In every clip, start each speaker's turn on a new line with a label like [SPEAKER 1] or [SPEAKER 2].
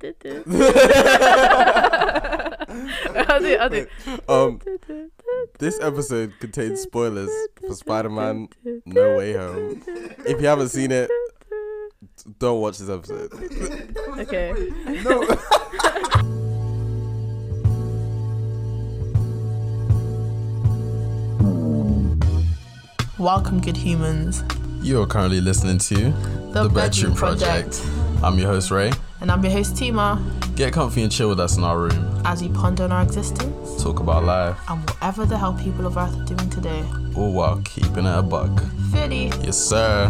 [SPEAKER 1] do, do. I'll do, I'll do.
[SPEAKER 2] Um,
[SPEAKER 1] Do, do,
[SPEAKER 2] this episode contains spoilers for Spider-Man: No Way Home. If you haven't seen it,
[SPEAKER 1] do.
[SPEAKER 2] don't watch this episode.
[SPEAKER 1] Okay.
[SPEAKER 3] Welcome, good humans.
[SPEAKER 2] You are currently listening to
[SPEAKER 3] The, Bedroom, Project.
[SPEAKER 2] I'm your host Ray.
[SPEAKER 3] And I'm your host, Tima,
[SPEAKER 2] Get comfy and chill with us in our room.
[SPEAKER 3] as we ponder on our existence
[SPEAKER 2] Talk about life,
[SPEAKER 3] and whatever the hell people of Earth are doing today.
[SPEAKER 2] all while keeping it a buck.
[SPEAKER 3] Philly.
[SPEAKER 2] Yes, sir.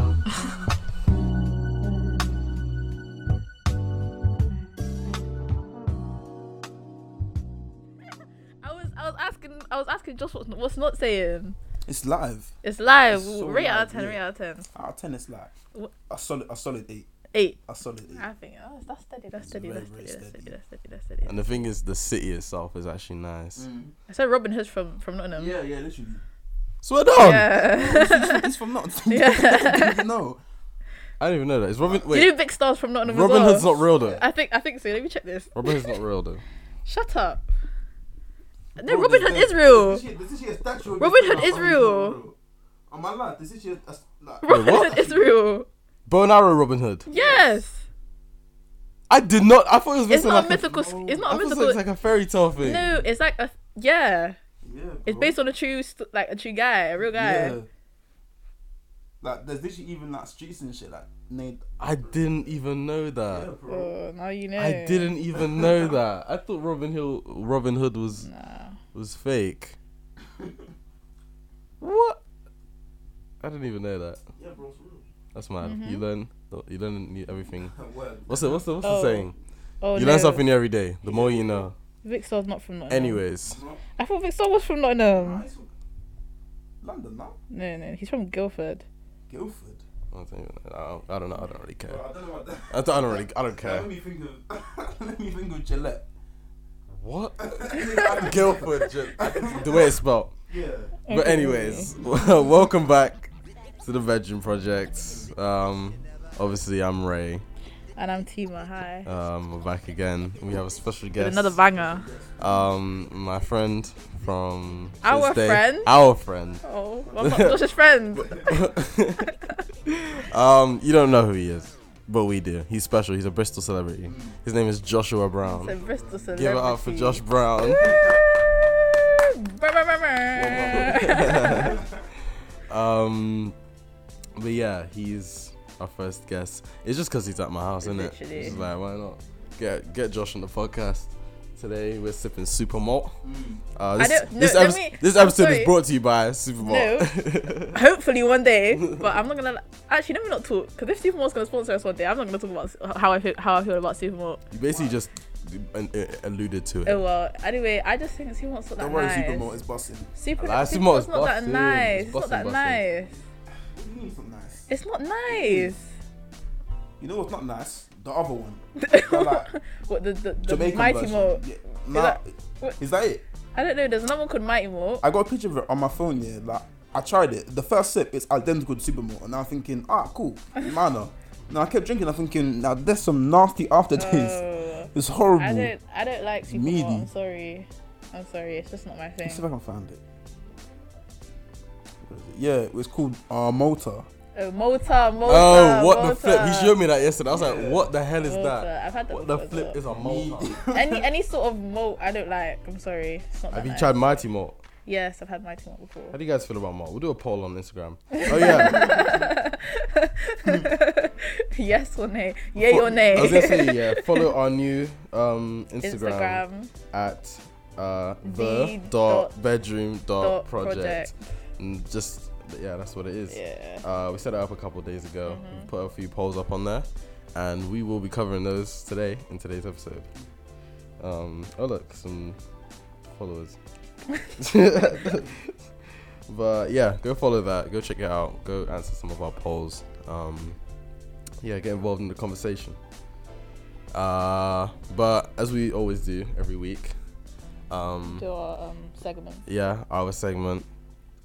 [SPEAKER 1] I was, I was asking, I was asking Josh what's, what's not saying.
[SPEAKER 4] It's live.
[SPEAKER 1] It's live.
[SPEAKER 4] It's so
[SPEAKER 1] rate out of
[SPEAKER 4] live,
[SPEAKER 1] ten.
[SPEAKER 4] yeah.
[SPEAKER 1] Rate out of ten.
[SPEAKER 4] Out of ten, it's like
[SPEAKER 1] What?
[SPEAKER 4] a solid, a solid eight,
[SPEAKER 1] Eight.
[SPEAKER 4] a solid eight.
[SPEAKER 1] I think. Oh, that's steady. That's
[SPEAKER 4] It's
[SPEAKER 1] steady.
[SPEAKER 4] very,
[SPEAKER 1] That's steady.
[SPEAKER 4] very
[SPEAKER 1] That's steady.
[SPEAKER 4] steady.
[SPEAKER 1] That's steady. That's steady.
[SPEAKER 2] And the thing is, the city itself is actually nice.
[SPEAKER 3] Mm.
[SPEAKER 1] I said Robin Hood from from Nottingham.
[SPEAKER 4] Yeah, yeah, literally.
[SPEAKER 2] Swear down!
[SPEAKER 1] Yeah.
[SPEAKER 4] It's from not.
[SPEAKER 1] Yeah.
[SPEAKER 4] no.
[SPEAKER 2] I didn't even know that. It's Robin.
[SPEAKER 1] Do you
[SPEAKER 2] Wait,
[SPEAKER 1] know Big Star's from Nottingham
[SPEAKER 2] Robin
[SPEAKER 1] as well?
[SPEAKER 2] Hood's not real though.
[SPEAKER 1] I think I think so. Let me check this.
[SPEAKER 2] Robin Hood's not real though.
[SPEAKER 1] Shut up. No,
[SPEAKER 4] Bro,
[SPEAKER 1] Robin
[SPEAKER 4] there's
[SPEAKER 1] Hood
[SPEAKER 4] no-
[SPEAKER 1] is real.
[SPEAKER 4] This is- this is a statue of
[SPEAKER 1] Robin
[SPEAKER 4] this
[SPEAKER 1] Hood
[SPEAKER 4] man,
[SPEAKER 1] is
[SPEAKER 4] I'm
[SPEAKER 1] real.
[SPEAKER 4] not real. On my life, this is your. a s- like-
[SPEAKER 1] Robin
[SPEAKER 2] what?
[SPEAKER 1] Hood is real.
[SPEAKER 2] Bow and arrow Robin Hood.
[SPEAKER 1] Yes.
[SPEAKER 2] I did not. I thought it was based
[SPEAKER 1] It's
[SPEAKER 2] on
[SPEAKER 1] not a
[SPEAKER 2] like
[SPEAKER 1] mythical. s It's
[SPEAKER 2] A, I
[SPEAKER 1] not a
[SPEAKER 2] thought it
[SPEAKER 1] mythical.
[SPEAKER 2] was like a fairy tale thing.
[SPEAKER 1] No, it's like a yeah.
[SPEAKER 4] Yeah.
[SPEAKER 1] It's
[SPEAKER 4] bro.
[SPEAKER 1] based on a true st- like a true guy, a real guy.
[SPEAKER 4] Yeah. Like there's literally even like streets and shit like named.
[SPEAKER 2] I didn't even know
[SPEAKER 4] Yeah,
[SPEAKER 2] that.
[SPEAKER 4] bro.
[SPEAKER 1] Oh, now you know.
[SPEAKER 2] I didn't even know that. I thought Robin Hill, Robin Hood was
[SPEAKER 1] Nah.
[SPEAKER 2] was fake. what? I didn't even know that.
[SPEAKER 4] Yeah, bro. It's real.
[SPEAKER 2] That's mad.
[SPEAKER 1] Mm-hmm.
[SPEAKER 2] You learn, you learn new- everything.
[SPEAKER 4] Word.
[SPEAKER 2] What's the what's the what's
[SPEAKER 1] Oh.
[SPEAKER 2] the saying?
[SPEAKER 1] Oh,
[SPEAKER 2] you
[SPEAKER 1] no.
[SPEAKER 2] learn something every day. The more you know.
[SPEAKER 1] Vic Star's not from Nottingham.
[SPEAKER 2] Anyways,
[SPEAKER 1] I thought Vic Star was from Nottingham.
[SPEAKER 4] Nah, it's from London now.
[SPEAKER 1] No, no, he's from Guildford.
[SPEAKER 4] Guildford.
[SPEAKER 2] I don't, even, I don't, I don't know. I don't really
[SPEAKER 4] Bro,
[SPEAKER 2] care.
[SPEAKER 4] I don't know about that.
[SPEAKER 2] I don't, I don't really. I don't care.
[SPEAKER 4] Let me think of. let me think of Gillette.
[SPEAKER 2] What? Guildford. ju- The way it's spelled.
[SPEAKER 4] Yeah.
[SPEAKER 2] But anyways, welcome back to the Bedroom Project. Um, obviously I'm Ray.
[SPEAKER 1] And I'm Tima. Hi.
[SPEAKER 2] Um, we're back again. We have a special
[SPEAKER 1] With
[SPEAKER 2] guest.
[SPEAKER 1] another banger.
[SPEAKER 2] Um, my friend from
[SPEAKER 1] Our
[SPEAKER 2] this day-
[SPEAKER 1] friend?
[SPEAKER 2] Our friend.
[SPEAKER 1] Oh, well, I'm not Josh's friend.
[SPEAKER 2] um, you don't know who he is, but we do. He's special. He's a Bristol celebrity. His name is Joshua
[SPEAKER 1] It's a
[SPEAKER 2] Brown.
[SPEAKER 1] Bristol celebrity.
[SPEAKER 2] Give it up for Josh Brown.
[SPEAKER 1] Brr, brr, brr, brr.
[SPEAKER 2] Um, but yeah, he's our first guest. It's just because he's at my house, isn't it?
[SPEAKER 1] Literally.
[SPEAKER 2] It's like, why not? Get get Josh on the podcast. Today we're sipping super malt. Uh, this,
[SPEAKER 1] Hmm. don't- no,
[SPEAKER 2] this,
[SPEAKER 1] let
[SPEAKER 2] epis-
[SPEAKER 1] me-
[SPEAKER 2] this
[SPEAKER 1] I'm
[SPEAKER 2] episode
[SPEAKER 1] sorry.
[SPEAKER 2] is brought to you by super
[SPEAKER 1] No.
[SPEAKER 2] malt.
[SPEAKER 1] Hopefully one day, but I'm not gonna li- actually let me not talk because if Supermore's gonna sponsor us one day, I'm not gonna talk about s- how I feel, how I feel about Supermore.
[SPEAKER 2] you basically just uh, uh, alluded to it.
[SPEAKER 1] Oh well. Anyway, I just think Supermore's not that
[SPEAKER 4] Don't worry,
[SPEAKER 1] nice.
[SPEAKER 4] Supermall is busting.
[SPEAKER 1] Super,
[SPEAKER 2] I like
[SPEAKER 1] Supermore's
[SPEAKER 2] Supermore's
[SPEAKER 1] not that
[SPEAKER 2] bussin',
[SPEAKER 1] nice.
[SPEAKER 2] it's
[SPEAKER 1] It's not
[SPEAKER 2] bussin',
[SPEAKER 1] that
[SPEAKER 2] bussin'.
[SPEAKER 1] nice.
[SPEAKER 4] What do you mean it's not nice?
[SPEAKER 1] It's not nice.
[SPEAKER 4] You know what's not nice? The other one. They're like,
[SPEAKER 1] What the the, the
[SPEAKER 4] Jamaican
[SPEAKER 1] Mighty
[SPEAKER 4] version.
[SPEAKER 1] Mo?
[SPEAKER 4] Yeah, nah,
[SPEAKER 1] that-
[SPEAKER 4] is that it?
[SPEAKER 1] I don't know. There's another one called Mighty Mo.
[SPEAKER 4] I got a picture of it on my phone. Yeah, like I tried it. The first sip is identical to Supermall, and I'm thinking, ah, cool, mana. Now I kept drinking. I'm thinking, now there's some nasty aftertaste.
[SPEAKER 1] Oh,
[SPEAKER 4] it's horrible.
[SPEAKER 1] I don't I don't like
[SPEAKER 4] meaty.
[SPEAKER 1] Supermore. I'm sorry. I'm sorry. It's just not my thing.
[SPEAKER 4] Let's see if I can find it. Where is it? Yeah, it was called uh, Malta.
[SPEAKER 1] Oh, Malta, Malta.
[SPEAKER 2] Oh, what
[SPEAKER 1] Malta.
[SPEAKER 2] the flip? He showed me that yesterday. I was like, what the hell is
[SPEAKER 1] Malta.
[SPEAKER 2] that?
[SPEAKER 1] I've had that
[SPEAKER 2] What the
[SPEAKER 1] before as
[SPEAKER 2] flip
[SPEAKER 1] well.
[SPEAKER 2] is a malt?
[SPEAKER 1] any any sort of malt I don't like. I'm sorry. It's not
[SPEAKER 2] Have
[SPEAKER 1] that
[SPEAKER 2] you
[SPEAKER 1] nice.
[SPEAKER 2] tried Mighty Malt?
[SPEAKER 1] Yes, I've had Mighty Malt before.
[SPEAKER 2] How do you guys feel about malt? We'll do a poll on Instagram. Oh yeah.
[SPEAKER 1] yes or nay? Yay or nay?
[SPEAKER 2] I was gonna say yeah. Follow our new um, Instagram,
[SPEAKER 1] Instagram
[SPEAKER 2] at uh,
[SPEAKER 1] The
[SPEAKER 2] the
[SPEAKER 1] dot
[SPEAKER 2] dot bedroom
[SPEAKER 1] dot
[SPEAKER 2] dot
[SPEAKER 1] project.
[SPEAKER 2] project. And just yeah, that's what it is.
[SPEAKER 1] Yeah.
[SPEAKER 2] Uh, we set it up a couple days ago. We put a few polls up on there, and we will be covering those today in today's episode. Um, oh look, some followers. but yeah, go follow that. Go check it out. Go answer some of our polls. Um, yeah, get involved in the conversation. Uh, but as we always do every week, um,
[SPEAKER 1] Do our um, segment.
[SPEAKER 2] yeah, our segment.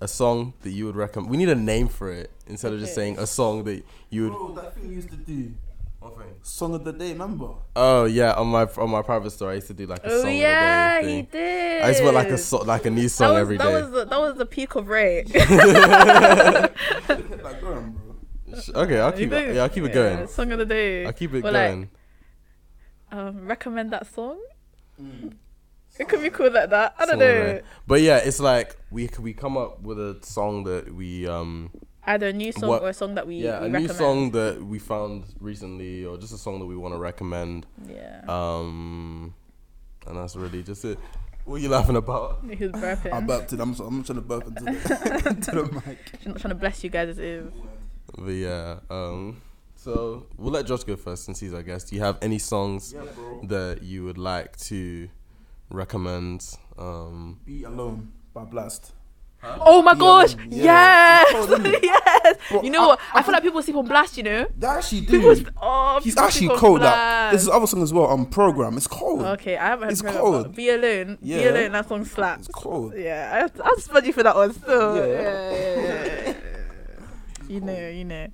[SPEAKER 2] A song that you would recommend. We need a name for it instead of just
[SPEAKER 1] Okay.
[SPEAKER 2] saying a song that you would.
[SPEAKER 4] Bro, that thing you used to do.
[SPEAKER 2] What thing?
[SPEAKER 4] Song of the day, remember?
[SPEAKER 2] Oh yeah, on my on my private story, I used to do like a
[SPEAKER 1] Oh
[SPEAKER 2] song. of the
[SPEAKER 1] yeah,
[SPEAKER 2] day
[SPEAKER 1] he
[SPEAKER 2] thing.
[SPEAKER 1] did.
[SPEAKER 2] I used to put like a so- like a new
[SPEAKER 1] that
[SPEAKER 2] song
[SPEAKER 1] was,
[SPEAKER 2] every
[SPEAKER 1] that
[SPEAKER 2] day.
[SPEAKER 1] was the, that was the peak of Ray.
[SPEAKER 4] Like, go on, bro.
[SPEAKER 2] Sh- okay, I'll keep it. Yeah, I'll keep it going.
[SPEAKER 1] Song of the day.
[SPEAKER 2] I'll keep it
[SPEAKER 1] We're like,
[SPEAKER 2] going.
[SPEAKER 1] um, recommend that song. It could be called like that. I don't
[SPEAKER 2] Something
[SPEAKER 1] know.
[SPEAKER 2] like that. But yeah, it's like we c- we come up with a song that we um
[SPEAKER 1] Either a new song
[SPEAKER 2] What-
[SPEAKER 1] or a song that we,
[SPEAKER 2] yeah
[SPEAKER 1] we
[SPEAKER 2] a
[SPEAKER 1] recommend.
[SPEAKER 2] new song that we found recently or just a song that we want to recommend
[SPEAKER 1] Yeah.
[SPEAKER 2] um and that's really just it. What are you laughing about?
[SPEAKER 1] He was burping.
[SPEAKER 4] I burped it. I'm, so, I'm not trying to burp into the, into the mic.
[SPEAKER 1] She's not trying to bless you guys as if.
[SPEAKER 2] But yeah, um, so we'll let Josh go first since he's our guest. Do you have any songs that you would like to recommend? Um,
[SPEAKER 4] Be Alone by Blast.
[SPEAKER 1] Oh my
[SPEAKER 4] Yeah,
[SPEAKER 1] gosh!
[SPEAKER 4] yeah.
[SPEAKER 1] Yes!
[SPEAKER 4] Oh, really?
[SPEAKER 1] yes!
[SPEAKER 4] Bro,
[SPEAKER 1] you know
[SPEAKER 4] I-
[SPEAKER 1] what? I, feel like people sleep on blast, you know?
[SPEAKER 4] They actually
[SPEAKER 1] People
[SPEAKER 4] do.
[SPEAKER 1] s- oh,
[SPEAKER 4] He's
[SPEAKER 1] people
[SPEAKER 4] actually
[SPEAKER 1] sleep on
[SPEAKER 4] cold. Like,
[SPEAKER 1] Blast.
[SPEAKER 4] this is other song as well on program. It's cold.
[SPEAKER 1] Okay, I haven't heard
[SPEAKER 4] It's
[SPEAKER 1] Program,
[SPEAKER 4] cold.
[SPEAKER 1] but Be Alone. Be
[SPEAKER 4] Yeah.
[SPEAKER 1] Alone, that song slaps.
[SPEAKER 4] It's cold.
[SPEAKER 1] Yeah, I, I'll spud you for that one still.
[SPEAKER 4] Yeah.
[SPEAKER 1] Yeah, yeah, yeah, yeah. you know, you know.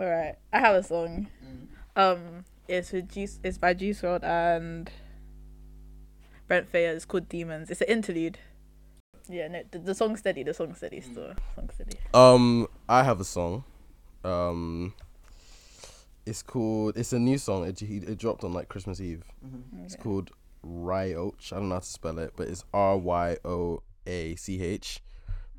[SPEAKER 1] All right, I have a song.
[SPEAKER 4] Mm,
[SPEAKER 1] Um, it's with Juice. It's by Juice World and Brent Faiyaz. It's called Demons. It's an interlude. Yeah, no, the, the song's steady. The song's steady still.
[SPEAKER 2] Mm.
[SPEAKER 1] Song's steady.
[SPEAKER 2] um, I have a song. Um, it's called. It's a new song. It, he- it dropped on like Christmas Eve. It's called Ryoch. I don't know how to spell it, but it's R Y O A C H.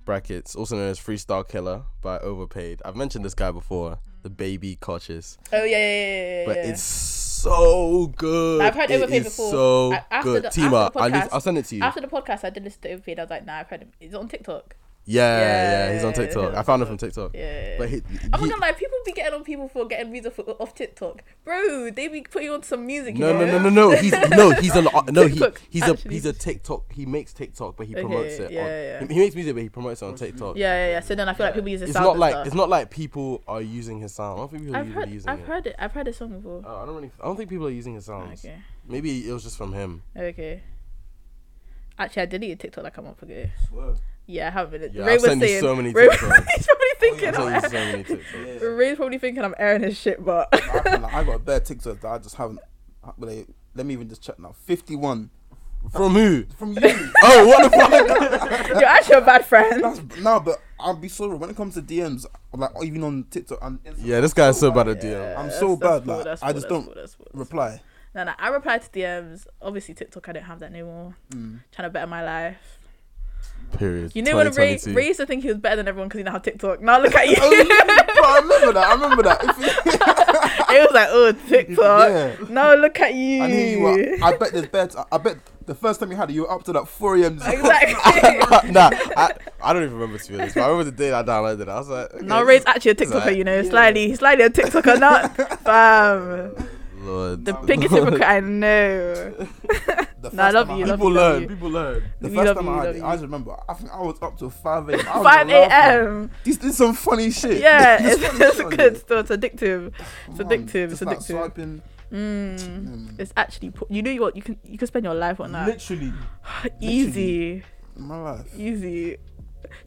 [SPEAKER 2] Brackets, also known as Freestyle Killer by Overpaid. I've mentioned this guy before, the baby conscious.
[SPEAKER 1] Oh yeah, yeah, yeah, yeah.
[SPEAKER 2] but
[SPEAKER 1] yeah.
[SPEAKER 2] it's so good.
[SPEAKER 1] I've heard
[SPEAKER 2] It
[SPEAKER 1] Overpaid
[SPEAKER 2] is
[SPEAKER 1] before.
[SPEAKER 2] So
[SPEAKER 1] A- after
[SPEAKER 2] good.
[SPEAKER 1] the-
[SPEAKER 2] Tima,
[SPEAKER 1] after the
[SPEAKER 2] I need,
[SPEAKER 1] podcast-
[SPEAKER 2] I'll send it to you.
[SPEAKER 1] after the podcast, I did listen to Overpaid. I was like, nah, I've heard him. He's on TikTok.
[SPEAKER 2] yeah, yeah,
[SPEAKER 1] Yeah,
[SPEAKER 2] he's on
[SPEAKER 1] yeah,
[SPEAKER 2] TikTok.
[SPEAKER 1] yeah,
[SPEAKER 2] I found him from TikTok.
[SPEAKER 1] Yeah.
[SPEAKER 2] But he,
[SPEAKER 1] I'm
[SPEAKER 2] he-
[SPEAKER 1] not gonna lie, people be getting on people for getting views off, off TikTok, bro. They be putting on some music.
[SPEAKER 2] no,
[SPEAKER 1] you
[SPEAKER 2] no,
[SPEAKER 1] know?
[SPEAKER 2] no, no, no. He's no, he's an uh, no. He,
[SPEAKER 1] TikTok,
[SPEAKER 2] he's a
[SPEAKER 1] actually.
[SPEAKER 2] he's a TikTok. He makes TikTok, but he promotes it.
[SPEAKER 1] yeah,
[SPEAKER 2] on,
[SPEAKER 1] yeah.
[SPEAKER 2] He, he makes music, but he promotes it on TikTok.
[SPEAKER 1] Yeah, yeah, yeah. So then I feel like people use the
[SPEAKER 2] It's
[SPEAKER 1] sound.
[SPEAKER 2] not
[SPEAKER 1] and
[SPEAKER 2] like
[SPEAKER 1] stuff.
[SPEAKER 2] it's not like people are using his sound. I don't think people are
[SPEAKER 1] I've
[SPEAKER 2] really
[SPEAKER 1] heard,
[SPEAKER 2] using
[SPEAKER 1] I've
[SPEAKER 2] it.
[SPEAKER 1] heard it. I've heard this song before.
[SPEAKER 2] Uh, I don't really. I don't think people are using his sounds.
[SPEAKER 1] Okay,
[SPEAKER 2] Maybe it was just from him.
[SPEAKER 1] okay. Actually, I deleted TikTok like a month ago.
[SPEAKER 4] Swear.
[SPEAKER 1] Yeah, I haven't. been-
[SPEAKER 2] Yeah,
[SPEAKER 1] Ray
[SPEAKER 2] I've
[SPEAKER 1] was
[SPEAKER 2] sent you
[SPEAKER 1] saying.
[SPEAKER 2] so many
[SPEAKER 1] Ray, Ray's
[SPEAKER 2] TikToks.
[SPEAKER 1] probably thinking.
[SPEAKER 2] I've
[SPEAKER 1] I'm,
[SPEAKER 2] sent you so many TikToks.
[SPEAKER 1] Ray's probably thinking I'm airing his shit, but
[SPEAKER 4] I, feel like I got bare TikToks that I just haven't. But they, let me even just check now. 51
[SPEAKER 2] From who?
[SPEAKER 4] from you.
[SPEAKER 2] Oh, what the fuck?
[SPEAKER 1] you're actually a bad friend.
[SPEAKER 4] That's no, but I'll be sorry when it comes to DMs, like even on TikTok and Instagram,
[SPEAKER 2] Yeah, this guy's so bad at DMs.
[SPEAKER 4] I'm
[SPEAKER 1] That's-
[SPEAKER 4] so
[SPEAKER 1] that's
[SPEAKER 4] bad.
[SPEAKER 1] cool,
[SPEAKER 4] like
[SPEAKER 1] that's
[SPEAKER 4] I
[SPEAKER 1] cool,
[SPEAKER 4] just
[SPEAKER 1] that's
[SPEAKER 4] don't
[SPEAKER 1] cool, that's cool, that's cool.
[SPEAKER 4] reply.
[SPEAKER 1] No, no, I reply to DMs. Obviously, TikTok, I don't have that anymore. Trying to better my life.
[SPEAKER 2] Period.
[SPEAKER 1] You know when Ray,
[SPEAKER 2] 2022.
[SPEAKER 1] Ray used to think he was better than everyone because he now had TikTok. Now look at you.
[SPEAKER 4] Oh, yeah, bro, I remember that. I remember that. If it-
[SPEAKER 1] it was like, oh, TikTok.
[SPEAKER 4] Yeah.
[SPEAKER 1] Now look at you.
[SPEAKER 4] I knew you were. I bet there's better. I bet the first time you had it, you were up to like 4 a.m.
[SPEAKER 1] Exactly.
[SPEAKER 2] nah, I, I don't even remember to be honest. But I remember the day I downloaded it. I was like, okay,
[SPEAKER 1] Now Ray's actually a TikToker,
[SPEAKER 2] Right.
[SPEAKER 1] you know, slightly, he's slightly a TikToker, not fam.
[SPEAKER 2] Lord.
[SPEAKER 1] The biggest hypocrite I know.
[SPEAKER 4] The
[SPEAKER 1] Nah, I
[SPEAKER 4] first
[SPEAKER 1] love
[SPEAKER 4] time
[SPEAKER 1] you,
[SPEAKER 4] I-
[SPEAKER 1] love
[SPEAKER 2] people
[SPEAKER 1] you,
[SPEAKER 2] learn.
[SPEAKER 1] love you.
[SPEAKER 2] People learn.
[SPEAKER 4] The
[SPEAKER 1] We
[SPEAKER 4] first
[SPEAKER 1] love
[SPEAKER 4] time
[SPEAKER 1] you,
[SPEAKER 4] I
[SPEAKER 1] love
[SPEAKER 4] had it,
[SPEAKER 1] you.
[SPEAKER 4] I just remember. I think I was up till 5 a.m. I
[SPEAKER 1] 5
[SPEAKER 4] was laughing.
[SPEAKER 1] a.m.
[SPEAKER 4] This this is some funny shit.
[SPEAKER 1] Yeah,
[SPEAKER 4] This
[SPEAKER 1] it's,
[SPEAKER 4] is funny
[SPEAKER 1] it's
[SPEAKER 4] shit on
[SPEAKER 1] good
[SPEAKER 4] there.
[SPEAKER 1] still. It's addictive. It's
[SPEAKER 4] Come on,
[SPEAKER 1] addictive. It's
[SPEAKER 4] just like
[SPEAKER 1] addictive.
[SPEAKER 4] swiping.
[SPEAKER 1] Mm.
[SPEAKER 4] Mm.
[SPEAKER 1] It's actually po- you know what you can you can spend your life on that.
[SPEAKER 4] Literally,
[SPEAKER 1] Easy,
[SPEAKER 4] my life.
[SPEAKER 1] easy.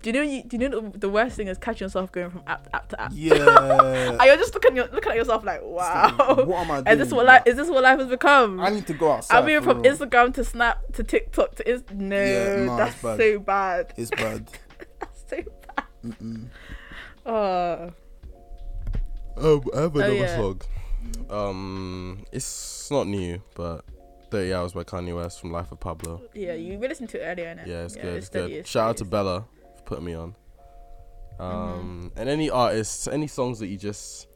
[SPEAKER 1] Do you know you, do you know the worst thing is catching yourself going from app to app to app?
[SPEAKER 4] Yeah.
[SPEAKER 1] And you're just looking your, looking at yourself like,
[SPEAKER 4] It's like,
[SPEAKER 1] wow.
[SPEAKER 4] What am I doing?
[SPEAKER 1] Is this what life? Is this what life has become?
[SPEAKER 4] I need to go outside.
[SPEAKER 1] I mean,
[SPEAKER 4] for
[SPEAKER 1] from
[SPEAKER 4] real.
[SPEAKER 1] Instagram to Snap to TikTok to is no,
[SPEAKER 4] Yeah, nah,
[SPEAKER 1] that's
[SPEAKER 4] it's bad.
[SPEAKER 1] so bad.
[SPEAKER 4] It's bad.
[SPEAKER 1] That's so bad. Oh,
[SPEAKER 2] Um, I have another
[SPEAKER 1] yeah.
[SPEAKER 2] song. Um, it's not new, but 30 Hours by Kanye West from Life of Pablo.
[SPEAKER 1] yeah, you we listened to it earlier, innit?
[SPEAKER 2] Yeah, it's good. It's good.
[SPEAKER 1] steady, it's
[SPEAKER 2] Shout out to
[SPEAKER 1] steady,
[SPEAKER 2] Bella for putting me on. Um, and any artists, any songs that you just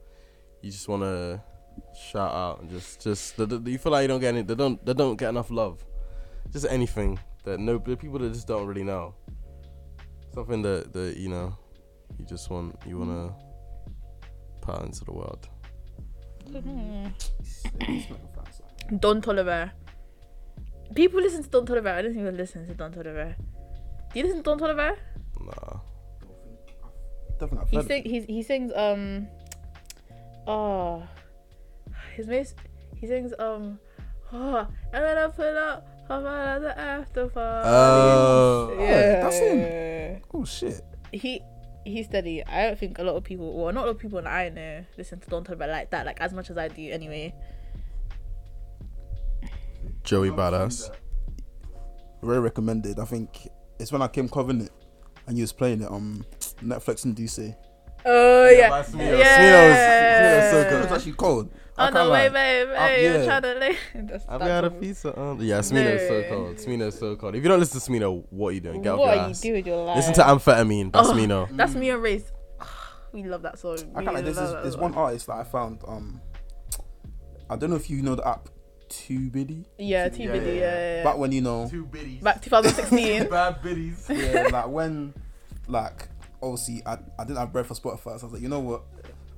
[SPEAKER 2] you just want to shout out and just just that- that you feel like you don't get any, they don't they don't get enough love. Just anything that no the people that just don't really know. Something that that you know you just want you want to put out into the world.
[SPEAKER 1] Mm. Don Toliver. People listen to Don Toliver. I don't even listen to Don Toliver. Do you listen to Don Toliver?
[SPEAKER 2] Nah.
[SPEAKER 4] Definitely.
[SPEAKER 1] He
[SPEAKER 4] I've heard
[SPEAKER 1] sing, he's, he sings um oh his most he sings um oh and then I pull up I'm out of the after party.
[SPEAKER 2] Oh.
[SPEAKER 1] yeah.
[SPEAKER 4] that's him. it. Oh shit.
[SPEAKER 1] He he's steady. I don't think a lot of people, well, not a lot of people that I know, listen to Don't Talk About It like that, like as much as I do anyway.
[SPEAKER 2] Joey Badass.
[SPEAKER 4] Very recommended. I think it's when I came covering it and you was playing it on Netflix in DC.
[SPEAKER 1] Oh yeah,
[SPEAKER 2] that's me,
[SPEAKER 1] yeah. Oh,
[SPEAKER 2] that's
[SPEAKER 4] so good. It's actually cold. I
[SPEAKER 1] On
[SPEAKER 4] can't
[SPEAKER 1] the way,
[SPEAKER 4] lie.
[SPEAKER 1] babe,
[SPEAKER 4] Uh,
[SPEAKER 1] babe.
[SPEAKER 4] yeah.
[SPEAKER 1] You're trying to lay. That's-
[SPEAKER 2] I've
[SPEAKER 1] that's
[SPEAKER 2] got a
[SPEAKER 1] all.
[SPEAKER 2] pizza. Um, yeah, Smino is so
[SPEAKER 1] No.
[SPEAKER 2] cold. Smino is so cold. If you don't listen to Smino, what are you doing? Get off
[SPEAKER 1] What
[SPEAKER 2] your
[SPEAKER 1] are you
[SPEAKER 2] ass.
[SPEAKER 1] doing with your life?
[SPEAKER 2] Listen to Amphetamine by
[SPEAKER 1] Oh,
[SPEAKER 2] Smino.
[SPEAKER 1] That's me and Race. We love that song.
[SPEAKER 4] I
[SPEAKER 1] We
[SPEAKER 4] can't like there's,
[SPEAKER 1] love
[SPEAKER 4] this,
[SPEAKER 1] that
[SPEAKER 4] there's
[SPEAKER 1] song.
[SPEAKER 4] one artist that I found. Um, I don't know if you know the app Tubiddy.
[SPEAKER 1] Yeah, T
[SPEAKER 2] yeah,
[SPEAKER 1] Biddy. Yeah,
[SPEAKER 2] yeah,
[SPEAKER 1] yeah, yeah.
[SPEAKER 4] Back when you know,
[SPEAKER 2] Two biddies.
[SPEAKER 1] Back 2016.
[SPEAKER 2] Bad biddies.
[SPEAKER 4] yeah, like when, like obviously I, I didn't have bread for Spotify, so I was like, you know what,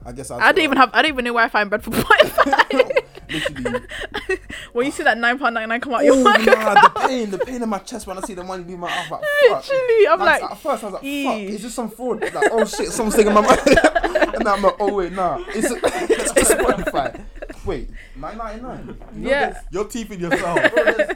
[SPEAKER 4] I guess I.
[SPEAKER 1] I don't even have. I don't even know where I find bread for Wi-Fi.
[SPEAKER 4] Literally,
[SPEAKER 1] when you see that nine pound ninety nine come out
[SPEAKER 4] oh
[SPEAKER 1] your
[SPEAKER 4] nah,
[SPEAKER 1] bank account,
[SPEAKER 4] the pain, the pain in my chest when I see the money leave my mouth. Like, fuck.
[SPEAKER 1] literally, I'm
[SPEAKER 4] And I was-
[SPEAKER 1] like,
[SPEAKER 4] at first I was like,
[SPEAKER 1] "Eesh."
[SPEAKER 4] fuck, it's just some fraud. Like, oh shit, someone's taking my money. and I'm like, oh wait, nah, it's, it's Spotify. Wait, nine ninety nine.
[SPEAKER 1] yeah,
[SPEAKER 2] You're teething yourself.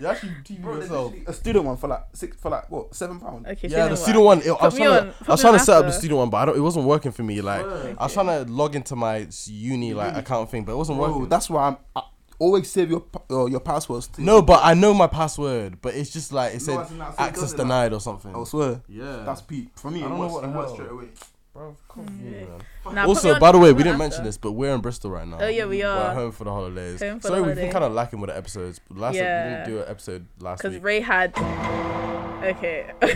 [SPEAKER 2] You're actually teething
[SPEAKER 4] Bro, there's
[SPEAKER 2] yourself.
[SPEAKER 4] literally a student one for like six for like what seven pounds.
[SPEAKER 1] okay,
[SPEAKER 2] Yeah, the
[SPEAKER 1] what?
[SPEAKER 2] student one. It, I was
[SPEAKER 1] me
[SPEAKER 2] trying
[SPEAKER 1] on-
[SPEAKER 2] to,
[SPEAKER 1] put
[SPEAKER 2] I was
[SPEAKER 1] me on
[SPEAKER 2] trying to set up the
[SPEAKER 1] after.
[SPEAKER 2] student one, but I don't, it wasn't working for me. Like I was trying to log into my s- uni like account thing, but it wasn't
[SPEAKER 4] Bro,
[SPEAKER 2] working.
[SPEAKER 4] that's why I'm I always save your pa- uh, your passwords. Too.
[SPEAKER 2] no, but I know my password, but it's just like it said
[SPEAKER 4] as in that, so it
[SPEAKER 2] access
[SPEAKER 4] doesn't,
[SPEAKER 2] denied or something.
[SPEAKER 4] I swear.
[SPEAKER 2] Yeah.
[SPEAKER 4] That's peak for me.
[SPEAKER 2] I
[SPEAKER 4] it
[SPEAKER 2] don't know
[SPEAKER 4] works-
[SPEAKER 2] what the
[SPEAKER 4] it works
[SPEAKER 2] hell.
[SPEAKER 4] straight away.
[SPEAKER 2] Bro, come here, man.
[SPEAKER 1] Nah, put me
[SPEAKER 2] also,
[SPEAKER 1] on-
[SPEAKER 2] by the way,
[SPEAKER 1] put me
[SPEAKER 2] we
[SPEAKER 1] on
[SPEAKER 2] didn't mention
[SPEAKER 1] after.
[SPEAKER 2] this, but we're in Bristol right now.
[SPEAKER 1] Oh yeah, we
[SPEAKER 2] We're at
[SPEAKER 1] are.
[SPEAKER 2] home for the holidays.
[SPEAKER 1] Home for the
[SPEAKER 2] Sorry, we've been
[SPEAKER 1] holiday.
[SPEAKER 2] kind of lacking with the episodes. Last we
[SPEAKER 1] Yeah.
[SPEAKER 2] didn't do an episode last
[SPEAKER 1] Because
[SPEAKER 2] week.
[SPEAKER 1] Ray had. Okay.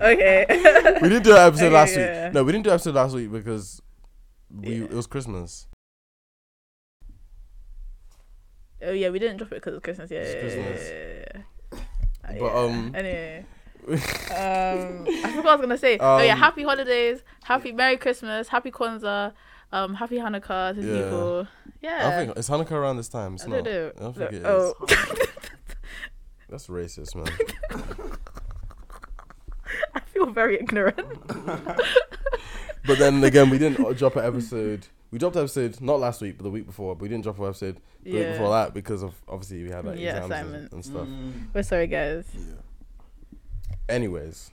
[SPEAKER 1] okay.
[SPEAKER 2] we didn't do an episode
[SPEAKER 1] Okay,
[SPEAKER 2] last
[SPEAKER 1] yeah,
[SPEAKER 2] week.
[SPEAKER 1] yeah.
[SPEAKER 2] No, we didn't do an episode last week because we
[SPEAKER 1] Yeah.
[SPEAKER 2] it was Christmas.
[SPEAKER 1] Oh yeah, we didn't drop it because it's Christmas. Yeah,
[SPEAKER 2] It's
[SPEAKER 1] yeah,
[SPEAKER 2] Christmas.
[SPEAKER 1] yeah, yeah, yeah.
[SPEAKER 2] But,
[SPEAKER 1] Yeah.
[SPEAKER 2] um,
[SPEAKER 1] Anyway. um, I forgot what I was gonna say. oh yeah,
[SPEAKER 2] Um,
[SPEAKER 1] happy holidays, happy Merry Christmas, happy Kwanzaa, um, happy Hanukkah to
[SPEAKER 2] Yeah.
[SPEAKER 1] people.
[SPEAKER 2] I
[SPEAKER 1] Yeah.
[SPEAKER 2] don't think it's Hanukkah around this time. It's
[SPEAKER 1] I
[SPEAKER 2] not.
[SPEAKER 1] don't know.
[SPEAKER 2] I don't
[SPEAKER 1] Look,
[SPEAKER 2] think it is.
[SPEAKER 1] oh,
[SPEAKER 2] That's racist, man.
[SPEAKER 1] I feel very ignorant.
[SPEAKER 2] but then again, we didn't drop an episode. We dropped an episode not last week, but the week before. But we didn't drop an episode the week
[SPEAKER 1] Yeah.
[SPEAKER 2] before that because of obviously we had like
[SPEAKER 1] Yeah,
[SPEAKER 2] exams and,
[SPEAKER 1] assignments.
[SPEAKER 2] and stuff.
[SPEAKER 4] Mm.
[SPEAKER 1] We're sorry, guys.
[SPEAKER 2] Anyways,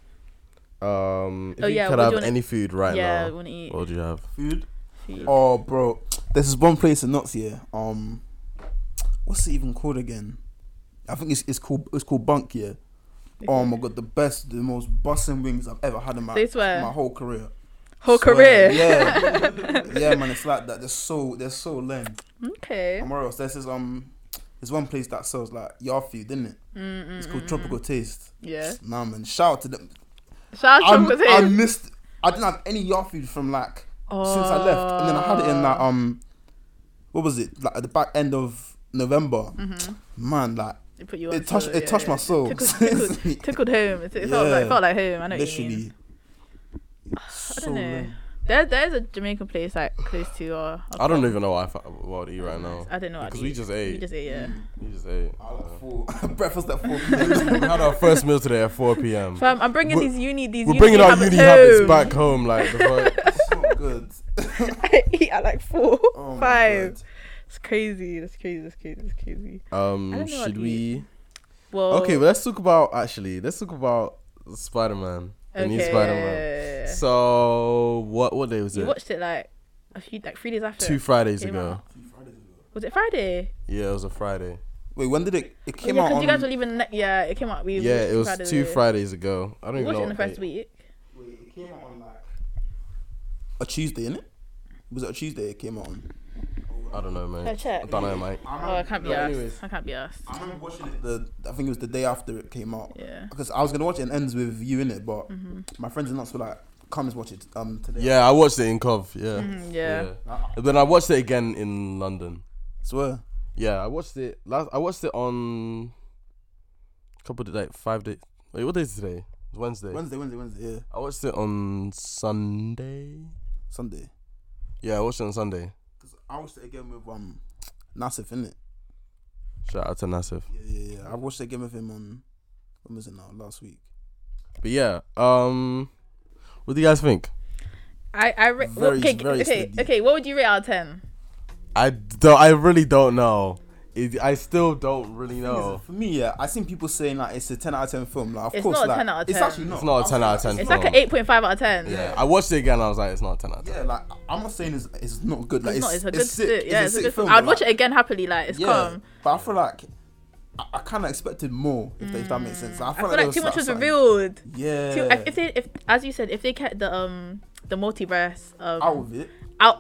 [SPEAKER 2] um, if
[SPEAKER 1] Oh,
[SPEAKER 2] you
[SPEAKER 1] yeah,
[SPEAKER 2] could
[SPEAKER 1] what do
[SPEAKER 2] have
[SPEAKER 1] you wanna-
[SPEAKER 2] any food right
[SPEAKER 1] yeah,
[SPEAKER 2] now,
[SPEAKER 1] want to eat.
[SPEAKER 2] what would you have?
[SPEAKER 4] Food.
[SPEAKER 1] food.
[SPEAKER 4] Oh, bro, this is one place in Notts here. Um, what's it even called again? I think it's it's called it's called Bunk yeah. Oh my god, the best, the most busting wings I've ever had in my
[SPEAKER 1] They swear.
[SPEAKER 4] my whole career.
[SPEAKER 1] Whole
[SPEAKER 4] Swear,
[SPEAKER 1] career.
[SPEAKER 4] Yeah, yeah, man, it's like that. They're so they're so lame.
[SPEAKER 1] Okay.
[SPEAKER 4] And where else? There's this um, there's one place that sells like your food, isn't it?
[SPEAKER 1] Mm-mm.
[SPEAKER 4] It's called Tropical Taste.
[SPEAKER 1] Mm-hmm. Yeah.
[SPEAKER 4] Nah, man, shout out to them.
[SPEAKER 1] Shout out
[SPEAKER 4] I'm-
[SPEAKER 1] to
[SPEAKER 4] I
[SPEAKER 1] Chocolate
[SPEAKER 4] missed. I didn't have any yard food from like
[SPEAKER 1] Oh.
[SPEAKER 4] since I left, and then I had it in like um, what was it like at the back end of November? Man, like
[SPEAKER 1] It put Mm-hmm. you on
[SPEAKER 4] it touched
[SPEAKER 1] to
[SPEAKER 4] it touched my soul.
[SPEAKER 1] Tickled, tickled, tickled home. It, it felt like,
[SPEAKER 4] Yeah.
[SPEAKER 1] felt like home. I know what you mean.
[SPEAKER 4] Literally.
[SPEAKER 1] I
[SPEAKER 4] So
[SPEAKER 1] don't know.
[SPEAKER 4] lame.
[SPEAKER 1] There, there's a Jamaican place like close to or.
[SPEAKER 2] I don't even know what I fa- what I'd eat right now.
[SPEAKER 1] I don't know. what I'd
[SPEAKER 2] Because we
[SPEAKER 1] eat.
[SPEAKER 2] just
[SPEAKER 1] We
[SPEAKER 2] ate.
[SPEAKER 1] just ate. Yeah.
[SPEAKER 4] Mm.
[SPEAKER 2] We just ate.
[SPEAKER 4] I like
[SPEAKER 2] Uh,
[SPEAKER 4] four- breakfast at four. p.m.
[SPEAKER 2] we had our first meal today at 4 p.m.
[SPEAKER 1] Fam, I'm bringing
[SPEAKER 2] We're-
[SPEAKER 1] these uni these.
[SPEAKER 2] We're
[SPEAKER 1] uni
[SPEAKER 2] bringing our
[SPEAKER 1] habits
[SPEAKER 2] uni habits
[SPEAKER 1] home.
[SPEAKER 2] back home. Like, the fuck?
[SPEAKER 4] It's so good.
[SPEAKER 1] I eat at like four,
[SPEAKER 4] Oh
[SPEAKER 1] five.
[SPEAKER 4] my God.
[SPEAKER 1] It's crazy. That's crazy. That's crazy. That's crazy. I don't
[SPEAKER 2] um,
[SPEAKER 1] know what
[SPEAKER 2] should
[SPEAKER 1] I'd
[SPEAKER 2] we?
[SPEAKER 1] Well.
[SPEAKER 2] Okay, well, let's talk about actually. Let's talk about Spider Man. The new
[SPEAKER 1] okay,
[SPEAKER 2] Spider
[SPEAKER 1] yeah,
[SPEAKER 2] Man.
[SPEAKER 1] yeah, yeah.
[SPEAKER 2] So what what day was
[SPEAKER 1] You
[SPEAKER 2] it?
[SPEAKER 1] watched it like a few, like three days after.
[SPEAKER 2] Two Fridays
[SPEAKER 1] Came
[SPEAKER 2] ago.
[SPEAKER 1] out. Was it Friday? Oh,
[SPEAKER 2] Yeah, it was a Friday.
[SPEAKER 4] Wait, when did it? It
[SPEAKER 1] Yeah,
[SPEAKER 4] came
[SPEAKER 1] 'cause
[SPEAKER 4] out
[SPEAKER 1] you guys
[SPEAKER 4] on.
[SPEAKER 1] were leaving. Ne- yeah, it came out. We
[SPEAKER 2] Yeah,
[SPEAKER 1] watched
[SPEAKER 2] it was
[SPEAKER 1] Fridays
[SPEAKER 2] two
[SPEAKER 1] ago.
[SPEAKER 2] Fridays ago. I don't
[SPEAKER 1] We
[SPEAKER 2] even
[SPEAKER 1] watched it
[SPEAKER 2] know.
[SPEAKER 1] in the
[SPEAKER 2] what
[SPEAKER 1] first
[SPEAKER 2] day-
[SPEAKER 1] week.
[SPEAKER 4] Wait, it came out on like a Tuesday, innit? Was it a Tuesday it came out on?
[SPEAKER 2] I don't know,
[SPEAKER 1] I
[SPEAKER 2] mate. I
[SPEAKER 1] checked.
[SPEAKER 2] don't know, mate.
[SPEAKER 1] Oh, I can't be
[SPEAKER 2] No,
[SPEAKER 1] asked.
[SPEAKER 2] anyways.
[SPEAKER 1] I can't be asked.
[SPEAKER 4] I remember watching it the I think it was the day after it came out.
[SPEAKER 1] Yeah. Mm-hmm.
[SPEAKER 4] Because I was gonna watch it and ends with you in it, but my friends and us were like, "Come, let's watch it um today."
[SPEAKER 2] Yeah, I watched it in Cov. Yeah.
[SPEAKER 1] Mhm, yeah.
[SPEAKER 2] And Then I watched it again in London.
[SPEAKER 4] swear.
[SPEAKER 2] Yeah, I watched it last. I watched it on a couple of like five days. Wait, what day is today? It's Wednesday.
[SPEAKER 4] Wednesday, Wednesday, Wednesday. Yeah,
[SPEAKER 2] I watched it on Sunday.
[SPEAKER 4] Sunday.
[SPEAKER 2] Yeah, I watched it on Sunday.
[SPEAKER 4] Because I watched it again with um Nasif in it.
[SPEAKER 2] Shout out to Nasif.
[SPEAKER 4] Yeah, yeah, yeah. I watched it again with him on when was it now? Last week.
[SPEAKER 2] But yeah, um, what do you guys think?
[SPEAKER 1] I I ra-
[SPEAKER 4] Very-
[SPEAKER 1] okay
[SPEAKER 4] very
[SPEAKER 1] okay
[SPEAKER 4] steady.
[SPEAKER 1] okay. What would you rate out of ten?
[SPEAKER 2] I don't. I really don't know. It, I still don't really
[SPEAKER 4] Thing is,
[SPEAKER 2] know.
[SPEAKER 4] For me, yeah, I've seen people saying like it's a ten out of ten film. Like, of
[SPEAKER 1] It's
[SPEAKER 4] course,
[SPEAKER 1] not a
[SPEAKER 4] like,
[SPEAKER 1] 10 out of
[SPEAKER 4] It's
[SPEAKER 1] 10.
[SPEAKER 4] actually not.
[SPEAKER 2] It's not a 10 out of 10
[SPEAKER 1] It's
[SPEAKER 2] film.
[SPEAKER 1] like an eight point five out of ten.
[SPEAKER 2] yeah. I watched it again. I was like, it's not a ten out of ten.
[SPEAKER 4] Yeah, like I'm not saying it's, it's not good. Like
[SPEAKER 1] It's,
[SPEAKER 4] it's,
[SPEAKER 1] not. It's a good.
[SPEAKER 4] sick.
[SPEAKER 1] sit- Yeah, it's, a good film. I'd watch it again happily. Like it's calm.
[SPEAKER 4] but I feel like I, I kind of expected more. If, that- if that makes sense, Like,
[SPEAKER 1] I feel
[SPEAKER 4] there
[SPEAKER 1] like too much was
[SPEAKER 4] something-
[SPEAKER 1] revealed.
[SPEAKER 4] Yeah,
[SPEAKER 1] Too, if, if they, if as you said, if they kept the um the multiverse um,
[SPEAKER 4] out
[SPEAKER 1] out,
[SPEAKER 4] of it.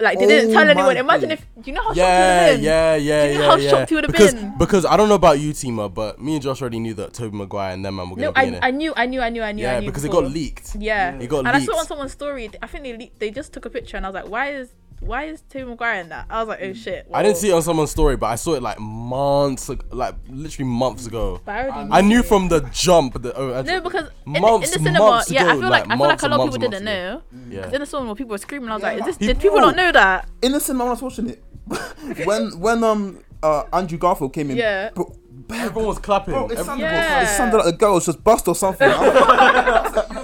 [SPEAKER 1] like they didn't
[SPEAKER 4] Oh
[SPEAKER 1] tell
[SPEAKER 4] my
[SPEAKER 1] anyone. Imagine
[SPEAKER 4] days.
[SPEAKER 1] if you know how
[SPEAKER 2] Yeah,
[SPEAKER 1] shocked you would have
[SPEAKER 2] yeah, yeah,
[SPEAKER 1] Do you
[SPEAKER 2] yeah.
[SPEAKER 1] know how
[SPEAKER 2] yeah.
[SPEAKER 1] shocked you would've
[SPEAKER 2] because,
[SPEAKER 1] been?
[SPEAKER 2] Because I don't know about you, Tima, but me and Josh already knew that Toby Maguire and them man were
[SPEAKER 1] been. No,
[SPEAKER 2] gonna be in
[SPEAKER 1] I,
[SPEAKER 2] it.
[SPEAKER 1] I knew, I knew, I knew, I knew. I
[SPEAKER 2] yeah,
[SPEAKER 1] knew
[SPEAKER 2] because it
[SPEAKER 1] before.
[SPEAKER 2] got leaked.
[SPEAKER 1] Yeah,
[SPEAKER 2] It got
[SPEAKER 1] and I
[SPEAKER 2] leaked.
[SPEAKER 1] saw on someone's story. I think they le- they just took a picture, and I was like, why is why is Toby Maguire in that? I was like, oh shit.
[SPEAKER 2] I didn't see
[SPEAKER 1] It.
[SPEAKER 2] it on someone's story, but I saw it like months, ag- like literally months ago.
[SPEAKER 1] But I, already
[SPEAKER 2] I knew
[SPEAKER 1] it.
[SPEAKER 2] from the jump that oh, I-
[SPEAKER 1] No, because in,
[SPEAKER 2] months,
[SPEAKER 1] in the cinema,
[SPEAKER 2] months
[SPEAKER 1] yeah,
[SPEAKER 2] ago,
[SPEAKER 1] I feel like, I feel like
[SPEAKER 2] months
[SPEAKER 1] a lot
[SPEAKER 2] and
[SPEAKER 1] of
[SPEAKER 2] months
[SPEAKER 1] people
[SPEAKER 2] and
[SPEAKER 1] didn't
[SPEAKER 2] months
[SPEAKER 1] know.
[SPEAKER 2] ago.
[SPEAKER 1] In the cinema, people were screaming. I was like, is
[SPEAKER 4] Yeah.
[SPEAKER 1] this,
[SPEAKER 2] People-
[SPEAKER 1] did people not know that?
[SPEAKER 4] In the cinema, when I was watching it, when when um uh Andrew Garfield came in,
[SPEAKER 1] Yeah.
[SPEAKER 4] bro,
[SPEAKER 2] Yeah, everyone was clapping.
[SPEAKER 4] bro, it
[SPEAKER 2] Every-
[SPEAKER 4] sounded,
[SPEAKER 1] Yeah.
[SPEAKER 4] it sounded like the girl was just bust or something. I was like, yo,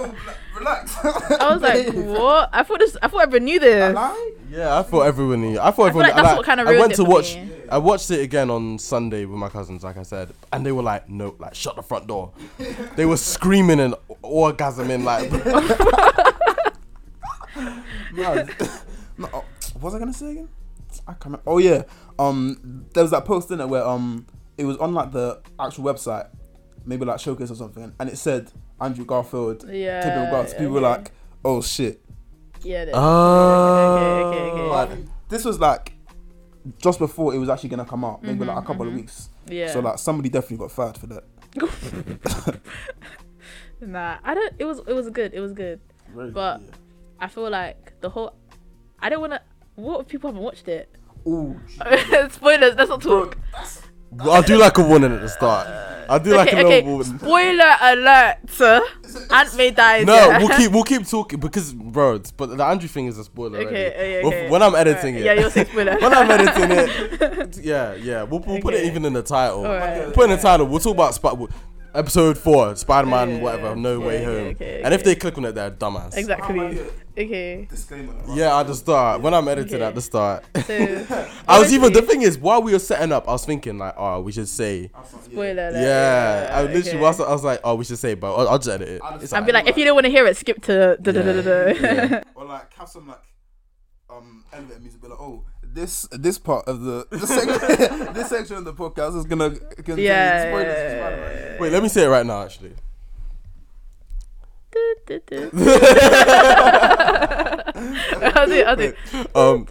[SPEAKER 4] like, relax.
[SPEAKER 1] I was like, what? I thought this. I thought everyone knew this.
[SPEAKER 4] Lie?
[SPEAKER 2] Yeah, I thought everyone knew. I thought everyone.
[SPEAKER 1] like that's what kinda
[SPEAKER 2] I went
[SPEAKER 1] ruined it
[SPEAKER 2] to
[SPEAKER 1] for
[SPEAKER 2] watch.
[SPEAKER 1] me.
[SPEAKER 2] I watched it again on Sunday with my cousins, like I said, and they were like, "No, like shut the front door." they were screaming and orgasming, like
[SPEAKER 4] Mad. no, uh, what was I gonna say again? I can't remember. Oh yeah, um, there was that post in it where um, it was on like the actual website, maybe like showcase or something, and it said Andrew Garfield,
[SPEAKER 1] Yeah.
[SPEAKER 4] Tobey Maguire. So people were
[SPEAKER 1] okay.
[SPEAKER 4] like, oh shit.
[SPEAKER 1] yeah.
[SPEAKER 2] "Uh-huh."
[SPEAKER 1] they-
[SPEAKER 2] "Oh."
[SPEAKER 1] okay, okay.
[SPEAKER 4] Like, this was like just before it was actually gonna come out, maybe like a couple of weeks.
[SPEAKER 1] Mm-hmm, yeah.
[SPEAKER 4] So like somebody definitely got fired for that.
[SPEAKER 1] nah, I don't. It was. It was good. It was good. But I feel like the whole. I don't wanna. What if people haven't watched it?
[SPEAKER 4] Ooh,
[SPEAKER 1] Spoilers. Let's not talk.
[SPEAKER 2] I'll do like a warning at the start. I'll do like a
[SPEAKER 1] okay.
[SPEAKER 2] little
[SPEAKER 1] Okay.
[SPEAKER 2] warning.
[SPEAKER 1] Spoiler alert. Aunt May dies.
[SPEAKER 2] No,
[SPEAKER 1] yeah.
[SPEAKER 2] we'll keep we'll keep talking because, bro. it's- But the Andrew thing is a spoiler.
[SPEAKER 1] Okay,
[SPEAKER 2] already.
[SPEAKER 1] okay,
[SPEAKER 2] Well,
[SPEAKER 1] okay.
[SPEAKER 2] When I'm editing
[SPEAKER 1] Alright,
[SPEAKER 2] it,
[SPEAKER 1] Yeah, you'll say spoiler.
[SPEAKER 2] when I'm editing it, yeah, yeah, we'll, we'll put it
[SPEAKER 1] Okay.
[SPEAKER 2] even in the title.
[SPEAKER 1] Alright.
[SPEAKER 2] We'll put in the title. We'll talk about Sp- episode four, Spider Man,
[SPEAKER 1] Yeah,
[SPEAKER 2] whatever, No
[SPEAKER 1] yeah,
[SPEAKER 2] Way
[SPEAKER 1] okay,
[SPEAKER 2] Home.
[SPEAKER 1] okay,
[SPEAKER 2] And if
[SPEAKER 1] okay.
[SPEAKER 2] they click on it, they're dumbass.
[SPEAKER 1] exactly. Okay.
[SPEAKER 4] disclaimer.
[SPEAKER 2] Yeah, at the start, when I'm editing
[SPEAKER 1] Okay.
[SPEAKER 2] at the start,
[SPEAKER 1] So.
[SPEAKER 2] I was even. The
[SPEAKER 1] honestly,
[SPEAKER 2] thing is, while we were setting up, I was thinking like, oh, we should say.
[SPEAKER 1] Spoiler alert.
[SPEAKER 2] Yeah, I literally
[SPEAKER 1] okay.
[SPEAKER 2] whilst I was like, oh, we should say, but I'll, I'll just edit it.
[SPEAKER 4] I'll
[SPEAKER 2] It's
[SPEAKER 4] just-
[SPEAKER 1] I'd be
[SPEAKER 2] alright.
[SPEAKER 1] like, if you don't want to hear it, skip to. Da, da, da, da, da.
[SPEAKER 2] Yeah.
[SPEAKER 4] or like have some like um elevator music be like oh this this part of the this section, this section of the podcast is gonna contain
[SPEAKER 1] Yeah,
[SPEAKER 4] spoilers
[SPEAKER 1] yeah,
[SPEAKER 4] for
[SPEAKER 1] yeah,
[SPEAKER 4] Spider-Man."
[SPEAKER 2] Wait, let me say it right now, actually.
[SPEAKER 1] Du- du- du. I'll do it, I'll do it.
[SPEAKER 2] Um,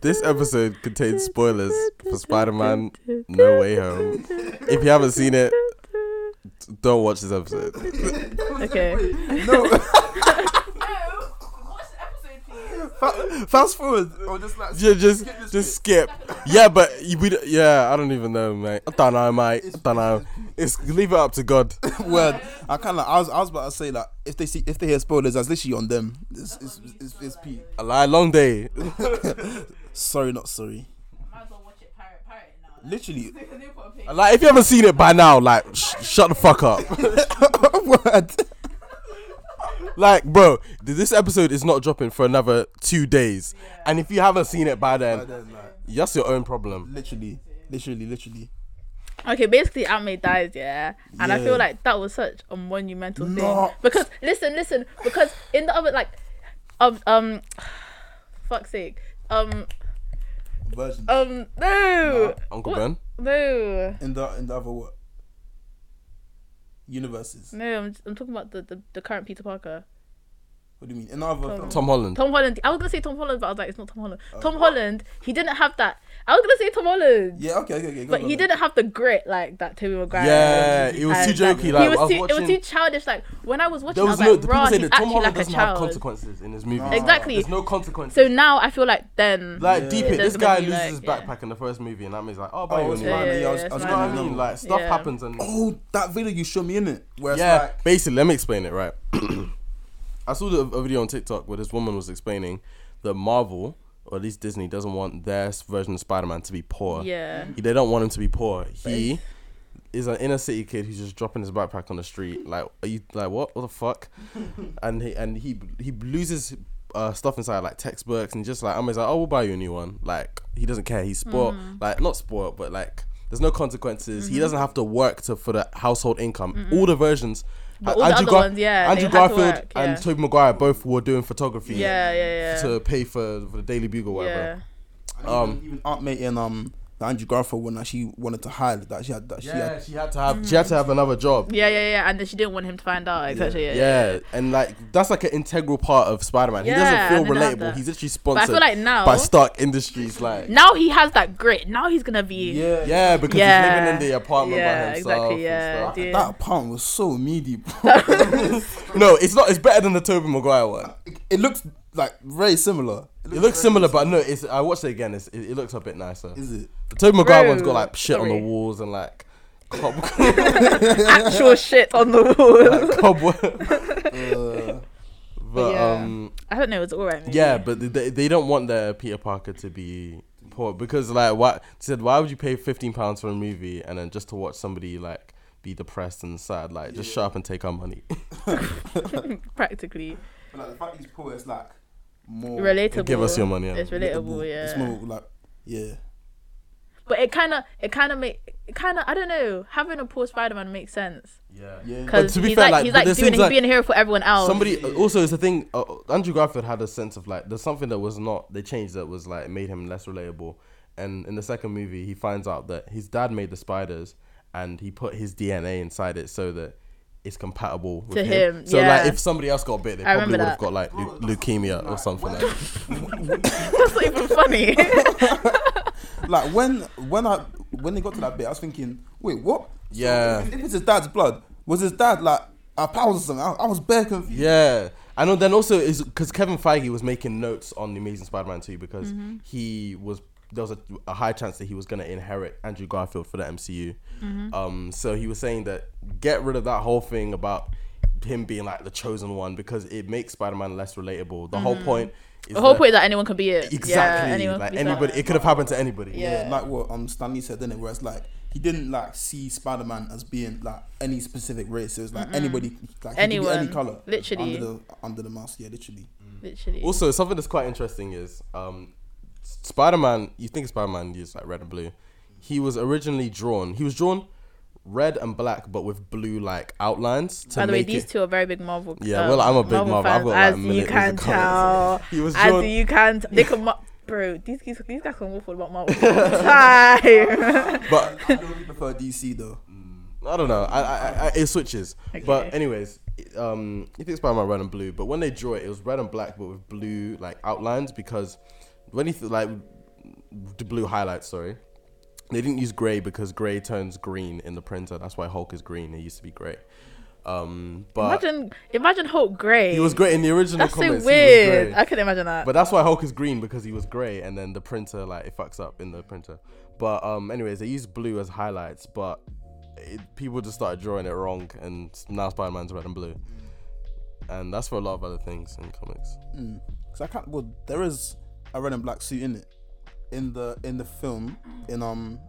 [SPEAKER 2] this episode contains spoilers for Spider-Man: No Way Home. If you haven't seen it, don't watch this episode.
[SPEAKER 1] Okay.
[SPEAKER 4] Fa- fast forward or just like
[SPEAKER 2] Just, just, just skip. Yeah, but you- we, d- yeah, I don't even know, mate. I don't know, mate. I don't know. It's leave it up to God.
[SPEAKER 4] word I kind of like, I was I was about to say like if they see if they hear spoilers that's literally on them it's it's it's, it's, it's Pete
[SPEAKER 2] A lie, long day.
[SPEAKER 4] sorry not sorry literally
[SPEAKER 2] Like, if you haven't seen it by now, like, sh- shut the fuck up.
[SPEAKER 4] word
[SPEAKER 2] Like, bro, th- this episode is not dropping for another two days, and if you haven't seen it by then, that's your own problem.
[SPEAKER 4] literally literally literally
[SPEAKER 1] Okay, basically, Aunt May dies, yeah, and I
[SPEAKER 4] Yeah.
[SPEAKER 1] feel like that was such a monumental
[SPEAKER 4] No.
[SPEAKER 1] thing because listen, listen, because in the other like, um, um, fuck's sake, um,
[SPEAKER 4] version
[SPEAKER 1] um, no,
[SPEAKER 2] Uncle
[SPEAKER 1] What?
[SPEAKER 2] Ben.
[SPEAKER 1] no,
[SPEAKER 4] in the in the other what universes
[SPEAKER 1] no, I'm, I'm talking about the, the the current Peter Parker.
[SPEAKER 4] what do you mean in the other
[SPEAKER 1] Tom.
[SPEAKER 2] Tom Holland.
[SPEAKER 1] Tom Holland. I was gonna say Tom Holland, but I was like, it's not Tom Holland.
[SPEAKER 2] Oh.
[SPEAKER 1] Tom Holland. He didn't have that. I was gonna say Tom Holland,
[SPEAKER 4] Yeah, okay, okay, okay. Go,
[SPEAKER 1] but
[SPEAKER 4] go,
[SPEAKER 1] he
[SPEAKER 4] go.
[SPEAKER 1] didn't have the grit like that Toby Maguire.
[SPEAKER 2] Yeah, it was too
[SPEAKER 1] And that-
[SPEAKER 2] jokey. Like,
[SPEAKER 1] he was
[SPEAKER 2] I was
[SPEAKER 1] too, it
[SPEAKER 2] watching.
[SPEAKER 1] was too childish. Like when I was watching,
[SPEAKER 2] there was,
[SPEAKER 1] I
[SPEAKER 2] no.
[SPEAKER 1] was
[SPEAKER 2] the
[SPEAKER 1] like,
[SPEAKER 2] people
[SPEAKER 1] Ron,
[SPEAKER 2] say
[SPEAKER 1] he's
[SPEAKER 2] that Tom
[SPEAKER 1] actually
[SPEAKER 2] Holland
[SPEAKER 1] like a
[SPEAKER 2] doesn't have
[SPEAKER 1] child.
[SPEAKER 2] consequences in his movies.
[SPEAKER 1] Exactly.
[SPEAKER 2] There's no consequences.
[SPEAKER 1] So now I feel like then.
[SPEAKER 2] like
[SPEAKER 4] Yeah.
[SPEAKER 2] deep
[SPEAKER 4] Yeah,
[SPEAKER 2] it, this
[SPEAKER 1] there's
[SPEAKER 2] guy
[SPEAKER 1] gonna be,
[SPEAKER 2] loses
[SPEAKER 1] like,
[SPEAKER 2] his
[SPEAKER 1] yeah.
[SPEAKER 2] backpack in the first movie, and that means like, oh,
[SPEAKER 4] Oh,
[SPEAKER 2] buy
[SPEAKER 4] it
[SPEAKER 2] you a
[SPEAKER 4] was
[SPEAKER 2] new
[SPEAKER 1] yeah,
[SPEAKER 2] one.
[SPEAKER 4] mine.
[SPEAKER 1] yeah,
[SPEAKER 4] I was, I
[SPEAKER 1] it's
[SPEAKER 4] was
[SPEAKER 2] You
[SPEAKER 1] mine.
[SPEAKER 2] know what
[SPEAKER 4] getting
[SPEAKER 2] I
[SPEAKER 4] another
[SPEAKER 2] mean?
[SPEAKER 4] one.
[SPEAKER 2] Like stuff
[SPEAKER 1] Yeah.
[SPEAKER 2] happens, and
[SPEAKER 4] oh, that video you showed me in it. Where it's
[SPEAKER 2] yeah,
[SPEAKER 4] like,
[SPEAKER 2] basically, let me explain it. Right, I saw the, a video on TikTok where this woman was explaining that Marvel, or at least Disney, doesn't want their version of Spider-Man to be poor.
[SPEAKER 1] Yeah.
[SPEAKER 2] they don't want him to be poor. He is an inner city kid who's just dropping his backpack on the street. Like, are you like what? What the fuck? and he and he he loses uh, stuff inside like
[SPEAKER 1] Mm.
[SPEAKER 2] textbooks and just like I'm always like, oh, we'll buy you a new one. Like he doesn't care. He's spoiled. Like not spoiled, but like There's no consequences.
[SPEAKER 1] Mm-hmm.
[SPEAKER 2] He doesn't have to work to for the household income. All the versions,
[SPEAKER 1] But all Mm-hmm. the other ones, yeah,
[SPEAKER 2] Andrew
[SPEAKER 1] they had to
[SPEAKER 2] Garfield
[SPEAKER 1] work, yeah.
[SPEAKER 2] and Tobey Maguire both were doing photography
[SPEAKER 1] Yeah, yeah, yeah.
[SPEAKER 2] to pay for, for the Daily Bugle,
[SPEAKER 1] yeah.
[SPEAKER 2] whatever.
[SPEAKER 4] Um, even, even Aunt May and um the Andrew Garfield one that she wanted to hide that she had that she had
[SPEAKER 2] she had to
[SPEAKER 1] Mm-hmm.
[SPEAKER 2] have she had to have another job.
[SPEAKER 1] Yeah, yeah, yeah, and then she didn't want him to find out. Exactly. Yeah.
[SPEAKER 2] Yeah, and like that's like an integral part of Spider-Man.
[SPEAKER 1] Yeah,
[SPEAKER 2] he doesn't
[SPEAKER 1] I
[SPEAKER 2] feel
[SPEAKER 1] didn't have
[SPEAKER 2] relatable.
[SPEAKER 1] that.
[SPEAKER 2] He's literally
[SPEAKER 1] But I
[SPEAKER 2] sponsored
[SPEAKER 1] feel like now,
[SPEAKER 2] by Stark Industries. Like,
[SPEAKER 1] now he has that grit. Now he's gonna be.
[SPEAKER 4] yeah.
[SPEAKER 2] yeah, because he's living
[SPEAKER 1] Yeah.
[SPEAKER 2] in the apartment
[SPEAKER 1] Yeah,
[SPEAKER 2] by himself.
[SPEAKER 1] exactly.
[SPEAKER 2] and
[SPEAKER 1] Yeah,
[SPEAKER 2] stuff.
[SPEAKER 1] dude.
[SPEAKER 4] That apartment was so meaty, bro.
[SPEAKER 2] No, it's not. It's better than the Tobey Maguire one.
[SPEAKER 4] it looks like very similar.
[SPEAKER 2] It looks similar, but no. It's I watched it again. It's, it, it looks a bit nicer.
[SPEAKER 4] Is it?
[SPEAKER 2] The Tobey Maguire one's got
[SPEAKER 1] Bro,
[SPEAKER 2] like shit on
[SPEAKER 1] sorry.
[SPEAKER 2] the walls and like cob-
[SPEAKER 1] Actual shit on the wall.
[SPEAKER 2] cobweb.
[SPEAKER 4] Uh,
[SPEAKER 2] But
[SPEAKER 1] Yeah.
[SPEAKER 2] um,
[SPEAKER 1] I don't know. It's all right. Maybe.
[SPEAKER 2] yeah, but they, they don't want their Peter Parker to be poor because like why said why would you pay fifteen pounds for a movie and then just to watch somebody like be depressed and sad like just shut up and take our money.
[SPEAKER 1] practically
[SPEAKER 4] but like the fact he's poor is like more
[SPEAKER 1] relatable.
[SPEAKER 2] Give us your money.
[SPEAKER 1] It's
[SPEAKER 2] Yeah.
[SPEAKER 1] relatable. Yeah.
[SPEAKER 4] It's more like yeah.
[SPEAKER 1] But it kind of, it kind of make, it kind of, I don't know. Having a poor Spider-Man makes sense
[SPEAKER 4] Yeah.
[SPEAKER 1] because
[SPEAKER 2] to
[SPEAKER 1] he's
[SPEAKER 2] be fair,
[SPEAKER 1] like,
[SPEAKER 2] like,
[SPEAKER 1] he's
[SPEAKER 2] but
[SPEAKER 1] like doing,
[SPEAKER 2] there seems
[SPEAKER 1] he's
[SPEAKER 2] like
[SPEAKER 1] being a hero for everyone else.
[SPEAKER 2] Somebody also it's the thing. Uh, Andrew Garfield had a sense of like there's something that was not they changed that was like made him less relatable. And in the second movie, he finds out that his dad made the spiders, and he put his DNA inside it so that it's compatible with
[SPEAKER 1] To
[SPEAKER 2] him.
[SPEAKER 1] him,
[SPEAKER 2] So
[SPEAKER 1] yeah.
[SPEAKER 2] like if somebody else got bit, they
[SPEAKER 1] I
[SPEAKER 2] probably
[SPEAKER 1] remember
[SPEAKER 2] would have
[SPEAKER 1] that.
[SPEAKER 2] got like leu- leukemia or something. Like. that.
[SPEAKER 1] That's not even funny.
[SPEAKER 4] Like when when I when they got to that bit, I was thinking, wait, what? So
[SPEAKER 2] Yeah.
[SPEAKER 4] if it's his dad's blood, was his dad like a powers or something? I, I was bare confused.
[SPEAKER 2] Yeah, I know. Then also is because Kevin Feige was making notes on the Amazing Spider-Man two because
[SPEAKER 1] Mm-hmm.
[SPEAKER 2] he was there was a, a high chance that he was going to inherit Andrew Garfield for the MCU.
[SPEAKER 1] Mm-hmm.
[SPEAKER 2] Um, so he was saying that get rid of that whole thing about him being like the chosen one because it makes Spider-Man less relatable. The whole point. Is
[SPEAKER 1] Mm-hmm. the whole
[SPEAKER 2] that-
[SPEAKER 1] point is that anyone can be it.
[SPEAKER 2] Exactly.
[SPEAKER 1] Yeah, anyone
[SPEAKER 2] like
[SPEAKER 1] can be
[SPEAKER 2] anybody,
[SPEAKER 1] Spider-Man.
[SPEAKER 2] it could have happened to anybody.
[SPEAKER 1] Yeah.
[SPEAKER 4] like what um Stanley said, then it where it's like he didn't like see Spider Man as being like any specific race. It was like anybody, like he could be any
[SPEAKER 1] Mm-hmm. Anyone.
[SPEAKER 4] color,
[SPEAKER 1] Literally.
[SPEAKER 4] under the under the mask. Yeah, literally.
[SPEAKER 1] Literally.
[SPEAKER 2] Also, something that's quite interesting is um, Spider Man. You think Spider Man is like red and blue? He was originally drawn. He was drawn red and black, but with blue like outlines to
[SPEAKER 1] By the way,
[SPEAKER 2] make
[SPEAKER 1] these
[SPEAKER 2] it.
[SPEAKER 1] two are very big Marvel. um,
[SPEAKER 2] Yeah, well, I'm a big Marvel. I've got, like,
[SPEAKER 1] as
[SPEAKER 2] a
[SPEAKER 1] you
[SPEAKER 2] million
[SPEAKER 1] can
[SPEAKER 2] comics.
[SPEAKER 1] tell,
[SPEAKER 2] He was
[SPEAKER 1] as
[SPEAKER 2] drawn-
[SPEAKER 1] you can, t- they can. Mar- Bro, these guys, these guys can waffle about Marvel all the time.
[SPEAKER 2] But
[SPEAKER 4] I don't really prefer DC though.
[SPEAKER 1] Mm.
[SPEAKER 2] I don't know. I, I, I it switches.
[SPEAKER 1] Okay.
[SPEAKER 2] But anyways, it- um, you think Spider Man red and blue, but when they draw it, it was red and black, but with blue like outlines because when you th- like the blue highlights, sorry, they didn't use gray because gray turns green in the printer. That's why Hulk is green. It used to be gray. Um, but
[SPEAKER 1] imagine, imagine Hulk Grey.
[SPEAKER 2] he was great in the original
[SPEAKER 1] That's so
[SPEAKER 2] comics. he was
[SPEAKER 1] weird.
[SPEAKER 2] grey.
[SPEAKER 1] I couldn't imagine that.
[SPEAKER 2] But that's why Hulk is green because he was grey, and then the printer like it fucks up in the printer. But um, anyways, they used blue as highlights, but it, people just started drawing it wrong, and now Spider-Man's red and blue, and that's for a lot of other things in comics.
[SPEAKER 4] Cause I can't. Well, there is a red and black suit in it, in the in the film in um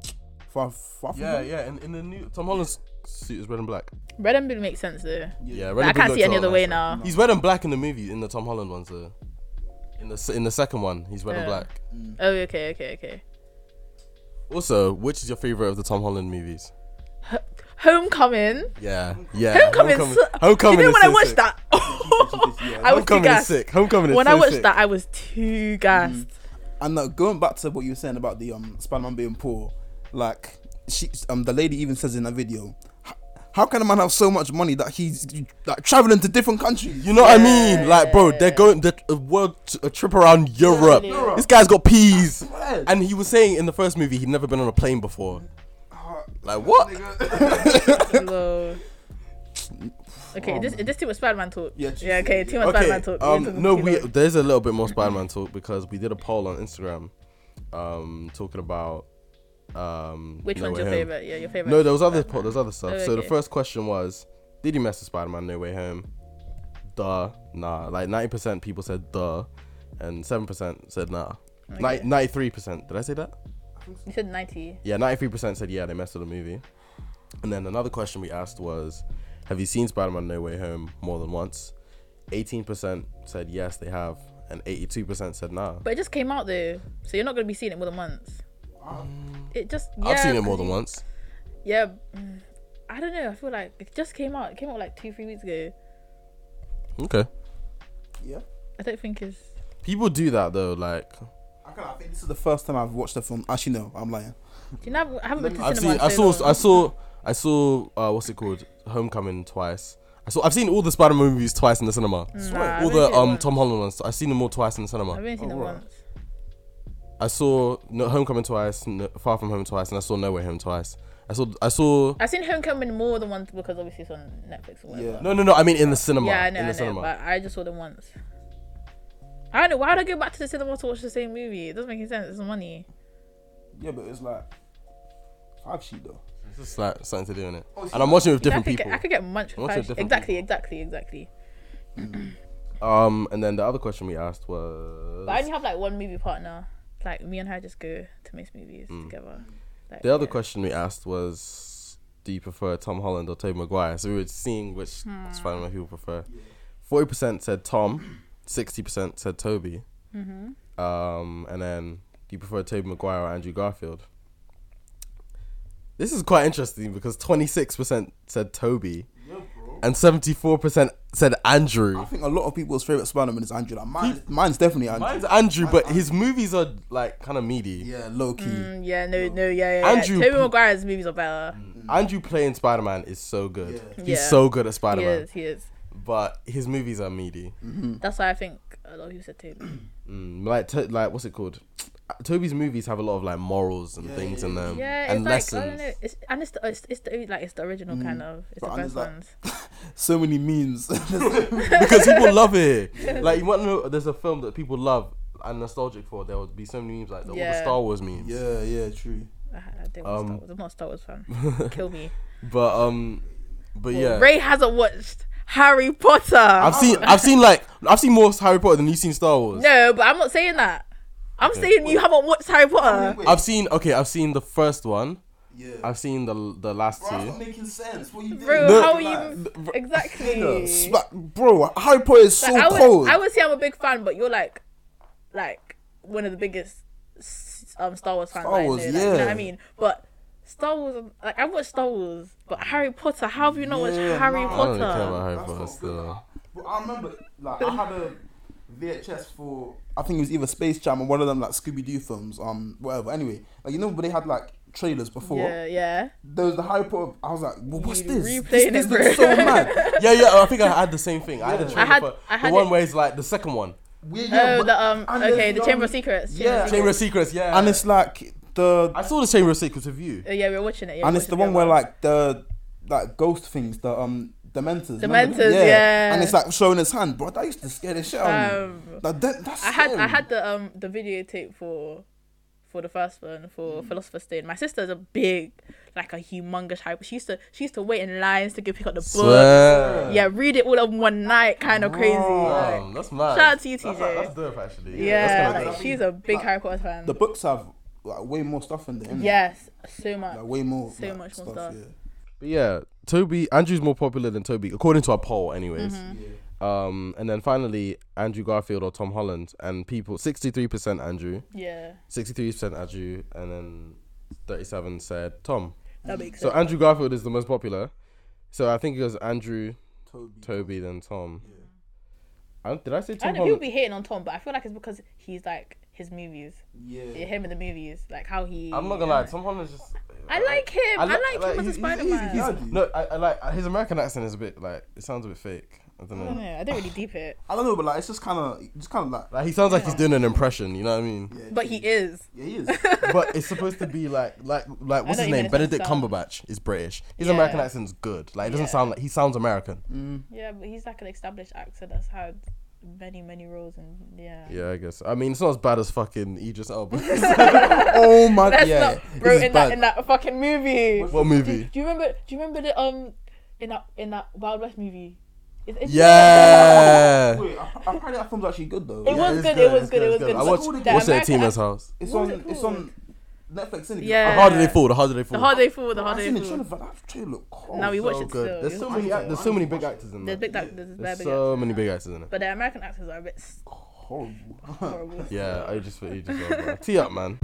[SPEAKER 4] far far from Home?
[SPEAKER 2] yeah, and in the new Tom Holland's suit is red and black.
[SPEAKER 1] Red and blue makes sense though.
[SPEAKER 2] Yeah, red
[SPEAKER 1] Like, I
[SPEAKER 2] and blue
[SPEAKER 1] can't see any
[SPEAKER 2] looks a lot
[SPEAKER 1] other way
[SPEAKER 2] nicer.
[SPEAKER 1] now.
[SPEAKER 2] He's red and black in the movie, in the Tom Holland ones. Though. In the se- in the second one, he's red and
[SPEAKER 1] Yeah.
[SPEAKER 2] black.
[SPEAKER 1] Oh, okay, okay, okay.
[SPEAKER 2] Also, which is your favorite of the Tom Holland movies?
[SPEAKER 1] Homecoming.
[SPEAKER 2] Yeah, yeah.
[SPEAKER 1] Homecoming.
[SPEAKER 2] Homecoming.
[SPEAKER 1] so-
[SPEAKER 2] Homecoming
[SPEAKER 1] you know
[SPEAKER 2] is
[SPEAKER 1] when
[SPEAKER 2] so
[SPEAKER 1] I watched
[SPEAKER 2] sick.
[SPEAKER 1] that, I was too
[SPEAKER 2] Homecoming is
[SPEAKER 1] gassed.
[SPEAKER 2] sick. Homecoming is
[SPEAKER 1] When
[SPEAKER 2] so
[SPEAKER 1] I watched
[SPEAKER 2] sick. Mm.
[SPEAKER 1] that, I was too gassed.
[SPEAKER 4] And uh, going back to what you were saying about the um Spider-Man being poor, like she um the lady even says in that video, "H- how can a man have so much money that he's like traveling to different countries?
[SPEAKER 2] You know what I mean? Like, bro, they're going the a world t- a trip around Europe.
[SPEAKER 1] Europe.
[SPEAKER 2] This guy's got peas,
[SPEAKER 4] swear.
[SPEAKER 2] and he was saying in the first movie he'd never been on a plane before. Like what?
[SPEAKER 1] Lol. Okay, this
[SPEAKER 2] Um,
[SPEAKER 1] is this too much Spider-Man talk.
[SPEAKER 4] Yeah,
[SPEAKER 1] yeah okay, too much
[SPEAKER 2] Okay.
[SPEAKER 1] Spider-Man talk. We
[SPEAKER 2] Um,
[SPEAKER 1] talking
[SPEAKER 2] no,
[SPEAKER 1] too
[SPEAKER 2] we
[SPEAKER 1] long.
[SPEAKER 2] there's a little bit more Spider-Man talk because we did a poll on Instagram, um, talking about um.
[SPEAKER 1] Which
[SPEAKER 2] No
[SPEAKER 1] one's
[SPEAKER 2] Way
[SPEAKER 1] your
[SPEAKER 2] Home.
[SPEAKER 1] favorite? Yeah, your favorite.
[SPEAKER 2] No, there was other po- there's other stuff.
[SPEAKER 1] Oh,
[SPEAKER 2] So the
[SPEAKER 1] okay.
[SPEAKER 2] first question was, did he mess with Spider-Man No Way Home? Duh, nah. Like ninety percent people said duh, and seven percent said nah. Ninety-three percent. Did I say that?
[SPEAKER 1] You said ninety.
[SPEAKER 2] Yeah, ninety-three percent said yeah, they messed with the movie. And then another question we asked was, have you seen Spider-Man No Way Home more than once? Eighteen percent said yes, they have, and eighty-two percent said nah.
[SPEAKER 1] But it just came out though, so you're not gonna be seeing it more than once.
[SPEAKER 4] Wow.
[SPEAKER 1] It just yeah,
[SPEAKER 2] Um, I've seen it more
[SPEAKER 1] 'cause
[SPEAKER 2] than
[SPEAKER 1] you-
[SPEAKER 2] once.
[SPEAKER 1] Yeah, mm, I don't know. I feel like it just came out. It came out like two, three weeks ago.
[SPEAKER 2] Okay.
[SPEAKER 4] Yeah.
[SPEAKER 1] I don't think it's.
[SPEAKER 2] People do that though, like
[SPEAKER 4] I, can't, I think this is the first time I've watched the film. Actually, no, I'm lying.
[SPEAKER 1] Do you know? I haven't been to
[SPEAKER 2] I've
[SPEAKER 1] cinema. in
[SPEAKER 2] seen I
[SPEAKER 1] so
[SPEAKER 2] saw
[SPEAKER 1] long.
[SPEAKER 2] I saw I saw uh what's it called? Homecoming twice. I saw I've seen all the Spider Man movies twice in the cinema.
[SPEAKER 1] Mm. Nah,
[SPEAKER 2] all
[SPEAKER 1] I've only
[SPEAKER 2] the
[SPEAKER 1] seen it
[SPEAKER 2] um Oh,
[SPEAKER 1] once.
[SPEAKER 2] Tom Holland ones. I've seen them all twice in the
[SPEAKER 1] I've
[SPEAKER 2] cinema.
[SPEAKER 1] only seen it
[SPEAKER 4] Alright.
[SPEAKER 1] once.
[SPEAKER 2] I saw no, Homecoming twice, no, Far From Home twice, and I saw Nowhere Home twice. I saw I saw
[SPEAKER 1] I've seen Homecoming more than once because obviously it's on Netflix or whatever.
[SPEAKER 4] Yeah.
[SPEAKER 2] no no no I mean in the cinema
[SPEAKER 1] Yeah, I know,
[SPEAKER 2] in
[SPEAKER 1] I
[SPEAKER 2] the
[SPEAKER 1] know,
[SPEAKER 2] cinema.
[SPEAKER 1] but I just saw them once. I don't know. Why would I go back to the cinema to watch the same movie? It doesn't make any sense. It's money.
[SPEAKER 4] Yeah, but it's like five sheet though.
[SPEAKER 2] It's just like something to do in it.
[SPEAKER 4] Oh,
[SPEAKER 2] And I'm watching with
[SPEAKER 1] You know, I
[SPEAKER 2] different
[SPEAKER 1] could
[SPEAKER 2] people.
[SPEAKER 1] Get, I could get munched.
[SPEAKER 2] Lots of
[SPEAKER 1] Exactly,
[SPEAKER 2] different
[SPEAKER 1] exactly, exactly, exactly.
[SPEAKER 2] Um, and then the other question we asked
[SPEAKER 1] But I
[SPEAKER 2] was
[SPEAKER 1] only have like one movie partner. Like me and her just go to make movies together. Like,
[SPEAKER 2] Mm. the other
[SPEAKER 1] yeah.
[SPEAKER 2] question we asked was do you prefer Tom Holland or Tobey Maguire? So we were seeing which
[SPEAKER 1] Hmm.
[SPEAKER 2] Spider-Man people prefer. Forty percent said Tom, sixty percent said Toby.
[SPEAKER 1] Mm-hmm.
[SPEAKER 2] Um, and then do you prefer Tobey Maguire or Andrew Garfield? This is quite interesting because twenty six percent said Toby, and seventy four percent said Andrew.
[SPEAKER 4] I think a lot of people's favorite Spider-Man is Andrew. Like mine, mine's definitely Andrew.
[SPEAKER 2] Mine's Andrew, but his movies are like kind of meaty.
[SPEAKER 4] yeah, low key.
[SPEAKER 1] Mm, yeah, no, no, yeah, yeah.
[SPEAKER 2] Andrew
[SPEAKER 1] yeah. Tobey
[SPEAKER 2] P- Mm.
[SPEAKER 1] Maguire's movies are better.
[SPEAKER 2] Andrew playing Spider Man is so good.
[SPEAKER 4] Yeah.
[SPEAKER 2] He's
[SPEAKER 1] Yeah.
[SPEAKER 2] so good at
[SPEAKER 1] He
[SPEAKER 2] Spider Man,
[SPEAKER 1] is, he is.
[SPEAKER 2] but his movies are meaty.
[SPEAKER 1] That's why I think a lot of people said Toby.
[SPEAKER 2] Mm, like, to, like what's it called? Toby's movies have a lot of like morals and things in them
[SPEAKER 1] Yeah, it's
[SPEAKER 2] and Mm.
[SPEAKER 1] like
[SPEAKER 2] lessons.
[SPEAKER 1] I don't know. It's and it's the it's, it's the like it's the original kind of. It's
[SPEAKER 4] But
[SPEAKER 1] the
[SPEAKER 4] and
[SPEAKER 1] first
[SPEAKER 4] it's like-
[SPEAKER 1] ones.
[SPEAKER 4] So many memes.
[SPEAKER 2] because people love it. Like you want to know, there's a film that people love and nostalgic for. There would be so many memes like the, all the
[SPEAKER 1] Yeah.
[SPEAKER 2] Star Wars memes.
[SPEAKER 4] yeah, yeah, true.
[SPEAKER 1] I, I didn't
[SPEAKER 2] Um,
[SPEAKER 1] watch Star Wars. I'm not a Star Wars fan. Kill me.
[SPEAKER 2] But um, but yeah,
[SPEAKER 1] Ray hasn't watched Harry Potter. Oh,
[SPEAKER 2] I've seen I've seen like I've seen more Harry Potter than you've seen Star Wars.
[SPEAKER 1] no, but I'm not saying that. I'm saying you haven't watched Harry Potter.
[SPEAKER 4] Wait,
[SPEAKER 2] I've seen okay, I've seen the first one.
[SPEAKER 4] yeah.
[SPEAKER 2] I've seen the the last
[SPEAKER 4] Bro, that's not
[SPEAKER 2] two.
[SPEAKER 4] making sense. What you doing?
[SPEAKER 1] Bro,
[SPEAKER 2] No.
[SPEAKER 1] how are
[SPEAKER 4] Like,
[SPEAKER 1] you exactly?
[SPEAKER 4] yeah, sma- bro, Harry Potter is so
[SPEAKER 1] Like, I would,
[SPEAKER 4] cold.
[SPEAKER 1] I would say I'm a big fan, but you're like, like one of the biggest s- um Star Wars fans.
[SPEAKER 4] Star
[SPEAKER 1] I know,
[SPEAKER 4] Wars,
[SPEAKER 1] like, you know what
[SPEAKER 4] yeah.
[SPEAKER 1] I mean? But Star Wars, like I watched Star Wars, but Harry Potter. How have you not watched
[SPEAKER 4] Yeah,
[SPEAKER 1] Harry
[SPEAKER 4] nah.
[SPEAKER 2] I don't really care
[SPEAKER 1] Potter?
[SPEAKER 2] about Harry
[SPEAKER 4] That's
[SPEAKER 2] Potter
[SPEAKER 4] not good.
[SPEAKER 2] still.
[SPEAKER 4] Bro, I remember, like, I had a VHS for I think it was either Space Jam or one of them like Scooby Doo films, um, whatever. Anyway, like you know, when they had like trailers before.
[SPEAKER 1] Yeah, yeah.
[SPEAKER 4] There was the Harry Potter. I was like, well, what's
[SPEAKER 1] You
[SPEAKER 4] this?
[SPEAKER 1] replaying
[SPEAKER 4] this,
[SPEAKER 1] it,
[SPEAKER 4] this looks so
[SPEAKER 1] bro.
[SPEAKER 4] mad.
[SPEAKER 2] Yeah, yeah. I think I had the same thing. I had a trailer
[SPEAKER 1] had-
[SPEAKER 2] for
[SPEAKER 1] I had
[SPEAKER 2] the one
[SPEAKER 1] it-
[SPEAKER 2] where it's like the second one,
[SPEAKER 4] We-
[SPEAKER 1] Oh,
[SPEAKER 4] yeah, but-
[SPEAKER 1] the um.
[SPEAKER 4] and
[SPEAKER 1] Okay,
[SPEAKER 4] there's
[SPEAKER 1] the Chamber
[SPEAKER 4] um,
[SPEAKER 1] of Secrets.
[SPEAKER 4] yeah.
[SPEAKER 1] Chamber of
[SPEAKER 2] Chamber of Secrets. Yeah,
[SPEAKER 4] and it's like the
[SPEAKER 2] I saw the Chamber of Secrets with you.
[SPEAKER 1] Secrets. Oh, yeah, we were watching it. Yeah, we
[SPEAKER 4] and
[SPEAKER 1] were
[SPEAKER 4] it's the
[SPEAKER 1] watching it
[SPEAKER 4] one where
[SPEAKER 1] together.
[SPEAKER 4] like the like ghost things, the um dementors. remember?
[SPEAKER 1] Dementors, yeah.
[SPEAKER 4] And it's like showing his hand, bro. That used to scare the shit out of me.
[SPEAKER 1] Um,
[SPEAKER 4] Like, that, that's
[SPEAKER 1] I had I
[SPEAKER 4] scary.
[SPEAKER 1] had the um the videotape for for the first one for
[SPEAKER 2] Mm.
[SPEAKER 1] Philosopher's Stone. My sister's a big like a humongous hype. She used to she used to wait in lines to go pick up the book.
[SPEAKER 2] Swear.
[SPEAKER 1] Yeah, read it all in one night, kind of crazy. like.
[SPEAKER 2] Damn, that's mad.
[SPEAKER 1] Shout out to you, TJ.
[SPEAKER 2] That's, that's dope, actually.
[SPEAKER 1] yeah,
[SPEAKER 2] that's kinda
[SPEAKER 1] like,
[SPEAKER 2] dope.
[SPEAKER 1] she's a big Harry Potter fan.
[SPEAKER 4] the books have like way more stuff in there. innit?
[SPEAKER 1] yes, so much.
[SPEAKER 4] Like way more.
[SPEAKER 1] So
[SPEAKER 4] like,
[SPEAKER 1] much more stuff.
[SPEAKER 4] Yeah.
[SPEAKER 2] But yeah, Toby Andrew's more popular than Toby, according to our poll, anyways.
[SPEAKER 1] Mm-hmm. Mm.
[SPEAKER 2] Um, and then finally, Andrew Garfield or Tom Holland, and people sixty-three percent Andrew,
[SPEAKER 1] yeah,
[SPEAKER 2] sixty-three percent Andrew, and then thirty-seven said Tom.
[SPEAKER 1] that makes
[SPEAKER 2] So
[SPEAKER 1] sense.
[SPEAKER 2] Andrew Garfield is the most popular. So I think it was Andrew,
[SPEAKER 4] Toby.
[SPEAKER 2] Toby, then Tom. I, did I say
[SPEAKER 1] I
[SPEAKER 2] Tom
[SPEAKER 1] know people
[SPEAKER 2] Holland?
[SPEAKER 1] be hating on Tom, but I feel like it's because he's like his movies,
[SPEAKER 4] Yeah.
[SPEAKER 1] him in the movies, like how he.
[SPEAKER 2] I'm not gonna lie. Tom Holland's just.
[SPEAKER 1] I like him. I,
[SPEAKER 2] li-
[SPEAKER 1] like, him as a
[SPEAKER 2] he's- he's-
[SPEAKER 1] Spider
[SPEAKER 2] he's-
[SPEAKER 1] Man.
[SPEAKER 2] he's-
[SPEAKER 1] I
[SPEAKER 4] Yeah, dude.
[SPEAKER 2] No, I, I like his American accent is a bit like it sounds a bit fake. I don't
[SPEAKER 1] don't
[SPEAKER 2] know.
[SPEAKER 1] know. I didn't really deep it,
[SPEAKER 4] I don't know, but like it's just kind of, just kind of like.
[SPEAKER 2] Like he sounds like he's doing an impression. You know what I mean?
[SPEAKER 4] yeah,
[SPEAKER 1] but he is.
[SPEAKER 4] Yeah, he is.
[SPEAKER 2] But it's supposed to be like like like what's
[SPEAKER 1] know you
[SPEAKER 2] his name?
[SPEAKER 1] meant it
[SPEAKER 2] Benedict
[SPEAKER 1] sound-
[SPEAKER 2] Cumberbatch is British. His
[SPEAKER 1] Yeah.
[SPEAKER 2] American accent's good. Like it doesn't
[SPEAKER 1] Yeah.
[SPEAKER 2] sound like he sounds American.
[SPEAKER 1] Yeah, but he's like an established actor that's had many, many roles and yeah.
[SPEAKER 2] Yeah, I guess. I mean, it's not as bad as fucking Idris Elba.
[SPEAKER 4] oh my god.
[SPEAKER 1] That's
[SPEAKER 4] Yeah.
[SPEAKER 1] not bro
[SPEAKER 4] this is
[SPEAKER 1] in that
[SPEAKER 4] bad.
[SPEAKER 1] in that fucking movie.
[SPEAKER 2] what
[SPEAKER 1] Do,
[SPEAKER 2] movie?
[SPEAKER 1] do you remember do you remember the um in that in that Wild West movie? It, it's-
[SPEAKER 2] Yeah.
[SPEAKER 4] Wait, I- I- apparently that film's actually good though.
[SPEAKER 1] It was
[SPEAKER 2] it's
[SPEAKER 1] good,
[SPEAKER 2] good,
[SPEAKER 1] it was
[SPEAKER 2] it's
[SPEAKER 1] good,
[SPEAKER 2] good,
[SPEAKER 1] it
[SPEAKER 2] it's
[SPEAKER 1] was
[SPEAKER 2] good.
[SPEAKER 1] good.
[SPEAKER 2] I watched-
[SPEAKER 1] All the-
[SPEAKER 2] What's
[SPEAKER 1] the
[SPEAKER 2] that team
[SPEAKER 1] American-
[SPEAKER 2] as house?
[SPEAKER 4] It's
[SPEAKER 1] What was
[SPEAKER 4] on.
[SPEAKER 1] it
[SPEAKER 4] it's
[SPEAKER 1] called?
[SPEAKER 4] on Netflix. Isn't it?
[SPEAKER 2] The
[SPEAKER 1] Yeah.
[SPEAKER 2] harder they fall, the harder they fall.
[SPEAKER 1] The hard day forward, the
[SPEAKER 4] I
[SPEAKER 1] hard
[SPEAKER 4] seen
[SPEAKER 1] day
[SPEAKER 4] the trailer
[SPEAKER 1] forward.
[SPEAKER 4] for that trailer. looked cold.
[SPEAKER 1] Now we watch
[SPEAKER 2] so
[SPEAKER 1] it still.
[SPEAKER 2] Oh, good. There's
[SPEAKER 1] You
[SPEAKER 2] so
[SPEAKER 1] watch
[SPEAKER 2] many
[SPEAKER 1] it.
[SPEAKER 2] act- there's so many big actors
[SPEAKER 1] There's
[SPEAKER 2] in there.
[SPEAKER 1] big that there's very
[SPEAKER 2] There's
[SPEAKER 1] big
[SPEAKER 2] so
[SPEAKER 1] actors.
[SPEAKER 2] many big actors in there.
[SPEAKER 1] But the American actors are a bit s-
[SPEAKER 4] horrible.
[SPEAKER 1] horrible.
[SPEAKER 2] Yeah, I just for Idris Elba. Tee up, man.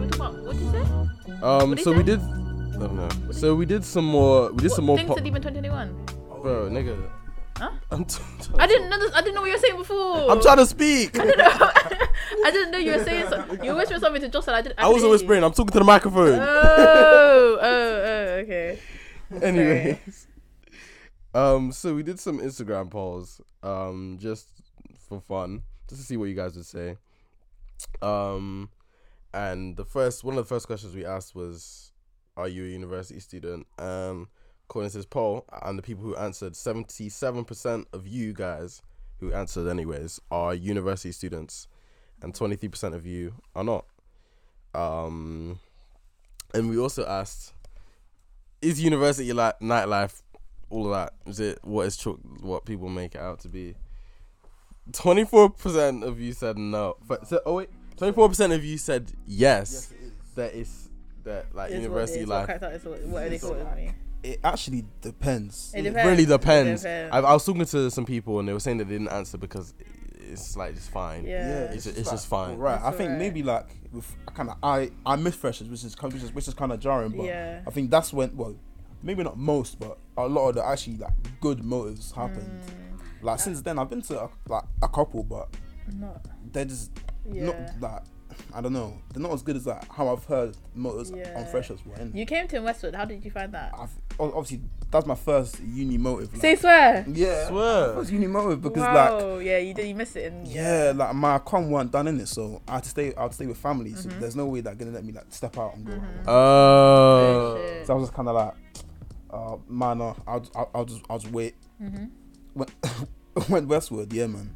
[SPEAKER 2] Um,
[SPEAKER 1] What do you
[SPEAKER 2] so we
[SPEAKER 1] say?
[SPEAKER 2] did. I don't know. So we did some more. We did some more.
[SPEAKER 1] things
[SPEAKER 2] po-
[SPEAKER 1] that even 2021.
[SPEAKER 2] Bro, nigga.
[SPEAKER 1] Huh?
[SPEAKER 2] I'm, t-
[SPEAKER 1] I didn't know. This, I didn't know what you were saying before.
[SPEAKER 2] I'm trying to speak.
[SPEAKER 1] I didn't know you were saying something. You were whispering something to Jocelyn. I didn't.
[SPEAKER 2] I wasn't
[SPEAKER 1] didn't hear you.
[SPEAKER 2] whispering. I'm talking to the microphone.
[SPEAKER 1] Oh, oh, oh. Okay.
[SPEAKER 2] Anyways, um, so we did some Instagram polls, um, just for fun, just to see what you guys would say. Um, and the first one of the first questions we asked was, "Are you a university student?" And according to this poll, and the people who answered, seventy-seven percent of you guys who answered, anyways, are university students, and twenty-three percent of you are not. Um, and we also asked, is university like nightlife all of that is it what is chalk what people make it out to be 24% of you said no but so, oh wait 24% of you said yes,
[SPEAKER 4] it is.
[SPEAKER 2] that is that like
[SPEAKER 1] It is what it
[SPEAKER 2] university
[SPEAKER 1] is.
[SPEAKER 2] life
[SPEAKER 1] What character is what, what are they calling me?
[SPEAKER 4] It actually depends.
[SPEAKER 1] It
[SPEAKER 2] it really depends,
[SPEAKER 1] It depends.
[SPEAKER 2] I, I was talking to some people and they were saying that they didn't answer because it's like just fine
[SPEAKER 1] yeah.
[SPEAKER 2] It's- it's just fine.
[SPEAKER 4] Right. I
[SPEAKER 1] It's
[SPEAKER 4] think
[SPEAKER 1] alright.
[SPEAKER 4] maybe like with kind of I I miss freshers, which is which is, which is kind of jarring, but
[SPEAKER 1] Yeah.
[SPEAKER 4] I think that's when well, maybe not most, but a lot of the actually like good motives happened.
[SPEAKER 1] Mm.
[SPEAKER 4] Like since then, I've been to a, like a couple, but
[SPEAKER 1] Not.
[SPEAKER 4] they're just
[SPEAKER 1] Yeah.
[SPEAKER 4] not like I don't know. They're not as good as like how I've heard motives on
[SPEAKER 1] Yeah.
[SPEAKER 4] freshers were. And
[SPEAKER 1] You came to Westwood. How did you find that?
[SPEAKER 4] I've, ob- obviously that's my first uni motive. Like,
[SPEAKER 1] Say swear.
[SPEAKER 4] yeah,
[SPEAKER 2] swear
[SPEAKER 4] first uni motive because like
[SPEAKER 1] wow. yeah, you did. You missed it. In,
[SPEAKER 4] Yeah, like my con weren't done in it, so I had to stay. I had to stay with family, so
[SPEAKER 1] Mm-hmm.
[SPEAKER 4] there's no way they're gonna let me like step out and go. out.
[SPEAKER 2] oh
[SPEAKER 1] Shit.
[SPEAKER 4] So I was just kind of like, uh, man, no, I'll, I'll, I'll just, I'll just wait.
[SPEAKER 1] Mm-hmm.
[SPEAKER 4] Went, went westward, yeah, man.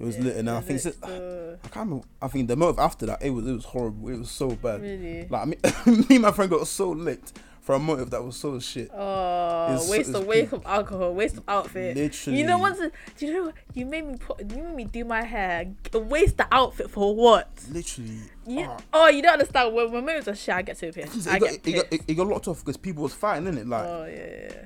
[SPEAKER 4] It was lit, and then I think
[SPEAKER 1] Is
[SPEAKER 4] since,
[SPEAKER 1] it
[SPEAKER 4] I
[SPEAKER 1] so-
[SPEAKER 4] can't remember. I think the month after that, it was, it was horrible. It was so bad.
[SPEAKER 1] Really?
[SPEAKER 4] Like me, me and my friend got so licked for a motive that was so shit.
[SPEAKER 1] Oh,
[SPEAKER 4] It's-
[SPEAKER 1] waste
[SPEAKER 4] it's
[SPEAKER 1] of wake
[SPEAKER 4] peak.
[SPEAKER 1] of alcohol, waste of outfit. You
[SPEAKER 4] Literally.
[SPEAKER 1] know, once it- do you know you made me put, you made me do my hair. G- Waste the outfit for what?
[SPEAKER 4] Literally.
[SPEAKER 1] You,
[SPEAKER 4] ah.
[SPEAKER 1] oh, you don't understand. When my moves are shit, I get so pissed. I
[SPEAKER 4] It got,
[SPEAKER 1] get
[SPEAKER 4] it, got,
[SPEAKER 1] pissed.
[SPEAKER 4] it, it got locked off because people was fighting in it. Like,
[SPEAKER 1] Oh yeah, yeah.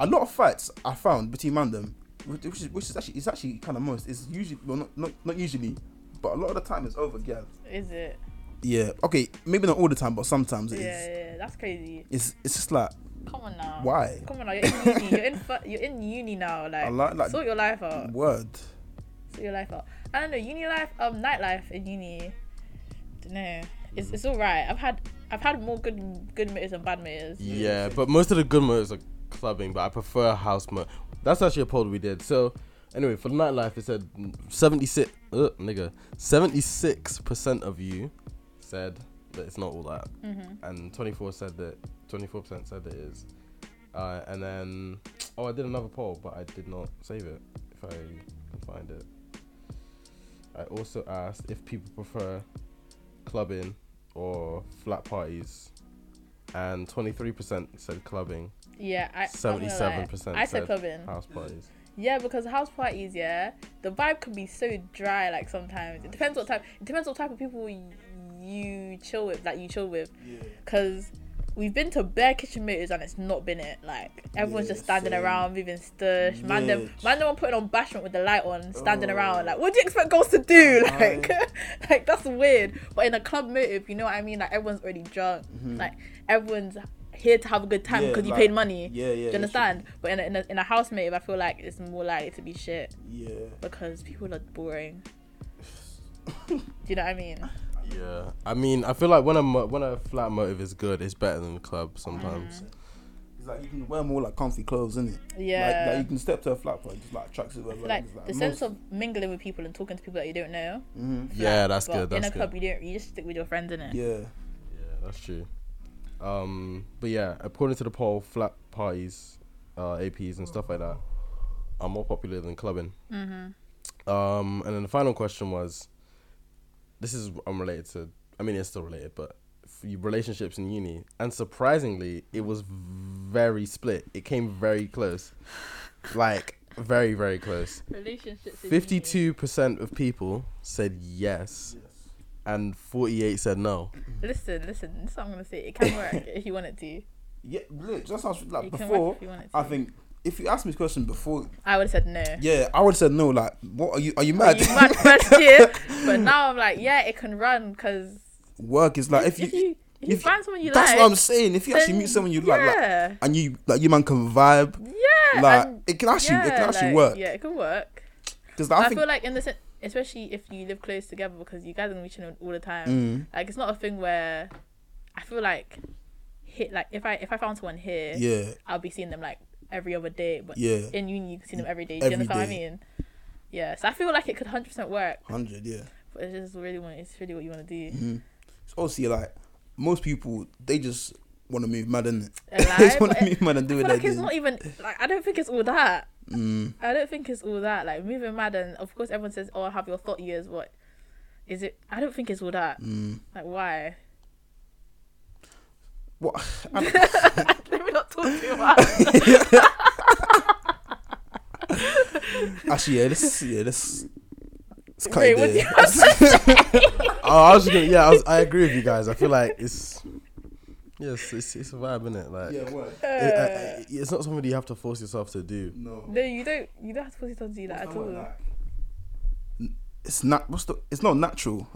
[SPEAKER 4] a lot of fights I found between man them, which which is which is actually it's actually kind of most. It's usually well not, not not usually, but a lot of the time it's over, girl.
[SPEAKER 1] Is it?
[SPEAKER 4] Yeah. Okay. Maybe not all the time, but sometimes it is.
[SPEAKER 1] Yeah, yeah. That's crazy.
[SPEAKER 4] It's it's just like
[SPEAKER 1] Come on now.
[SPEAKER 4] Why?
[SPEAKER 1] Come on now. You're in uni. you're in. fu- You're in uni now. Like,
[SPEAKER 4] like- like-
[SPEAKER 1] sort your life out.
[SPEAKER 4] word.
[SPEAKER 1] Sort your life out. I don't know. Uni life, um, nightlife in uni. Don't know. It's it's all right. I've had I've had more good good motives and bad motives.
[SPEAKER 2] Yeah, but most of the good modes are clubbing, but I prefer house mode. That's actually a poll we did. So, anyway, for nightlife, it said 76, uh, nigga, 76% of you said that it's not all that. And 24 said that, 24% said it is. Uh, and then, oh, I did another poll, but I did not save it, if I can find it. I also asked if people prefer clubbing or flat parties and 23% said clubbing,
[SPEAKER 1] Yeah, I I'm gonna lie.
[SPEAKER 2] 77%
[SPEAKER 1] I said
[SPEAKER 2] said-
[SPEAKER 1] clubbing.
[SPEAKER 2] house parties.
[SPEAKER 1] Yeah, because house parties, yeah, the vibe can be so dry. Like sometimes it depends what type. It depends what type of people y- you chill with. Like you chill with, because. We've been to bare kitchen motives and it's not been it. Like everyone's
[SPEAKER 4] Yeah,
[SPEAKER 1] just standing
[SPEAKER 4] same.
[SPEAKER 1] around, moving stush. Man, them,
[SPEAKER 4] Lit.
[SPEAKER 1] man, them are putting on bashment with the light on, standing
[SPEAKER 4] Oh.
[SPEAKER 1] around. Like, what do you expect girls to do?
[SPEAKER 4] Aye.
[SPEAKER 1] Like, like that's weird. But in a club motive, you know what I mean? Like everyone's already drunk. Like everyone's here to have a good time
[SPEAKER 4] Mm-hmm. Yeah,
[SPEAKER 1] because you
[SPEAKER 4] like-
[SPEAKER 1] paid money.
[SPEAKER 4] Yeah, yeah,
[SPEAKER 1] Do you understand? But in a, in a, in a housemate, I feel like it's more likely to be shit
[SPEAKER 4] Yeah.
[SPEAKER 1] because people are boring. Do you know what I mean?
[SPEAKER 2] Yeah, I mean, I feel like when a mo- when a flat motive is good, it's better than the club sometimes.
[SPEAKER 1] Mm-hmm.
[SPEAKER 4] It's like you can wear more like comfy clothes, isn't it?
[SPEAKER 1] Yeah.
[SPEAKER 4] Like, like you can step to a flat party, just like tracksuit. Like,
[SPEAKER 1] Like, the sense
[SPEAKER 4] most- Mm-hmm.
[SPEAKER 1] of mingling with people and talking to people that you don't know.
[SPEAKER 2] Yeah, that's
[SPEAKER 1] but
[SPEAKER 2] good.
[SPEAKER 1] in
[SPEAKER 2] That's
[SPEAKER 1] a
[SPEAKER 2] good.
[SPEAKER 1] club, you don't. You just stick with your friends in it.
[SPEAKER 4] Yeah.
[SPEAKER 2] Yeah, that's true. Um, but yeah, according to the poll, flat parties, uh, APs and stuff like that are more popular than clubbing. Mm-hmm. Um, and then the final question was, this is unrelated to. I mean, it's still related, but f- your relationships in uni. And surprisingly, it was very split. It came very close, like very very close.
[SPEAKER 1] Relationships.
[SPEAKER 2] Fifty-two percent of people said yes, and forty-eight said no.
[SPEAKER 1] Listen, listen. This is what I'm gonna say. It can work if you want it to.
[SPEAKER 4] Yeah. Lit. Just sounds like
[SPEAKER 1] You can work
[SPEAKER 4] Uh, before.
[SPEAKER 1] if you want it to.
[SPEAKER 4] I think if you asked me this question before,
[SPEAKER 1] I would have said no.
[SPEAKER 4] yeah, I would have said no. Like, what are you? Are you
[SPEAKER 1] Are
[SPEAKER 4] mad?
[SPEAKER 1] you mad first year, but now I'm like, yeah, it can run because
[SPEAKER 4] Work is like if you.
[SPEAKER 1] If you
[SPEAKER 4] If-
[SPEAKER 1] find someone you
[SPEAKER 4] That's
[SPEAKER 1] like,
[SPEAKER 4] what I'm saying. If you actually
[SPEAKER 1] then
[SPEAKER 4] meet someone you like, like,
[SPEAKER 1] yeah.
[SPEAKER 4] and you like, you man can vibe.
[SPEAKER 1] yeah,
[SPEAKER 4] Like,
[SPEAKER 1] and-
[SPEAKER 4] it can actually, it
[SPEAKER 1] yeah,
[SPEAKER 4] can actually
[SPEAKER 1] like,
[SPEAKER 4] work.
[SPEAKER 1] Yeah, it can work.
[SPEAKER 4] Because
[SPEAKER 1] I,
[SPEAKER 4] I think,
[SPEAKER 1] feel like in the sense, especially if you live close together, because you guys are reaching out all the time.
[SPEAKER 4] Mm.
[SPEAKER 1] Like it's not a thing where I feel like hit like if I if I found someone here,
[SPEAKER 4] yeah,
[SPEAKER 1] I'll be seeing them like every other day. But
[SPEAKER 4] Yeah.
[SPEAKER 1] in uni, you can see them every day. Do
[SPEAKER 4] Every
[SPEAKER 1] you understand what I
[SPEAKER 4] day.
[SPEAKER 1] mean? Yeah, so I feel like it could hundred percent work,
[SPEAKER 4] hundred, yeah.
[SPEAKER 1] but it's just really what it's really what you want
[SPEAKER 4] Mm,
[SPEAKER 1] to do.
[SPEAKER 4] It's obviously like most people, they just want to move mad, innit?
[SPEAKER 1] A lie,
[SPEAKER 4] they just want
[SPEAKER 1] but
[SPEAKER 4] to move mad and
[SPEAKER 1] I
[SPEAKER 4] do what
[SPEAKER 1] feel
[SPEAKER 4] they
[SPEAKER 1] like it's
[SPEAKER 4] do.
[SPEAKER 1] not e- even like I don't think it's all that.
[SPEAKER 4] Mm,
[SPEAKER 1] I don't think it's all that. Like moving mad, and of course everyone says, "Oh, have your thought years." What is it? I don't think it's all that.
[SPEAKER 4] mm.
[SPEAKER 1] Like why?
[SPEAKER 4] What?
[SPEAKER 1] Let me not talk too much.
[SPEAKER 4] Actually, yeah, this, yeah, this. It's cut
[SPEAKER 1] Wait,
[SPEAKER 4] it
[SPEAKER 1] what do
[SPEAKER 4] there.
[SPEAKER 1] you want to
[SPEAKER 2] Oh, I was just gonna, yeah, I, was, I agree with you guys. I feel like it's, yes, it's, it's a vibe, innit? Like,
[SPEAKER 4] Yeah, what?
[SPEAKER 2] it- I-
[SPEAKER 1] say?
[SPEAKER 2] I- it's not something you have to force yourself to do.
[SPEAKER 4] No.
[SPEAKER 1] No, you don't. You don't have to to do that
[SPEAKER 4] What's
[SPEAKER 1] at
[SPEAKER 4] the word,
[SPEAKER 1] all.
[SPEAKER 4] like? N- It's not. What's the? It's not natural.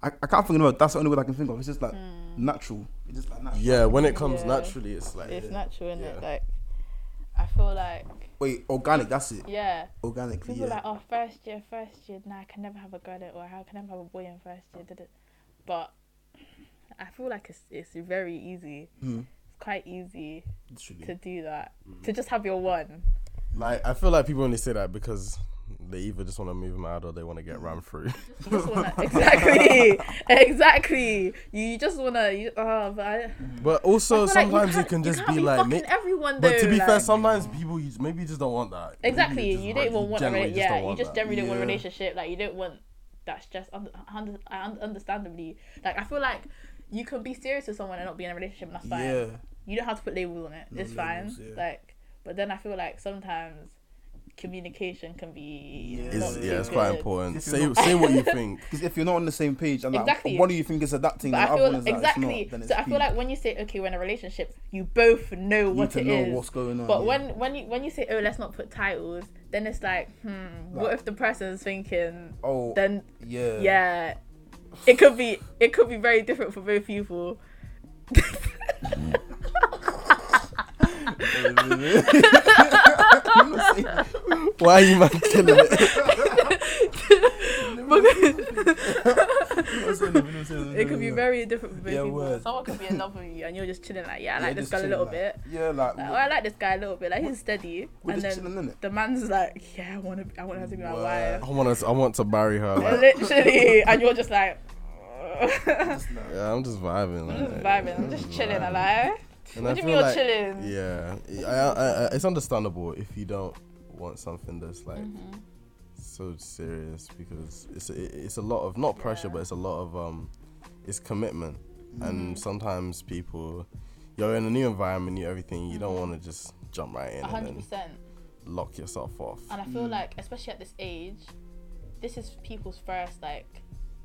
[SPEAKER 4] I, I can't think of another- that's the only word I can think of. It's just like
[SPEAKER 1] Hmm.
[SPEAKER 4] natural. It's just like natural.
[SPEAKER 2] Yeah, when it comes
[SPEAKER 1] Yeah.
[SPEAKER 2] naturally, it's like
[SPEAKER 1] It's natural, isn't it?
[SPEAKER 2] Yeah.
[SPEAKER 1] Like I feel like
[SPEAKER 4] Wait, organic. That's it.
[SPEAKER 1] yeah.
[SPEAKER 4] Organically.
[SPEAKER 1] People
[SPEAKER 4] Yeah.
[SPEAKER 1] are like, oh, first year, first year, nah, I can never have a girl or how can I have a boy in first year? Did it? But I feel like it's it's very easy.
[SPEAKER 4] Mm.
[SPEAKER 1] It's quite easy
[SPEAKER 4] Literally.
[SPEAKER 1] to do that.
[SPEAKER 2] Mm-hmm.
[SPEAKER 1] To just have your one.
[SPEAKER 2] Like I feel like people only say that because they either just want to move mad or they want to get ran through.
[SPEAKER 1] Just wanna, exactly, exactly. You just wanna. You, oh, but I, I
[SPEAKER 2] But
[SPEAKER 1] feel
[SPEAKER 2] also
[SPEAKER 1] like
[SPEAKER 2] sometimes you
[SPEAKER 1] can't-
[SPEAKER 2] can just
[SPEAKER 1] can't
[SPEAKER 2] be like,
[SPEAKER 1] fucking
[SPEAKER 2] ma-
[SPEAKER 1] everyone. Though,
[SPEAKER 2] but to be
[SPEAKER 1] like,
[SPEAKER 2] fair, sometimes people you, maybe you just don't want that. Maybe
[SPEAKER 1] Exactly, you,
[SPEAKER 2] just
[SPEAKER 1] don't
[SPEAKER 2] re-
[SPEAKER 1] even want a
[SPEAKER 2] generally
[SPEAKER 1] rela-
[SPEAKER 2] just don't
[SPEAKER 1] yeah, you
[SPEAKER 2] want
[SPEAKER 1] just
[SPEAKER 2] that.
[SPEAKER 1] generally don't want a
[SPEAKER 4] Yeah.
[SPEAKER 1] relationship. Like you don't want that stress. Und- und- un- understandably, like I feel like you can be serious with someone and not be in a relationship, and that's fine.
[SPEAKER 4] Yeah.
[SPEAKER 1] You don't have to put labels on it.
[SPEAKER 4] No
[SPEAKER 1] it's
[SPEAKER 4] labels,
[SPEAKER 1] fine.
[SPEAKER 4] yeah.
[SPEAKER 1] Like, but then I feel like sometimes communication can be
[SPEAKER 4] Yeah.
[SPEAKER 1] not
[SPEAKER 2] It's,
[SPEAKER 1] too
[SPEAKER 2] yeah, it's quite
[SPEAKER 1] good.
[SPEAKER 2] important.
[SPEAKER 4] If you
[SPEAKER 2] Say
[SPEAKER 4] don't-
[SPEAKER 2] say what you think.
[SPEAKER 4] Because if you're not on the same page, and like,
[SPEAKER 1] Exactly.
[SPEAKER 4] one of you think is adapting,
[SPEAKER 1] But
[SPEAKER 4] and the
[SPEAKER 1] I
[SPEAKER 4] other
[SPEAKER 1] feel
[SPEAKER 4] one is
[SPEAKER 1] exactly.
[SPEAKER 4] Like, it's not, then it's
[SPEAKER 1] so I feel
[SPEAKER 4] peak.
[SPEAKER 1] like when you say okay, we're in a relationship, you both know
[SPEAKER 4] you
[SPEAKER 1] what
[SPEAKER 4] need to
[SPEAKER 1] it
[SPEAKER 4] know
[SPEAKER 1] is.
[SPEAKER 4] what's going on.
[SPEAKER 1] But
[SPEAKER 4] yeah.
[SPEAKER 1] when when you when you say oh let's not put titles, then it's like hmm, what
[SPEAKER 4] Like-
[SPEAKER 1] if the person's thinking
[SPEAKER 4] oh
[SPEAKER 1] then
[SPEAKER 4] yeah
[SPEAKER 1] yeah, it could be it could be very different for both people.
[SPEAKER 2] Why are you man killing it?
[SPEAKER 1] It could be very different for both
[SPEAKER 4] Yeah,
[SPEAKER 1] people.
[SPEAKER 4] word.
[SPEAKER 1] Someone could be in love with you and you're just chilling like yeah I
[SPEAKER 4] Yeah,
[SPEAKER 1] like this
[SPEAKER 4] just
[SPEAKER 1] guy a
[SPEAKER 4] chilling,
[SPEAKER 1] little
[SPEAKER 4] like-
[SPEAKER 1] bit.
[SPEAKER 4] Yeah, like,
[SPEAKER 1] Like, oh, I like this guy a little bit. Like he's steady,
[SPEAKER 4] we're
[SPEAKER 1] and
[SPEAKER 4] just
[SPEAKER 1] then
[SPEAKER 4] chilling in it.
[SPEAKER 1] the man's like yeah I want to I want her to be my
[SPEAKER 4] Word.
[SPEAKER 1] wife.
[SPEAKER 2] I want to I want to marry her.
[SPEAKER 1] And
[SPEAKER 2] Like,
[SPEAKER 1] literally, and you're just like,
[SPEAKER 2] yeah, I'm just vibing. Like,
[SPEAKER 1] I'm just vibing, I'm just chilling,
[SPEAKER 2] vibing.
[SPEAKER 1] alive.
[SPEAKER 2] And I
[SPEAKER 1] What do you
[SPEAKER 2] feel
[SPEAKER 1] mean you're
[SPEAKER 2] like-
[SPEAKER 1] chilling?
[SPEAKER 2] Yeah, I, I, I, it's understandable if you don't want something that's like
[SPEAKER 1] Mm-hmm.
[SPEAKER 2] so serious because it's it, it's a lot of not
[SPEAKER 1] Yeah.
[SPEAKER 2] pressure,
[SPEAKER 1] Mm-hmm.
[SPEAKER 2] but it's a lot of um, it's commitment, and sometimes people, you're in a new environment, new everything, you don't want to just jump right in and
[SPEAKER 1] Mm-hmm. hundred
[SPEAKER 2] then
[SPEAKER 1] percent.
[SPEAKER 2] lock yourself off.
[SPEAKER 1] And I feel like, especially at this age, this is people's first like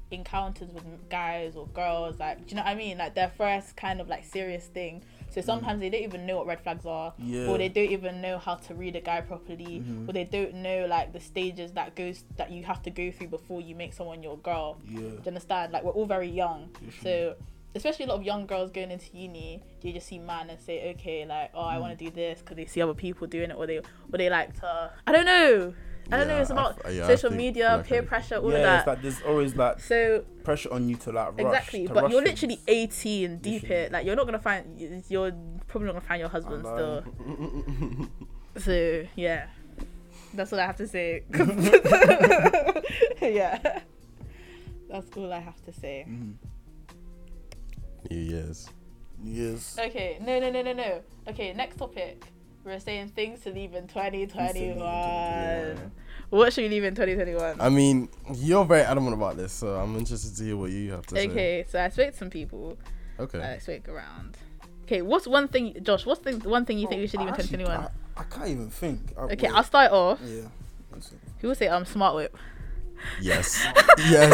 [SPEAKER 1] encounters with guys or girls. Like, do you know what I mean? Like their first kind of like serious thing. So sometimes they don't even know what red flags are,
[SPEAKER 4] Yeah.
[SPEAKER 1] or they don't even know how to read a guy properly, or they don't know like the stages that goes that you have to go through before you make someone your girl.
[SPEAKER 4] Yeah.
[SPEAKER 1] Do you understand? Like we're all very young,
[SPEAKER 4] Mm.
[SPEAKER 1] so especially a lot of young girls going into uni, they just see man and say, okay, like oh, I
[SPEAKER 4] Mm.
[SPEAKER 1] want to do this because they see other people doing it, or they or they like to. I don't know. I don't know.
[SPEAKER 2] Yeah,
[SPEAKER 1] It's
[SPEAKER 2] I
[SPEAKER 1] about
[SPEAKER 2] f- yeah, I
[SPEAKER 1] social
[SPEAKER 2] think-
[SPEAKER 1] media,
[SPEAKER 2] like,
[SPEAKER 1] peer
[SPEAKER 2] I-
[SPEAKER 1] pressure, all
[SPEAKER 4] yeah,
[SPEAKER 1] of
[SPEAKER 4] it's
[SPEAKER 1] that.
[SPEAKER 4] like there's always like
[SPEAKER 1] so
[SPEAKER 4] pressure on you to like rush.
[SPEAKER 1] exactly,
[SPEAKER 4] to
[SPEAKER 1] but
[SPEAKER 4] rush
[SPEAKER 1] you're
[SPEAKER 4] things.
[SPEAKER 1] literally 18, deep it. Like you're not gonna find. You're probably not gonna find your husband
[SPEAKER 4] I
[SPEAKER 1] still.
[SPEAKER 4] know.
[SPEAKER 1] So yeah, that's what I have to say. yeah, that's all I have to say.
[SPEAKER 4] Mm-hmm.
[SPEAKER 2] New Year's.
[SPEAKER 4] Yes.
[SPEAKER 1] Okay, no, no, no, no, no. Okay, next topic. We're saying things to leave in
[SPEAKER 4] Things to leave in
[SPEAKER 1] 2021.
[SPEAKER 4] 2021.
[SPEAKER 1] What should we leave in 2021?
[SPEAKER 2] I mean, you're very adamant about this, so I'm interested to hear what you have to say.
[SPEAKER 1] Okay, so I spoke to some people.
[SPEAKER 2] Okay.
[SPEAKER 1] I spoke around. Okay, what's one thing, Josh? What's the one thing you think we should leave in
[SPEAKER 4] I actually-
[SPEAKER 1] 2021?
[SPEAKER 4] I, I can't even think. I,
[SPEAKER 1] okay,
[SPEAKER 4] wait.
[SPEAKER 1] I'll start off.
[SPEAKER 4] Yeah. That's it.
[SPEAKER 1] Who will say um smart whip?
[SPEAKER 2] Yes. yes.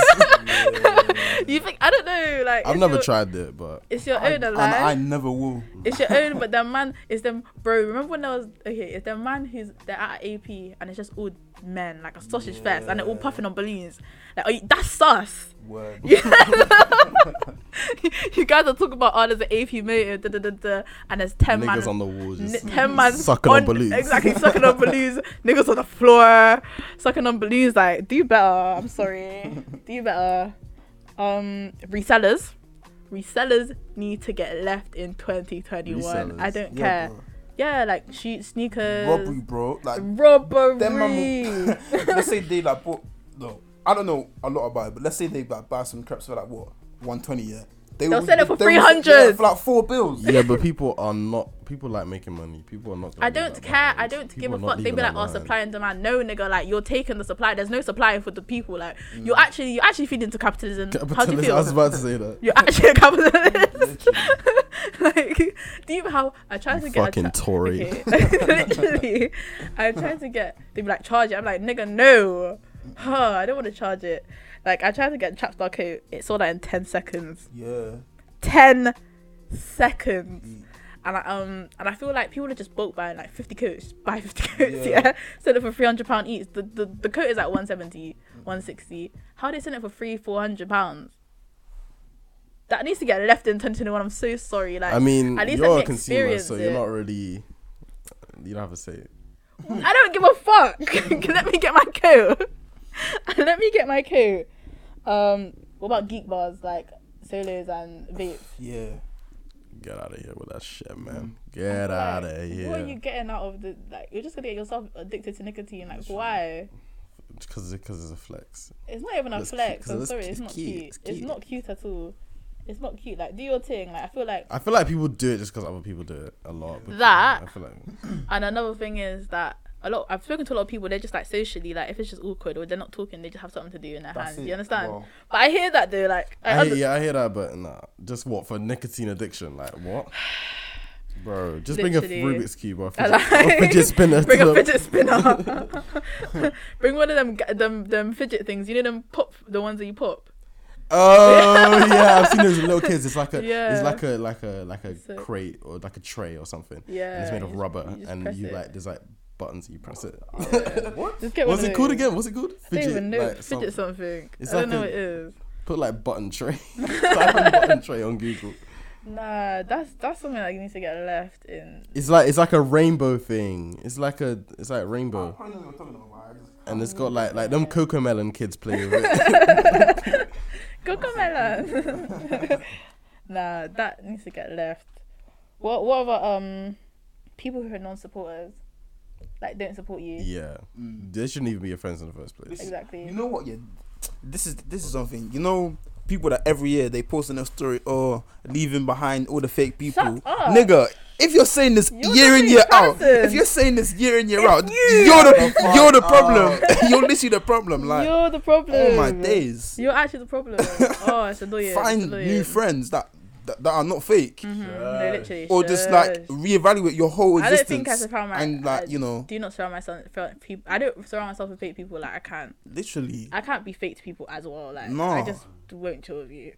[SPEAKER 1] you think I don't know? Like
[SPEAKER 2] I've
[SPEAKER 1] it's
[SPEAKER 2] never
[SPEAKER 1] your-
[SPEAKER 2] tried it, but
[SPEAKER 1] It's your own
[SPEAKER 4] and
[SPEAKER 1] alive.
[SPEAKER 4] I never will.
[SPEAKER 1] It's your own, but the man is them bro. Remember when I was okay? It's the man who's they're at AP and it's just all men like a sausage fest and they're all puffing on balloons. Like are you, that's sus.
[SPEAKER 4] Word.
[SPEAKER 1] you guys are talking about oh there's an AP motive, da, da, da, da, and there's ten
[SPEAKER 2] niggas
[SPEAKER 1] man,
[SPEAKER 2] on the wall just
[SPEAKER 1] n- ten man
[SPEAKER 2] sucking on balloons.
[SPEAKER 1] exactly sucking on balloons, niggas on the floor sucking on balloons. Like do better. I'm sorry, do better. Um, resellers, resellers need to get left in 2021. I
[SPEAKER 2] Resellers.
[SPEAKER 1] don't care.
[SPEAKER 4] Yeah, bro.
[SPEAKER 1] Yeah, like shoot sneakers.
[SPEAKER 4] Robbery, bro. Like
[SPEAKER 1] Robbery.
[SPEAKER 4] them man will, let's say they like bought no I don't know a lot about it but let's say they like buy some crepes for like what 120 yeah they
[SPEAKER 1] They'll
[SPEAKER 4] will-
[SPEAKER 1] sell it for
[SPEAKER 4] they will-
[SPEAKER 1] 300.
[SPEAKER 4] yeah, for like four bills
[SPEAKER 2] yeah, but people are not. People like making money. People are not. gonna
[SPEAKER 1] I
[SPEAKER 2] leave
[SPEAKER 1] don't
[SPEAKER 2] that
[SPEAKER 1] care.
[SPEAKER 2] behind.
[SPEAKER 1] I don't give
[SPEAKER 2] People
[SPEAKER 1] a
[SPEAKER 2] are not
[SPEAKER 1] fuck. They be
[SPEAKER 2] leaving
[SPEAKER 1] like,
[SPEAKER 2] that
[SPEAKER 1] "Oh,
[SPEAKER 2] behind.
[SPEAKER 1] supply and demand." No, nigga, like you're taking the supply. There's no supply for the people. Like you're actually, you actually feed into capitalism. How do you
[SPEAKER 2] Mm. Capitalism. I was
[SPEAKER 1] feel?
[SPEAKER 2] about to say that.
[SPEAKER 1] You're actually a capitalist.
[SPEAKER 4] Literally.
[SPEAKER 1] like, do you know how I tried to get
[SPEAKER 2] Fucking
[SPEAKER 1] a cha-
[SPEAKER 2] Tory.
[SPEAKER 1] Okay. Literally, I tried to get. They be like, "Charge it." I'm like, "Nigga, no." Huh, I don't want to charge it. Like I tried to get Chapstar coat. It sold out in ten seconds.
[SPEAKER 4] yeah
[SPEAKER 1] 10 seconds. And I, um and I feel like people are just bulk buying like 50 coats, just buy 50 coats, yeah.
[SPEAKER 4] Yeah.
[SPEAKER 1] Sell it for 300 pound each. The, the the coat is at 170, 160. How they sell it for three, 400 pounds? That needs to get left in 2021. I'm so sorry. Like
[SPEAKER 2] I mean,
[SPEAKER 1] at least let
[SPEAKER 2] you're
[SPEAKER 1] me
[SPEAKER 2] a consumer,
[SPEAKER 1] experience
[SPEAKER 2] so you're
[SPEAKER 1] it.
[SPEAKER 2] not really. You don't have to say it.
[SPEAKER 1] I don't give a fuck. Let me get my coat. Let me get my coat. Um, what about geek bars like solos and vape?
[SPEAKER 4] yeah
[SPEAKER 2] Get out of here with that shit, man. Get
[SPEAKER 1] Like,
[SPEAKER 2] out of here.
[SPEAKER 1] What are you getting out of the like? You're just gonna get yourself addicted to nicotine. Like, why?
[SPEAKER 2] Because it's a flex.
[SPEAKER 1] It's not even a
[SPEAKER 2] It's cute,
[SPEAKER 1] flex.
[SPEAKER 2] 'cause
[SPEAKER 1] I'm
[SPEAKER 2] it's
[SPEAKER 1] sorry,
[SPEAKER 2] cu-
[SPEAKER 1] it's
[SPEAKER 2] it's
[SPEAKER 1] not
[SPEAKER 2] cute,
[SPEAKER 1] cute.
[SPEAKER 2] it's
[SPEAKER 1] It's
[SPEAKER 2] cute.
[SPEAKER 1] not cute at all. It's not cute. Like, do your thing. Like, I feel like.
[SPEAKER 2] I feel like people do it just because other people do it a lot. because-
[SPEAKER 1] That-
[SPEAKER 2] I feel like
[SPEAKER 1] And another thing is that a lot. I've spoken to a lot of people. They're just like socially, like if it's just awkward or they're not talking, they just have something to do in their
[SPEAKER 4] That's
[SPEAKER 1] hands.
[SPEAKER 4] it.
[SPEAKER 1] You understand?
[SPEAKER 4] Well-
[SPEAKER 1] But I hear that though. Like, I,
[SPEAKER 2] I,
[SPEAKER 1] under-
[SPEAKER 2] hear, yeah, I hear that, but nah. Just what for nicotine addiction? Like what, bro? Just bring a
[SPEAKER 1] Literally.
[SPEAKER 2] Rubik's cube or a
[SPEAKER 1] I
[SPEAKER 2] fidget, or a fidget spinner.
[SPEAKER 1] Bring
[SPEAKER 2] to
[SPEAKER 1] a
[SPEAKER 2] the-
[SPEAKER 1] fidget spinner. Bring one of them, ga- them, them fidget things. You know them pop, the ones that you pop.
[SPEAKER 2] Oh yeah, I've seen those little kids. It's like a,
[SPEAKER 1] Yeah.
[SPEAKER 2] it's like a like a like a
[SPEAKER 1] So-
[SPEAKER 2] crate or like a tray or something.
[SPEAKER 1] Yeah.
[SPEAKER 2] and it's made
[SPEAKER 1] you
[SPEAKER 2] of
[SPEAKER 1] just-
[SPEAKER 2] rubber,
[SPEAKER 1] you just
[SPEAKER 2] and
[SPEAKER 1] press
[SPEAKER 2] you
[SPEAKER 1] it.
[SPEAKER 2] like there's like buttons that you press it.
[SPEAKER 1] Just get
[SPEAKER 2] What's
[SPEAKER 1] one of
[SPEAKER 2] it called
[SPEAKER 1] those.
[SPEAKER 2] again? What's it called?
[SPEAKER 1] I don't even know.
[SPEAKER 2] like,
[SPEAKER 1] fidget
[SPEAKER 2] something.
[SPEAKER 1] something.
[SPEAKER 2] It's
[SPEAKER 1] I don't know
[SPEAKER 2] like
[SPEAKER 1] what it
[SPEAKER 2] a-
[SPEAKER 1] is.
[SPEAKER 2] Put like button tray. Type in button tray on Google.
[SPEAKER 1] Nah, that's that's something that needs to get left in.
[SPEAKER 2] It's like it's like a rainbow thing. It's like a it's like rainbow,
[SPEAKER 4] I don't know what you're talking about, but I just-
[SPEAKER 2] and it's got like like them cocoa melon kids play with it.
[SPEAKER 1] Cocomelon. nah, that needs to get left. What what about um people who are non-supporters, like don't support you?
[SPEAKER 2] yeah,
[SPEAKER 1] Mm.
[SPEAKER 2] they shouldn't even be your friends in the first place.
[SPEAKER 4] Listen,
[SPEAKER 1] Exactly.
[SPEAKER 4] you know what yeah this is this is something you know people that every year they post in their story oh leaving behind all the fake people
[SPEAKER 1] Shut up.
[SPEAKER 4] nigga if you're saying this
[SPEAKER 1] You're
[SPEAKER 4] year
[SPEAKER 1] the
[SPEAKER 4] in
[SPEAKER 1] same
[SPEAKER 4] year out
[SPEAKER 1] person.
[SPEAKER 4] if you're saying this year in year
[SPEAKER 1] It's
[SPEAKER 4] out
[SPEAKER 1] you.
[SPEAKER 4] you're the you're the problem you're literally the problem like
[SPEAKER 1] You're the problem.
[SPEAKER 4] oh my days
[SPEAKER 1] You're actually the problem. oh, it's annoying. it's
[SPEAKER 4] find
[SPEAKER 1] annoying.
[SPEAKER 4] new friends that, that that are not fake
[SPEAKER 1] No, literally.
[SPEAKER 4] or just
[SPEAKER 1] shush.
[SPEAKER 4] like reevaluate your whole
[SPEAKER 1] Mm-hmm. I
[SPEAKER 4] existence
[SPEAKER 1] don't think I should found my.
[SPEAKER 4] and
[SPEAKER 1] I
[SPEAKER 4] like you know
[SPEAKER 1] do not surround myself. People. I don't surround myself with fake people. Like I can't.
[SPEAKER 4] literally
[SPEAKER 1] I can't be fake to people as well. Like
[SPEAKER 4] No.
[SPEAKER 1] I just won't chill with you.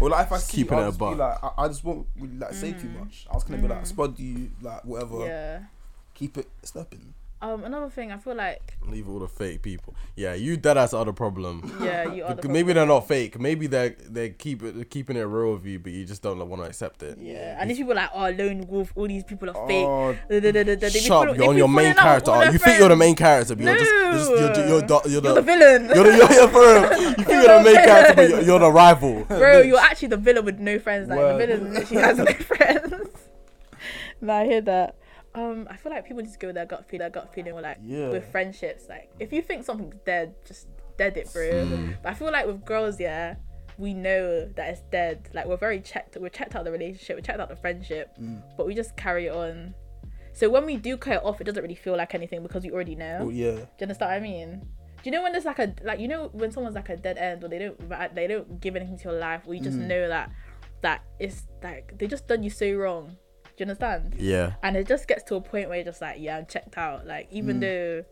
[SPEAKER 4] or like if I see
[SPEAKER 2] keeping
[SPEAKER 4] keeping
[SPEAKER 2] it
[SPEAKER 4] I'll just be
[SPEAKER 2] above.
[SPEAKER 4] like I, I just won't really like say too much I was gonna be like spot you like whatever
[SPEAKER 1] Mm. yeah.
[SPEAKER 4] keep it stepping
[SPEAKER 1] Um. Another thing, I feel like
[SPEAKER 2] Leave all the fake people. Yeah, you deadass are the problem.
[SPEAKER 1] yeah, you are the
[SPEAKER 2] Bec- maybe
[SPEAKER 1] problem.
[SPEAKER 2] they're not fake. Maybe they're they keep it keeping it real with you, but you just don't want to accept it.
[SPEAKER 1] Yeah. And these people are like, oh, lone wolf. All these people are fake.
[SPEAKER 4] oh
[SPEAKER 1] Da, da, da, da, da. They be follow-
[SPEAKER 2] Shut up,
[SPEAKER 1] they
[SPEAKER 2] you're on
[SPEAKER 1] be
[SPEAKER 2] your main
[SPEAKER 1] following up
[SPEAKER 2] character.
[SPEAKER 1] all
[SPEAKER 2] Oh,
[SPEAKER 1] their
[SPEAKER 2] you think you're the
[SPEAKER 1] friends.
[SPEAKER 2] main character, but you're just, you're just- you're,
[SPEAKER 1] No.
[SPEAKER 2] you're, the- you're
[SPEAKER 1] You're the
[SPEAKER 2] the
[SPEAKER 1] villain.
[SPEAKER 2] you're the, you're, you're for real. You think you're the main character, but you're, you're the rival.
[SPEAKER 1] Bro, you're actually the villain with no friends. Like
[SPEAKER 4] Word.
[SPEAKER 1] the villain literally has no friends. nah, I hear that. Um, I feel like people just go with their gut feel, their gut feeling, with like
[SPEAKER 4] Yeah.
[SPEAKER 1] with friendships. Like if you think something's dead, just dead it, bro. But I feel like with girls, yeah, we know that it's dead. Like we're very checked. We're checked out the relationship. We checked out the friendship,
[SPEAKER 4] Mm.
[SPEAKER 1] but we just carry on. So when we do cut it off, it doesn't really feel like anything because we already know.
[SPEAKER 4] oh, yeah
[SPEAKER 1] Do you understand what I mean? Do you know when there's like a like you know when someone's like a dead end or they don't ri- they don't give anything to your life or you just know that that it's like they just done you so wrong. Do you understand?
[SPEAKER 2] Yeah,
[SPEAKER 1] And it just gets to a point where you're just like, yeah, I'm checked out. Like even though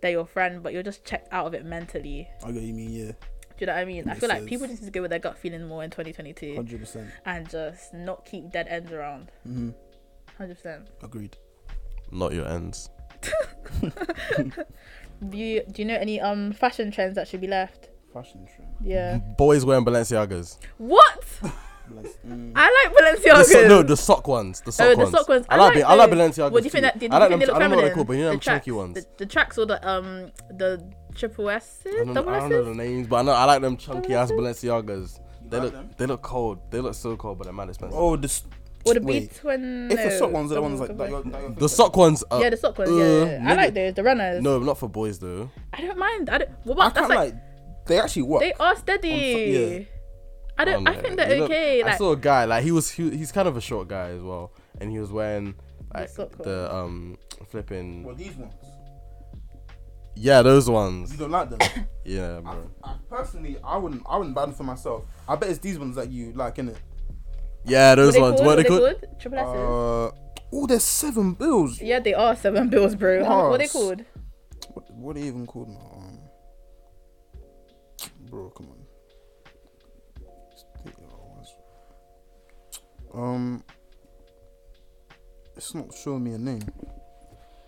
[SPEAKER 1] they're your friend, but you're just checked out of it mentally.
[SPEAKER 4] I get what you mean, yeah,
[SPEAKER 1] Do you know what I mean? I
[SPEAKER 4] Makes
[SPEAKER 1] feel like
[SPEAKER 4] sense.
[SPEAKER 1] people just need to go with their gut feeling more in 2022
[SPEAKER 4] hundred percent,
[SPEAKER 1] and just not keep dead ends around.
[SPEAKER 4] Mhm.
[SPEAKER 1] Hundred percent.
[SPEAKER 4] agreed.
[SPEAKER 2] Not your ends.
[SPEAKER 1] Do you do you know any um fashion trends that should be left?
[SPEAKER 4] Fashion trend.
[SPEAKER 1] Yeah.
[SPEAKER 2] Boys wearing Balenciagas.
[SPEAKER 1] What?
[SPEAKER 4] Bless- mm.
[SPEAKER 1] I like
[SPEAKER 2] The
[SPEAKER 1] Balenciaga.
[SPEAKER 2] so- no, the sock ones. The sock,
[SPEAKER 1] Oh, the
[SPEAKER 2] ones.
[SPEAKER 1] sock ones.
[SPEAKER 2] I like, I like
[SPEAKER 1] those.
[SPEAKER 2] Balenciagas.
[SPEAKER 1] What do you think?
[SPEAKER 2] too.
[SPEAKER 1] That, did,
[SPEAKER 2] I
[SPEAKER 1] you
[SPEAKER 2] like
[SPEAKER 1] think they
[SPEAKER 2] them-
[SPEAKER 1] look
[SPEAKER 2] I don't
[SPEAKER 1] feminine?
[SPEAKER 2] know what they're called, but you know
[SPEAKER 1] the
[SPEAKER 2] them
[SPEAKER 1] tracks,
[SPEAKER 2] chunky ones.
[SPEAKER 1] The, the tracks or the um the triple S,
[SPEAKER 2] I don't, know,
[SPEAKER 1] double
[SPEAKER 2] I don't know the
[SPEAKER 1] S.
[SPEAKER 2] names, but I know I like them chunky ass Balenciagas. They
[SPEAKER 4] like
[SPEAKER 2] look,
[SPEAKER 4] them?
[SPEAKER 2] they look cold. They look so cold, but they're mad expensive.
[SPEAKER 4] Oh, this.
[SPEAKER 1] Or the
[SPEAKER 4] wait.
[SPEAKER 1] beats when
[SPEAKER 4] If the
[SPEAKER 1] no,
[SPEAKER 4] sock ones are the ones like
[SPEAKER 1] double-
[SPEAKER 4] that, you're, that you're
[SPEAKER 2] The sock ones. Are,
[SPEAKER 1] yeah, the sock ones.
[SPEAKER 2] uh,
[SPEAKER 1] yeah, yeah, yeah. I
[SPEAKER 2] maybe-
[SPEAKER 1] like those. The runners.
[SPEAKER 2] No, not for boys though.
[SPEAKER 1] I don't mind. I don't. What
[SPEAKER 4] I
[SPEAKER 1] about that's
[SPEAKER 4] can't
[SPEAKER 1] like
[SPEAKER 4] like, They actually work.
[SPEAKER 1] they are steady. I don't. I
[SPEAKER 2] know.
[SPEAKER 1] think
[SPEAKER 2] You
[SPEAKER 1] they're
[SPEAKER 2] Um, look-
[SPEAKER 1] okay.
[SPEAKER 2] I
[SPEAKER 1] Like
[SPEAKER 2] saw a guy like he was he, he's kind of a short guy as well, and he was wearing like
[SPEAKER 1] sock
[SPEAKER 2] the, um flipping
[SPEAKER 4] these ones.
[SPEAKER 2] yeah those ones
[SPEAKER 4] You don't like them.
[SPEAKER 2] yeah
[SPEAKER 1] Ah.
[SPEAKER 4] I,
[SPEAKER 2] bro.
[SPEAKER 4] I personally, I wouldn't. I wouldn't buy them for myself. I bet it's these ones that you like, innit?
[SPEAKER 2] yeah
[SPEAKER 1] what
[SPEAKER 2] those
[SPEAKER 1] they
[SPEAKER 2] ones
[SPEAKER 1] called?
[SPEAKER 2] what are they
[SPEAKER 1] What
[SPEAKER 2] called
[SPEAKER 1] called? Triple S's.
[SPEAKER 4] Uh, oh, there's seven bills.
[SPEAKER 1] yeah, they are seven bills, bro. How- What are they
[SPEAKER 4] Yes.
[SPEAKER 1] called?
[SPEAKER 4] What, what are they even called now? Um, bro, come on. Just think of what it was. Um, it's not showing me a name.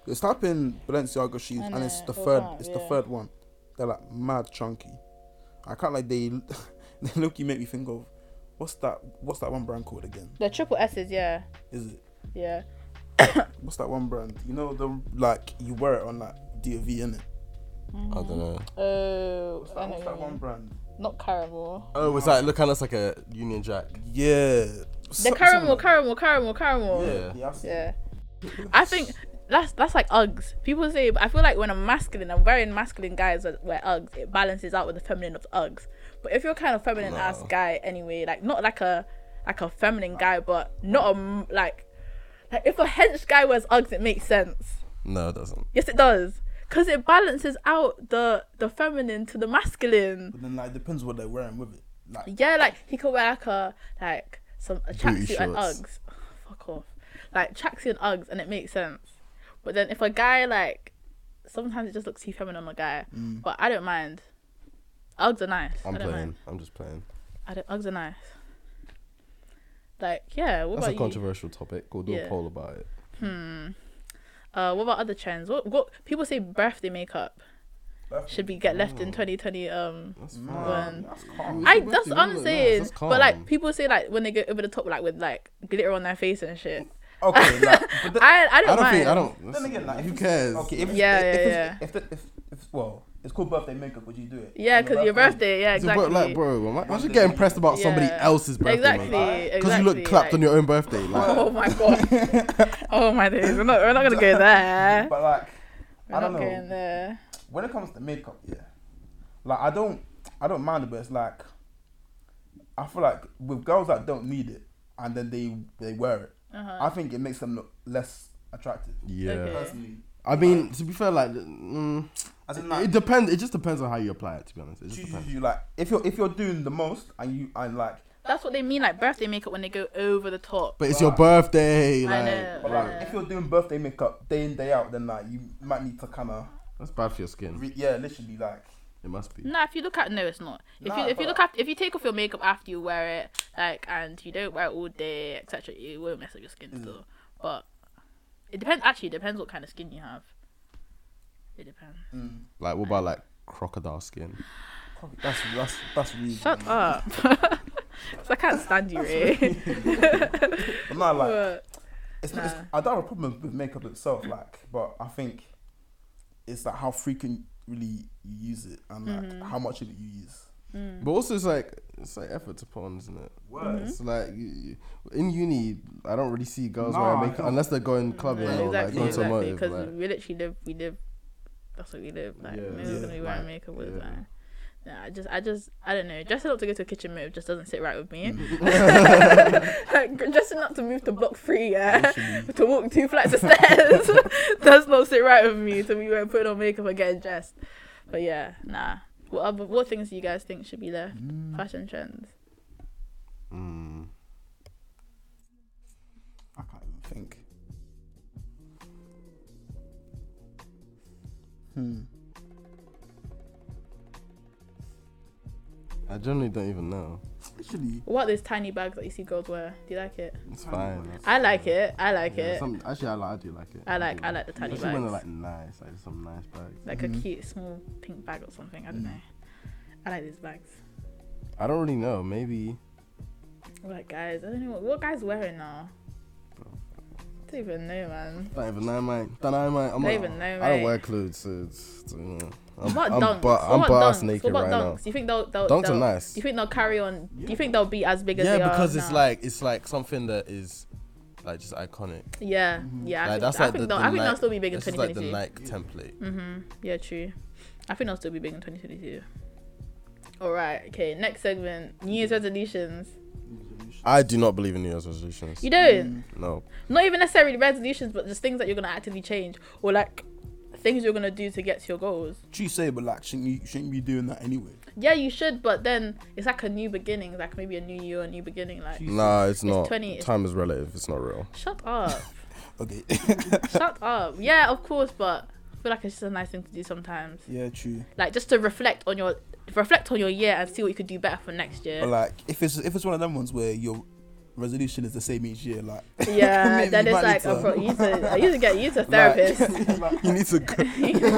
[SPEAKER 4] It's type in Balenciaga shoes,
[SPEAKER 1] I
[SPEAKER 4] and it's
[SPEAKER 1] know,
[SPEAKER 4] the
[SPEAKER 1] what's
[SPEAKER 4] third.
[SPEAKER 1] that?
[SPEAKER 4] It's the
[SPEAKER 1] Yeah.
[SPEAKER 4] third one. They're like mad chunky. I can't like they. they look you make me think of. What's that? What's that one brand called again?
[SPEAKER 1] The triple S's. Yeah,
[SPEAKER 4] Is it?
[SPEAKER 1] yeah.
[SPEAKER 4] What's that one brand? You know the like you wear it on like DOV in it.
[SPEAKER 2] I don't know Uh,
[SPEAKER 1] Oh,
[SPEAKER 4] What's
[SPEAKER 1] I know
[SPEAKER 4] that,
[SPEAKER 1] what
[SPEAKER 4] what's that
[SPEAKER 1] you
[SPEAKER 4] one
[SPEAKER 1] mean.
[SPEAKER 4] brand?
[SPEAKER 1] Not caramel.
[SPEAKER 2] oh it's like look kind of like a Union Jack
[SPEAKER 4] Yeah.
[SPEAKER 1] The caramel, caramel, caramel, caramel.
[SPEAKER 2] Yeah.
[SPEAKER 1] Yeah. I think that's that's like Uggs. People say, but I feel like when I'm masculine, I'm wearing masculine guys that wear Uggs. It balances out with the feminine of Uggs. But if you're kind of feminine ass
[SPEAKER 2] No.
[SPEAKER 1] guy anyway, like not like a like a feminine guy, but not a m- like like if a hench guy wears Uggs, it makes sense.
[SPEAKER 2] no it doesn't
[SPEAKER 1] Yes, it does. Cause it balances out the the feminine to the masculine.
[SPEAKER 4] But then like depends what they're wearing with it. Like
[SPEAKER 1] Yeah, like he could wear like a like some a
[SPEAKER 2] Booty
[SPEAKER 1] tracksuit and
[SPEAKER 2] shorts.
[SPEAKER 1] Uggs. fuck off. Like tracksuit and Uggs, and it makes sense. But then if a guy like, sometimes it just looks too feminine on a guy. But I don't mind. Uggs are nice.
[SPEAKER 2] Mm. I'm
[SPEAKER 1] I don't
[SPEAKER 2] playing
[SPEAKER 1] mind.
[SPEAKER 2] I'm just playing
[SPEAKER 1] I don't, Uggs are nice. Like yeah, what
[SPEAKER 2] that's a
[SPEAKER 1] about you?
[SPEAKER 2] controversial topic we'll do
[SPEAKER 1] Yeah.
[SPEAKER 2] a poll about it
[SPEAKER 1] Uh, what about other trends? What what people say birthday makeup should be get left in 2020 um
[SPEAKER 2] that's
[SPEAKER 1] one.
[SPEAKER 4] Mm, that's calm.
[SPEAKER 1] I
[SPEAKER 2] Birthday
[SPEAKER 1] that's what I'm
[SPEAKER 2] makeup,
[SPEAKER 1] saying.
[SPEAKER 2] that's
[SPEAKER 1] but like
[SPEAKER 2] calm.
[SPEAKER 1] people say like when they go over the top like with like glitter on their face and shit.
[SPEAKER 4] okay, like, but then,
[SPEAKER 1] I I don't
[SPEAKER 2] I don't
[SPEAKER 1] mind.
[SPEAKER 2] think I don't
[SPEAKER 4] then again, like, if
[SPEAKER 2] who
[SPEAKER 4] it's-
[SPEAKER 2] cares
[SPEAKER 4] Okay, if it's,
[SPEAKER 1] Yeah,
[SPEAKER 4] if,
[SPEAKER 1] yeah,
[SPEAKER 4] if,
[SPEAKER 1] yeah.
[SPEAKER 4] It's, if, the, if, if well, it's called birthday makeup. Would you do it?
[SPEAKER 1] Yeah,
[SPEAKER 4] On
[SPEAKER 1] because your birthday. Yeah,
[SPEAKER 2] It's a bit
[SPEAKER 1] exactly.
[SPEAKER 2] like bro am I- why should you get impressed about somebody
[SPEAKER 1] Yeah.
[SPEAKER 2] else's birthday
[SPEAKER 1] exactly, exactly.
[SPEAKER 2] because you look clapped
[SPEAKER 1] like-
[SPEAKER 2] on your own birthday like
[SPEAKER 1] Oh my god. oh my days. We're not. We're not gonna go there.
[SPEAKER 4] But like,
[SPEAKER 1] We're
[SPEAKER 4] I don't
[SPEAKER 1] not going
[SPEAKER 4] know.
[SPEAKER 1] there.
[SPEAKER 4] When it comes to makeup, yeah, like I don't, I don't mind it, but it's like, I feel like with girls that don't need it and then they they wear it,
[SPEAKER 1] Uh-huh.
[SPEAKER 4] I think it makes them look less attractive.
[SPEAKER 2] yeah
[SPEAKER 1] Okay.
[SPEAKER 4] Personally,
[SPEAKER 2] I mean to be fair like mm,
[SPEAKER 4] as in
[SPEAKER 2] It
[SPEAKER 4] like,
[SPEAKER 2] depends. It just depends on how you apply it. To be honest, it just
[SPEAKER 4] you,
[SPEAKER 2] depends.
[SPEAKER 4] you- you, like if you're if you're doing the most and you and like
[SPEAKER 1] That's what they mean, like birthday makeup when they go over the top.
[SPEAKER 2] But it's your birthday.
[SPEAKER 1] I
[SPEAKER 2] Like
[SPEAKER 1] know.
[SPEAKER 4] but like if you're doing birthday makeup day in day out, then like you might need to kind of
[SPEAKER 2] that's bad for your skin.
[SPEAKER 4] re- yeah, literally like
[SPEAKER 2] It must be.
[SPEAKER 1] Nah, if you look at no, it's not. If
[SPEAKER 4] Nah,
[SPEAKER 1] you if you
[SPEAKER 4] but-
[SPEAKER 1] look after if you take off your makeup after you wear it, like and you don't wear it all day, etc., it won't mess up your
[SPEAKER 2] Mm.
[SPEAKER 1] skin still. But it depends. Actually, it depends what kind of skin you have. It depends.
[SPEAKER 4] mm.
[SPEAKER 2] Like what about like crocodile skin?
[SPEAKER 4] that's that's that's really.
[SPEAKER 1] Shut up. 'Cause I can't stand you, eh. Ray.
[SPEAKER 4] But not like
[SPEAKER 1] But
[SPEAKER 4] it's, not- it's, I don't have a problem with makeup itself, like, but I think it's like how frequent really you use it and like
[SPEAKER 1] Mm-hmm.
[SPEAKER 4] how much of it you use.
[SPEAKER 1] Mm.
[SPEAKER 2] But also, it's like it's like effort to put on, isn't it?
[SPEAKER 1] Mm-hmm.
[SPEAKER 2] It's like you, you- in uni, I don't really see girls
[SPEAKER 4] Nah, I
[SPEAKER 2] wearing makeup
[SPEAKER 4] don't-
[SPEAKER 2] unless they're going clubbing
[SPEAKER 1] no,
[SPEAKER 2] or like
[SPEAKER 1] exactly,
[SPEAKER 2] going to a
[SPEAKER 1] exactly.
[SPEAKER 2] motive.
[SPEAKER 1] Because
[SPEAKER 2] Like,
[SPEAKER 1] we literally live, we live. That's what we live. Like,
[SPEAKER 2] Yeah,
[SPEAKER 1] no one's
[SPEAKER 2] yeah,
[SPEAKER 1] gonna be wearing
[SPEAKER 2] like,
[SPEAKER 1] makeup all the
[SPEAKER 2] yeah.
[SPEAKER 1] time. Nah, I just, I just, I don't know. Dressing up to go to a kitchen move just doesn't sit right with
[SPEAKER 4] Mm.
[SPEAKER 1] me. like, dressing up to move to block three, yeah, to walk two flights of stairs does not sit right with me. To be wearing putting on makeup and getting dressed. But yeah, nah. What other, what things do you guys think should be left? Fashion trends.
[SPEAKER 2] mm,
[SPEAKER 4] I can't even think. Hmm.
[SPEAKER 2] I generally don't even know.
[SPEAKER 4] Literally.
[SPEAKER 1] What these tiny bags that you see girls wear? Do you like it?
[SPEAKER 2] It's fine. that's-
[SPEAKER 1] I like it. I like
[SPEAKER 2] yeah,
[SPEAKER 1] it.
[SPEAKER 2] some- actually, I, like, I do like it.
[SPEAKER 1] I like-
[SPEAKER 2] do
[SPEAKER 1] I like the tiny
[SPEAKER 2] Especially when they're
[SPEAKER 1] bags.
[SPEAKER 2] like nice, like some nice bags.
[SPEAKER 1] Like a cute small pink bag or something. I
[SPEAKER 2] Mm-hmm.
[SPEAKER 1] don't know. I like these bags.
[SPEAKER 2] I don't really know. Maybe
[SPEAKER 1] I Like guys, I don't know what, what guys wearing now. Don't even know, man.
[SPEAKER 2] don't even know, mate. Don't know, mate. I'm
[SPEAKER 1] Don't
[SPEAKER 2] not,
[SPEAKER 1] even know,
[SPEAKER 2] I don't
[SPEAKER 1] mate.
[SPEAKER 2] wear clothes, so it's. it's, you know, I'm,
[SPEAKER 1] What
[SPEAKER 2] I'm,
[SPEAKER 1] dunks?
[SPEAKER 2] bu- I'm
[SPEAKER 1] what
[SPEAKER 2] butt ass
[SPEAKER 1] dunks?
[SPEAKER 2] naked
[SPEAKER 1] what about
[SPEAKER 2] right
[SPEAKER 1] dunks? Do you think they'll, they'll
[SPEAKER 2] Dunks are
[SPEAKER 1] they'll-
[SPEAKER 2] nice.
[SPEAKER 1] Do you think they'll carry on? Do you think they'll be as big as
[SPEAKER 2] now.
[SPEAKER 1] they
[SPEAKER 2] Yeah,
[SPEAKER 1] are
[SPEAKER 2] because it's
[SPEAKER 1] now?
[SPEAKER 2] like it's like something that is like just iconic.
[SPEAKER 1] yeah, yeah. I
[SPEAKER 2] Mhm. Like
[SPEAKER 1] think,
[SPEAKER 2] that's
[SPEAKER 1] I
[SPEAKER 2] like
[SPEAKER 1] think,
[SPEAKER 2] the,
[SPEAKER 1] they'll,
[SPEAKER 2] the
[SPEAKER 1] I think they'll
[SPEAKER 2] Nike-
[SPEAKER 1] still be big in
[SPEAKER 2] this is like
[SPEAKER 1] 2022.
[SPEAKER 2] the Nike template.
[SPEAKER 1] Mm-hmm. Yeah, true. I think I'll still be big in 2022. All right. Okay. Next segment: New Year's resolutions.
[SPEAKER 2] I do not believe in New Year's resolutions.
[SPEAKER 1] You don't.
[SPEAKER 2] no,
[SPEAKER 1] Not even necessarily resolutions, but just things that you're gonna actively change or like things you're gonna do to get to your goals.
[SPEAKER 4] True say, but like, shouldn't you shouldn't you be doing that anyway?
[SPEAKER 1] Yeah, you should, but then it's like a new beginning, like maybe a new year, a new beginning. Like,
[SPEAKER 2] nah, it's not.
[SPEAKER 1] 20 it's-
[SPEAKER 2] Time is relative. It's not real.
[SPEAKER 1] shut up,
[SPEAKER 4] Okay.
[SPEAKER 1] shut up. Yeah, of course, but I feel like it's just a nice thing to do sometimes.
[SPEAKER 4] yeah, true.
[SPEAKER 1] Like just to reflect on your reflect on your year and see what you could do better for next year.
[SPEAKER 4] But like, if it's if it's one of them ones where your resolution is the same each year, like
[SPEAKER 1] yeah,
[SPEAKER 4] maybe
[SPEAKER 1] then
[SPEAKER 4] you
[SPEAKER 1] it's
[SPEAKER 4] might
[SPEAKER 1] like
[SPEAKER 4] need
[SPEAKER 1] a
[SPEAKER 4] to-
[SPEAKER 1] pro- you need to I used to get you need a therapist.
[SPEAKER 2] you need to go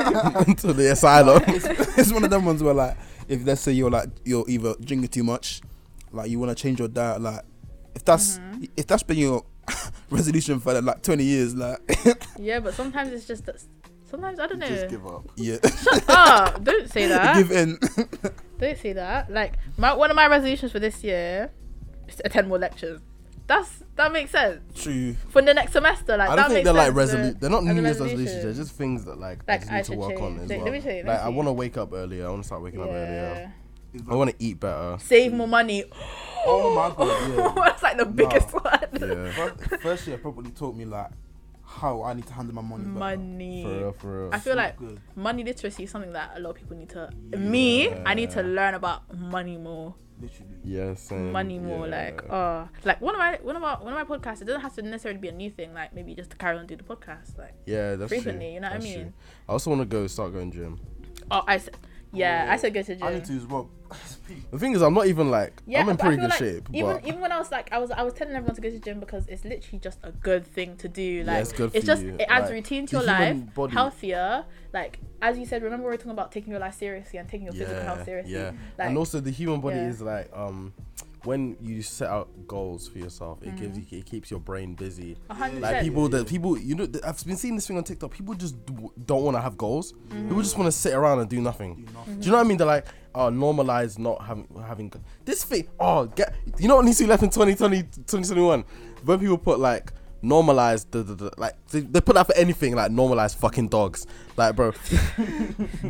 [SPEAKER 2] into the asylum.
[SPEAKER 4] it's one of them ones where like if let's say you're like you're either drinking too much, like you want to change your diet, like if that's
[SPEAKER 1] Mm-hmm.
[SPEAKER 4] if that's been your resolution for like 20 years, like
[SPEAKER 1] yeah, but sometimes it's just that. Sometimes I don't know.
[SPEAKER 2] up.
[SPEAKER 4] yeah,
[SPEAKER 1] Ah, don't say that.
[SPEAKER 4] give in.
[SPEAKER 1] Don't say that. Like my one of my resolutions for this year is to attend more lectures. That's that makes sense
[SPEAKER 4] True.
[SPEAKER 1] for the next semester. Like
[SPEAKER 2] I
[SPEAKER 1] that
[SPEAKER 2] don't
[SPEAKER 1] makes
[SPEAKER 2] think they're like
[SPEAKER 1] sense, uh,
[SPEAKER 2] resolute. They're not
[SPEAKER 1] as a
[SPEAKER 2] New Year's resolutions.
[SPEAKER 1] resolution.
[SPEAKER 2] They're just things that like,
[SPEAKER 1] Like, I
[SPEAKER 2] I just
[SPEAKER 1] should
[SPEAKER 2] need to work on
[SPEAKER 1] change.
[SPEAKER 2] as
[SPEAKER 1] Let-
[SPEAKER 2] well.
[SPEAKER 1] let me show you, let me
[SPEAKER 2] like I
[SPEAKER 1] see.
[SPEAKER 2] want to wake up earlier. I want to start waking up
[SPEAKER 1] Yeah.
[SPEAKER 2] earlier. I want to eat better.
[SPEAKER 1] Save more money.
[SPEAKER 4] Oh my God, yeah.
[SPEAKER 1] That's like the biggest one.
[SPEAKER 2] Yeah,
[SPEAKER 4] First, first year probably taught me like how I need to handle my money. better.
[SPEAKER 1] Money.
[SPEAKER 2] for real, for real.
[SPEAKER 1] I feel like
[SPEAKER 4] good.
[SPEAKER 1] money literacy is something that a lot of people need to. Me, I need to learn about money more.
[SPEAKER 4] Literally.
[SPEAKER 2] yeah, same.
[SPEAKER 1] money more
[SPEAKER 2] Mm, yeah.
[SPEAKER 1] like uh like one of my one of our one of my podcasts it doesn't have to necessarily be a new thing like maybe just to carry on do the podcast like
[SPEAKER 2] yeah, that's
[SPEAKER 1] frequently,
[SPEAKER 2] True.
[SPEAKER 1] you know what I
[SPEAKER 2] That's true.
[SPEAKER 1] mean?
[SPEAKER 2] I also want to go start going gym.
[SPEAKER 1] oh I said yeah
[SPEAKER 2] Oh,
[SPEAKER 1] I said go to
[SPEAKER 4] I need
[SPEAKER 1] gym
[SPEAKER 4] to as well.
[SPEAKER 2] The thing is, I'm not even like
[SPEAKER 1] yeah
[SPEAKER 2] I'm in
[SPEAKER 1] but I
[SPEAKER 2] pretty
[SPEAKER 1] feel
[SPEAKER 2] good
[SPEAKER 1] like
[SPEAKER 2] shape,
[SPEAKER 1] even
[SPEAKER 2] but
[SPEAKER 1] even when I was like I was I was telling everyone to go to gym because it's literally just a good thing to do like
[SPEAKER 2] it's good for
[SPEAKER 1] just
[SPEAKER 2] you.
[SPEAKER 1] it adds
[SPEAKER 2] Like,
[SPEAKER 1] routine to
[SPEAKER 2] the
[SPEAKER 1] your life
[SPEAKER 2] human body-
[SPEAKER 1] healthier like as you said remember we were talking about taking your life seriously and taking your physical health seriously
[SPEAKER 2] Yeah.
[SPEAKER 1] like
[SPEAKER 2] and also the human body
[SPEAKER 1] yeah.
[SPEAKER 2] is like um when you set out goals for yourself, it gives
[SPEAKER 1] Mm.
[SPEAKER 2] you, it keeps your brain busy.
[SPEAKER 1] 100%.
[SPEAKER 2] Like people that people you know th- I've been seeing this thing on TikTok. People just d- don't want to have goals.
[SPEAKER 1] Mm.
[SPEAKER 2] People just want to sit around and do nothing. Do you know what I mean? They're like, oh, normalize not having having go- this thing. Oh, get you know what needs to be left in 2020, 2021? When people put like normalize the, the, the like they, they put that for anything like normalize fucking dogs like bro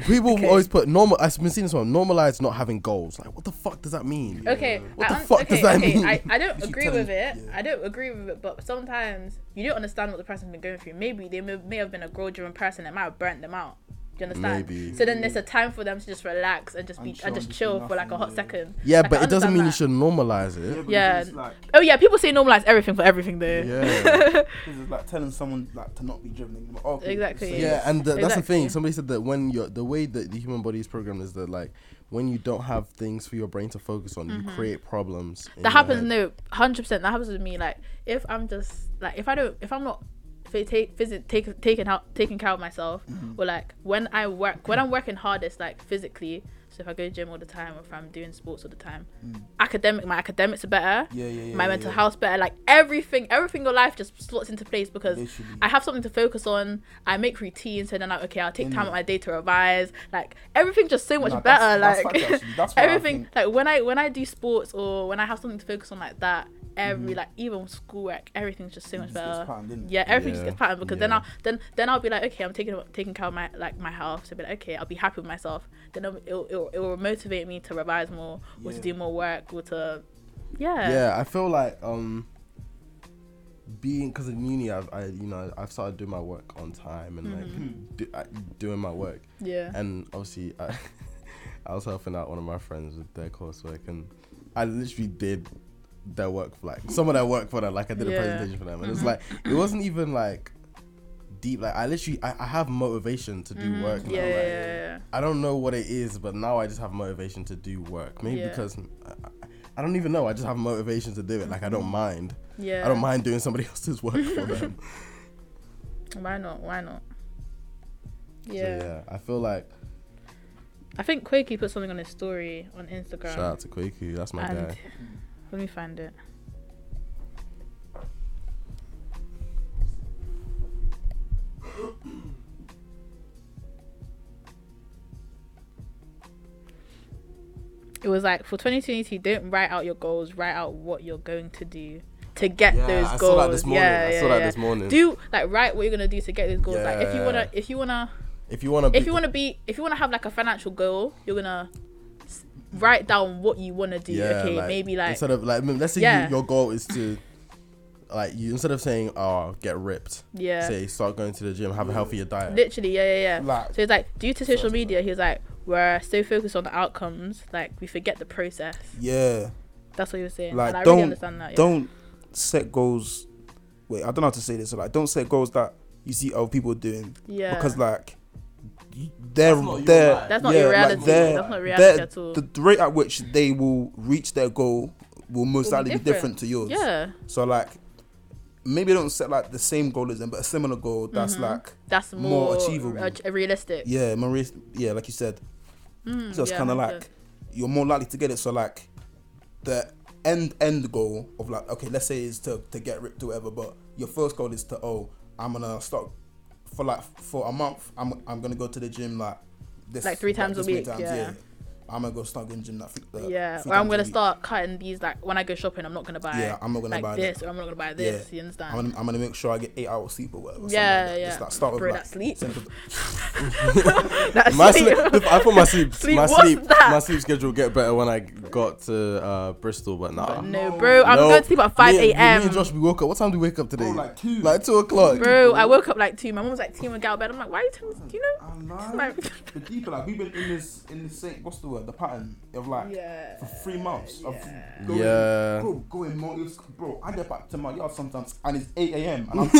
[SPEAKER 2] people always put normal i've been seeing this one normalize not having goals like what the fuck does that mean
[SPEAKER 1] Okay,
[SPEAKER 2] What
[SPEAKER 1] I
[SPEAKER 2] the
[SPEAKER 1] un-
[SPEAKER 2] fuck
[SPEAKER 1] okay,
[SPEAKER 2] does that
[SPEAKER 1] okay,
[SPEAKER 2] mean?
[SPEAKER 1] I, I don't
[SPEAKER 4] should
[SPEAKER 1] agree
[SPEAKER 4] tell
[SPEAKER 1] with
[SPEAKER 4] him-
[SPEAKER 1] it.
[SPEAKER 4] yeah.
[SPEAKER 1] I don't agree with it, but sometimes you don't understand what the person's been going through. Maybe they may, may have been a growth driven person that might have burnt them out. Do you understand?
[SPEAKER 2] Maybe.
[SPEAKER 1] So then there's a time for them to just relax and just be and
[SPEAKER 4] And chill
[SPEAKER 1] just
[SPEAKER 4] and just
[SPEAKER 1] chill
[SPEAKER 4] do
[SPEAKER 1] for like a
[SPEAKER 4] nothing,
[SPEAKER 1] hot
[SPEAKER 4] yeah.
[SPEAKER 1] second.
[SPEAKER 2] yeah
[SPEAKER 1] Like,
[SPEAKER 2] but
[SPEAKER 1] I
[SPEAKER 2] it doesn't
[SPEAKER 1] understand
[SPEAKER 2] mean you
[SPEAKER 1] that.
[SPEAKER 2] should normalize it
[SPEAKER 1] Yeah.
[SPEAKER 4] It's like,
[SPEAKER 1] Oh yeah, people say normalize everything for everything though.
[SPEAKER 2] yeah
[SPEAKER 4] this is like telling someone like to not be driven anymore. Oh, okay,
[SPEAKER 1] Exactly.
[SPEAKER 4] so-
[SPEAKER 2] Yeah, and th- that's the
[SPEAKER 1] Exactly.
[SPEAKER 2] thing. Somebody said that when you're the way that the human body is programmed is that like when you don't have things for your brain to focus on, you create problems. in
[SPEAKER 1] Mm-hmm. that
[SPEAKER 2] your
[SPEAKER 1] happens
[SPEAKER 2] head.
[SPEAKER 1] no 100% that happens with me like if i'm just like if i don't if i'm not fi- take visit take taking out taking care of myself
[SPEAKER 4] Mm-hmm.
[SPEAKER 1] or like when i work when i'm working hardest like physically so if i go to gym all the time or if i'm doing sports all the time academic my academics are better
[SPEAKER 4] Mm. Yeah, yeah, yeah,
[SPEAKER 1] my
[SPEAKER 4] yeah,
[SPEAKER 1] mental
[SPEAKER 4] yeah.
[SPEAKER 1] health better like everything everything in your life just slots into place because
[SPEAKER 4] Literally.
[SPEAKER 1] i have something to focus on i make routines so then like okay i'll take time out my day to revise like everything just so much
[SPEAKER 4] Nah, Mm. that's-
[SPEAKER 1] better
[SPEAKER 4] that's
[SPEAKER 1] like
[SPEAKER 4] facts, actually. That's what I
[SPEAKER 1] everything
[SPEAKER 4] think.
[SPEAKER 1] like when I when I do sports or when I have something to focus on like that, every like even schoolwork, everything's just so much
[SPEAKER 4] Mm. just
[SPEAKER 1] better.
[SPEAKER 4] gets patterned, innit?
[SPEAKER 1] yeah, everything just
[SPEAKER 2] Yeah,
[SPEAKER 1] gets patterned because then
[SPEAKER 2] yeah.
[SPEAKER 1] I'll then then I'll be like, okay, I'm taking taking care of my like my health. So I'll be like, okay, I'll be happy with myself. Then it'll it'll, it'll, it'll motivate me to revise more or to
[SPEAKER 4] Yeah.
[SPEAKER 1] do more work or to yeah
[SPEAKER 2] Yeah, I feel like um being because in uni I've I you know I've started doing my work on time and
[SPEAKER 1] Mm-hmm.
[SPEAKER 2] like do, I, doing my work.
[SPEAKER 1] yeah.
[SPEAKER 4] Uh,
[SPEAKER 2] and obviously I, I was helping out one of my friends with their coursework and I literally did their work for like some of their work for them like I did a
[SPEAKER 1] Yeah. Mm-hmm.
[SPEAKER 2] presentation for them and it's like it wasn't even like deep. Like I literally, I, I have motivation to do work. now,
[SPEAKER 1] Mm-hmm. Yeah,
[SPEAKER 2] like,
[SPEAKER 1] yeah, yeah,
[SPEAKER 2] I don't know what it is, but now I just have motivation to do work. Maybe
[SPEAKER 1] Yeah.
[SPEAKER 2] because I, I- I don't even know. I just have motivation to do it. Like I don't mind.
[SPEAKER 1] Mm-hmm. yeah.
[SPEAKER 2] I don't mind doing somebody else's work for them.
[SPEAKER 1] Why not? Why not?
[SPEAKER 2] So,
[SPEAKER 1] Yeah.
[SPEAKER 2] yeah. I feel like
[SPEAKER 1] I think Quakey put something on his story on Instagram.
[SPEAKER 2] shout out to Quaku. That's my
[SPEAKER 1] and
[SPEAKER 2] guy.
[SPEAKER 1] let me find it. It was like for 2022, don't write out your goals. Write out what you're going to do to get
[SPEAKER 2] Yeah,
[SPEAKER 1] those
[SPEAKER 2] I
[SPEAKER 1] goals.
[SPEAKER 2] saw that this morning.
[SPEAKER 1] Yeah,
[SPEAKER 2] I
[SPEAKER 1] yeah,
[SPEAKER 2] saw that
[SPEAKER 1] yeah.
[SPEAKER 2] this morning.
[SPEAKER 1] Do like write what you're gonna do to get those goals. Like if you wanna,
[SPEAKER 2] Yeah.
[SPEAKER 1] if you wanna,
[SPEAKER 2] If you wanna, be,
[SPEAKER 1] if you want to be if you want to have like a financial goal you're gonna s- write down what you want to do okay maybe like
[SPEAKER 2] instead of like mm, let's say
[SPEAKER 1] Yeah.
[SPEAKER 2] you, your goal is to like you instead of saying oh get ripped
[SPEAKER 1] Yeah.
[SPEAKER 2] say start going to the gym have a healthier diet
[SPEAKER 1] literally yeah yeah yeah
[SPEAKER 2] Like-
[SPEAKER 1] so it's like due to social media he's like we're so focused on the outcomes like we forget the process
[SPEAKER 4] Yeah.
[SPEAKER 1] that's what he was saying
[SPEAKER 4] like
[SPEAKER 1] and i
[SPEAKER 4] don't
[SPEAKER 1] really understand that yeah.
[SPEAKER 4] don't set goals wait i don't know how to say this so, like don't set goals that you see other people doing
[SPEAKER 1] yeah
[SPEAKER 4] because like y- they're
[SPEAKER 2] That's not your
[SPEAKER 4] they're
[SPEAKER 2] life.
[SPEAKER 1] That's not your reality.
[SPEAKER 4] they're-
[SPEAKER 1] That's not reality
[SPEAKER 4] they're-
[SPEAKER 1] at all.
[SPEAKER 4] the the rate at which they will reach their goal will
[SPEAKER 1] Will
[SPEAKER 4] most
[SPEAKER 1] be
[SPEAKER 4] likely be
[SPEAKER 1] different.
[SPEAKER 4] different to yours
[SPEAKER 1] yeah
[SPEAKER 4] so like maybe don't set like the same goal as them but a similar goal that's like
[SPEAKER 1] Mm-hmm. that's more,
[SPEAKER 4] More achievable.
[SPEAKER 1] ach- realistic
[SPEAKER 4] yeah maria yeah like you said
[SPEAKER 1] Mm,
[SPEAKER 4] so it's
[SPEAKER 1] yeah,
[SPEAKER 4] kind of
[SPEAKER 1] makes
[SPEAKER 4] like
[SPEAKER 1] sense.
[SPEAKER 4] you're more likely to get it so like the end end goal of like okay let's say is to, to get ripped or whatever but your first goal is to oh i'm gonna start for like for a month i'm, I'm gonna go to the gym like this
[SPEAKER 1] Like three times a
[SPEAKER 4] this many
[SPEAKER 1] week, yeah.
[SPEAKER 4] i'm gonna go start going to gym that three, uh,
[SPEAKER 1] yeah
[SPEAKER 4] three
[SPEAKER 1] or i'm
[SPEAKER 4] times a
[SPEAKER 1] gonna
[SPEAKER 4] week.
[SPEAKER 1] start cutting these like when i go shopping i'm not gonna buy
[SPEAKER 4] yeah i'm not gonna
[SPEAKER 1] like
[SPEAKER 4] buy
[SPEAKER 1] this
[SPEAKER 4] that
[SPEAKER 1] or i'm not gonna buy
[SPEAKER 4] Yeah.
[SPEAKER 1] this you understand
[SPEAKER 4] I'm gonna, I'm gonna make sure i get eight hours sleep or whatever something
[SPEAKER 1] Yeah,
[SPEAKER 4] like that.
[SPEAKER 1] yeah.
[SPEAKER 4] Just, like, start with
[SPEAKER 1] Bro,
[SPEAKER 4] like,
[SPEAKER 1] that sleep.
[SPEAKER 4] simple-
[SPEAKER 1] That's
[SPEAKER 2] my
[SPEAKER 1] it.
[SPEAKER 2] sleep, I thought my sleep,
[SPEAKER 1] Sleep,
[SPEAKER 2] my
[SPEAKER 1] what's
[SPEAKER 2] sleep,
[SPEAKER 1] that?
[SPEAKER 2] my sleep schedule get better when I got to uh, Bristol, but nah.
[SPEAKER 1] no bro i'm
[SPEAKER 2] No.
[SPEAKER 1] going to sleep at 5
[SPEAKER 2] Me and- Me
[SPEAKER 1] a.m
[SPEAKER 2] and Josh, we woke up. What time do we wake up today?
[SPEAKER 4] Oh, like two.
[SPEAKER 2] Like two o'clock.
[SPEAKER 1] Bro, I woke up like two. My mom was like, "Team and get out of bed." I'm like, "Why are you telling me?" Do you know?
[SPEAKER 4] I'm not-
[SPEAKER 1] Like-
[SPEAKER 4] the deeper like we've been in this in this same what's the word the pattern of like
[SPEAKER 1] Yeah.
[SPEAKER 4] for three months of going,
[SPEAKER 2] Yeah.
[SPEAKER 4] bro going more bro I get back to my yard sometimes and it's 8 a.m and I'm,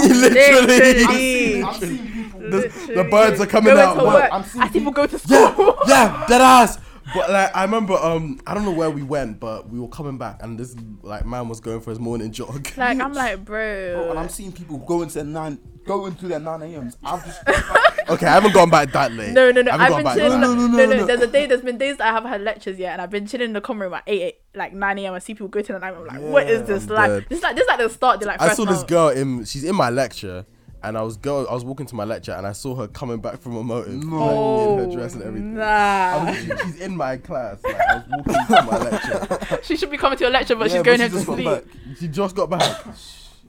[SPEAKER 4] I'm,
[SPEAKER 1] Literally.
[SPEAKER 4] seeing, I'm seeing people
[SPEAKER 2] the birds are coming
[SPEAKER 1] Going
[SPEAKER 2] out,
[SPEAKER 1] To
[SPEAKER 2] bro.
[SPEAKER 1] work.
[SPEAKER 4] I'm seeing
[SPEAKER 1] I see people go to
[SPEAKER 2] Yeah,
[SPEAKER 1] school.
[SPEAKER 2] yeah, dead ass. But like, I remember, um, I don't know where we went, but we were coming back, and this like man was going for his morning jog.
[SPEAKER 1] like I'm like, bro.
[SPEAKER 2] Oh,
[SPEAKER 4] bro, and I'm seeing people going to their 9 going to their 9 a.m.s I've just
[SPEAKER 2] okay, I haven't gone back that late.
[SPEAKER 1] no, no, no.
[SPEAKER 2] I
[SPEAKER 1] I've
[SPEAKER 2] haven't
[SPEAKER 1] been
[SPEAKER 2] gone back.
[SPEAKER 1] chilling.
[SPEAKER 2] that
[SPEAKER 1] No,
[SPEAKER 2] late.
[SPEAKER 1] no, no, There's a day. There's been days that I haven't had lectures yet, and I've been chilling in the common room at eight, like nine a.m. I see people go to the night. I'm like, what is this
[SPEAKER 2] I'm
[SPEAKER 1] like?
[SPEAKER 2] dead.
[SPEAKER 1] This is like this is like the start. They're like,
[SPEAKER 2] I
[SPEAKER 1] first
[SPEAKER 2] saw this
[SPEAKER 1] month.
[SPEAKER 2] girl in. She's in my lecture, and I was go. I was walking to my lecture, and I saw her coming back from a motive, like, in her dress and everything. I
[SPEAKER 1] Oh, Nah,
[SPEAKER 2] was literally- she's in my class. Like, I was walking to my lecture.
[SPEAKER 1] she should be coming to a lecture, but
[SPEAKER 4] Yeah,
[SPEAKER 1] she's going
[SPEAKER 4] she
[SPEAKER 1] home to
[SPEAKER 4] just got
[SPEAKER 1] sleep.
[SPEAKER 4] back.
[SPEAKER 2] She just got back.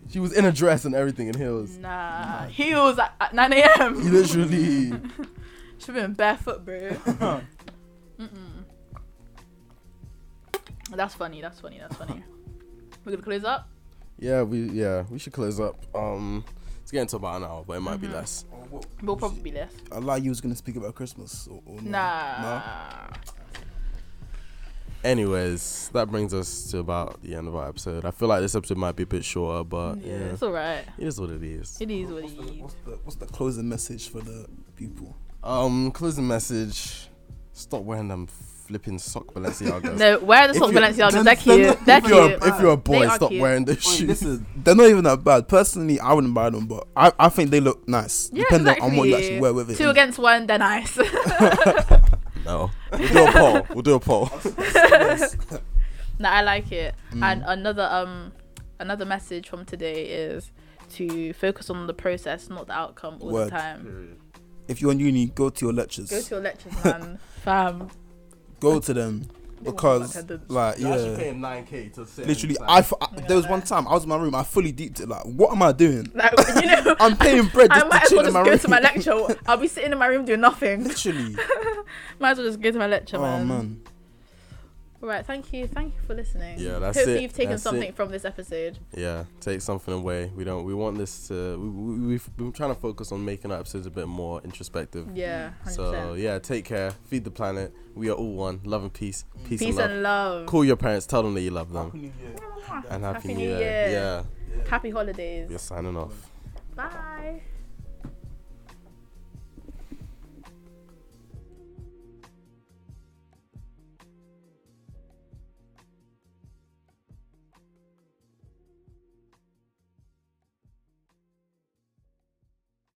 [SPEAKER 2] She was in a dress and everything in heels.
[SPEAKER 1] Nah, heels at, at 9 a.m.
[SPEAKER 2] He literally.
[SPEAKER 1] Should have been barefoot, bro. Mm-mm. That's funny. That's funny. That's funny. We're gonna close up.
[SPEAKER 2] Yeah, we yeah we should close up. Um, it's getting to about an hour, but it might
[SPEAKER 1] Mm-hmm.
[SPEAKER 2] be less.
[SPEAKER 1] We'll probably be less.
[SPEAKER 4] I like you was gonna speak about Christmas or, or no.
[SPEAKER 1] Nah.
[SPEAKER 4] No?
[SPEAKER 2] Anyways, that brings us to about the end of our episode. I feel like this episode might be a bit shorter, but
[SPEAKER 1] Yeah,
[SPEAKER 2] yeah,
[SPEAKER 1] it's alright.
[SPEAKER 2] it is what it is.
[SPEAKER 1] It is what it
[SPEAKER 4] What's, the,
[SPEAKER 1] is.
[SPEAKER 4] what's the what's the closing message for the people
[SPEAKER 2] Um, closing message: Stop wearing them flipping sock Balenciagas.
[SPEAKER 1] No, wear the
[SPEAKER 2] If
[SPEAKER 1] socks,
[SPEAKER 2] you-
[SPEAKER 1] Balenciaga.
[SPEAKER 4] then-
[SPEAKER 1] They're
[SPEAKER 4] then
[SPEAKER 1] cute. They're
[SPEAKER 2] If you're,
[SPEAKER 1] cute.
[SPEAKER 2] a, if you're a boy,
[SPEAKER 1] are
[SPEAKER 2] stop
[SPEAKER 1] cute.
[SPEAKER 2] wearing those
[SPEAKER 4] Wait,
[SPEAKER 2] shoes.
[SPEAKER 4] listen, they're not even that bad. Personally, I wouldn't buy them, but I, I think they look nice.
[SPEAKER 1] Yeah,
[SPEAKER 4] depending on what you
[SPEAKER 1] exactly.
[SPEAKER 4] actually wear with it.
[SPEAKER 1] Two against one, they're nice.
[SPEAKER 2] No, we'll do a poll. We'll do a poll.
[SPEAKER 1] Nah, I like it.
[SPEAKER 4] Mm.
[SPEAKER 1] And another um another message from today is to focus on the process, not the outcome all
[SPEAKER 4] Word.
[SPEAKER 1] the time.
[SPEAKER 4] If you're in uni, go to your lectures.
[SPEAKER 1] Go to your lectures, man. Fam.
[SPEAKER 4] Go to them because, like, yeah.
[SPEAKER 2] nine k to sit.
[SPEAKER 4] Literally, I, f- I- there was one time I was in my room. I fully deeped it. Like, what am I doing?
[SPEAKER 1] Like, you know,
[SPEAKER 4] I'm paying bread
[SPEAKER 1] I
[SPEAKER 4] just
[SPEAKER 1] might
[SPEAKER 4] to
[SPEAKER 1] as
[SPEAKER 4] chill
[SPEAKER 1] well
[SPEAKER 4] in
[SPEAKER 1] just
[SPEAKER 4] my
[SPEAKER 1] go
[SPEAKER 4] room.
[SPEAKER 1] to my lecture. I'll be sitting in my room doing nothing.
[SPEAKER 4] Literally.
[SPEAKER 1] Might as well just go to my lecture,
[SPEAKER 4] oh
[SPEAKER 1] man.
[SPEAKER 4] man.
[SPEAKER 1] Right, thank you, thank you for listening.
[SPEAKER 2] Yeah, that's
[SPEAKER 1] Hopefully
[SPEAKER 2] it,
[SPEAKER 1] you've taken
[SPEAKER 2] that's
[SPEAKER 1] something
[SPEAKER 2] it.
[SPEAKER 1] from this episode.
[SPEAKER 2] Yeah, take something away. We don't. We want this to. We, we, we've been trying to focus on making our episodes a bit more introspective.
[SPEAKER 1] Yeah, 100%.
[SPEAKER 2] So yeah, take care. Feed the planet. We are all one. Love and peace. Peace,
[SPEAKER 1] peace
[SPEAKER 2] and love.
[SPEAKER 1] and love.
[SPEAKER 2] Call your parents. Tell them that you love them. And happy,
[SPEAKER 1] Happy New
[SPEAKER 2] New Year.
[SPEAKER 1] Year.
[SPEAKER 2] Yeah,
[SPEAKER 1] Happy holidays.
[SPEAKER 2] you're signing off.
[SPEAKER 1] Bye.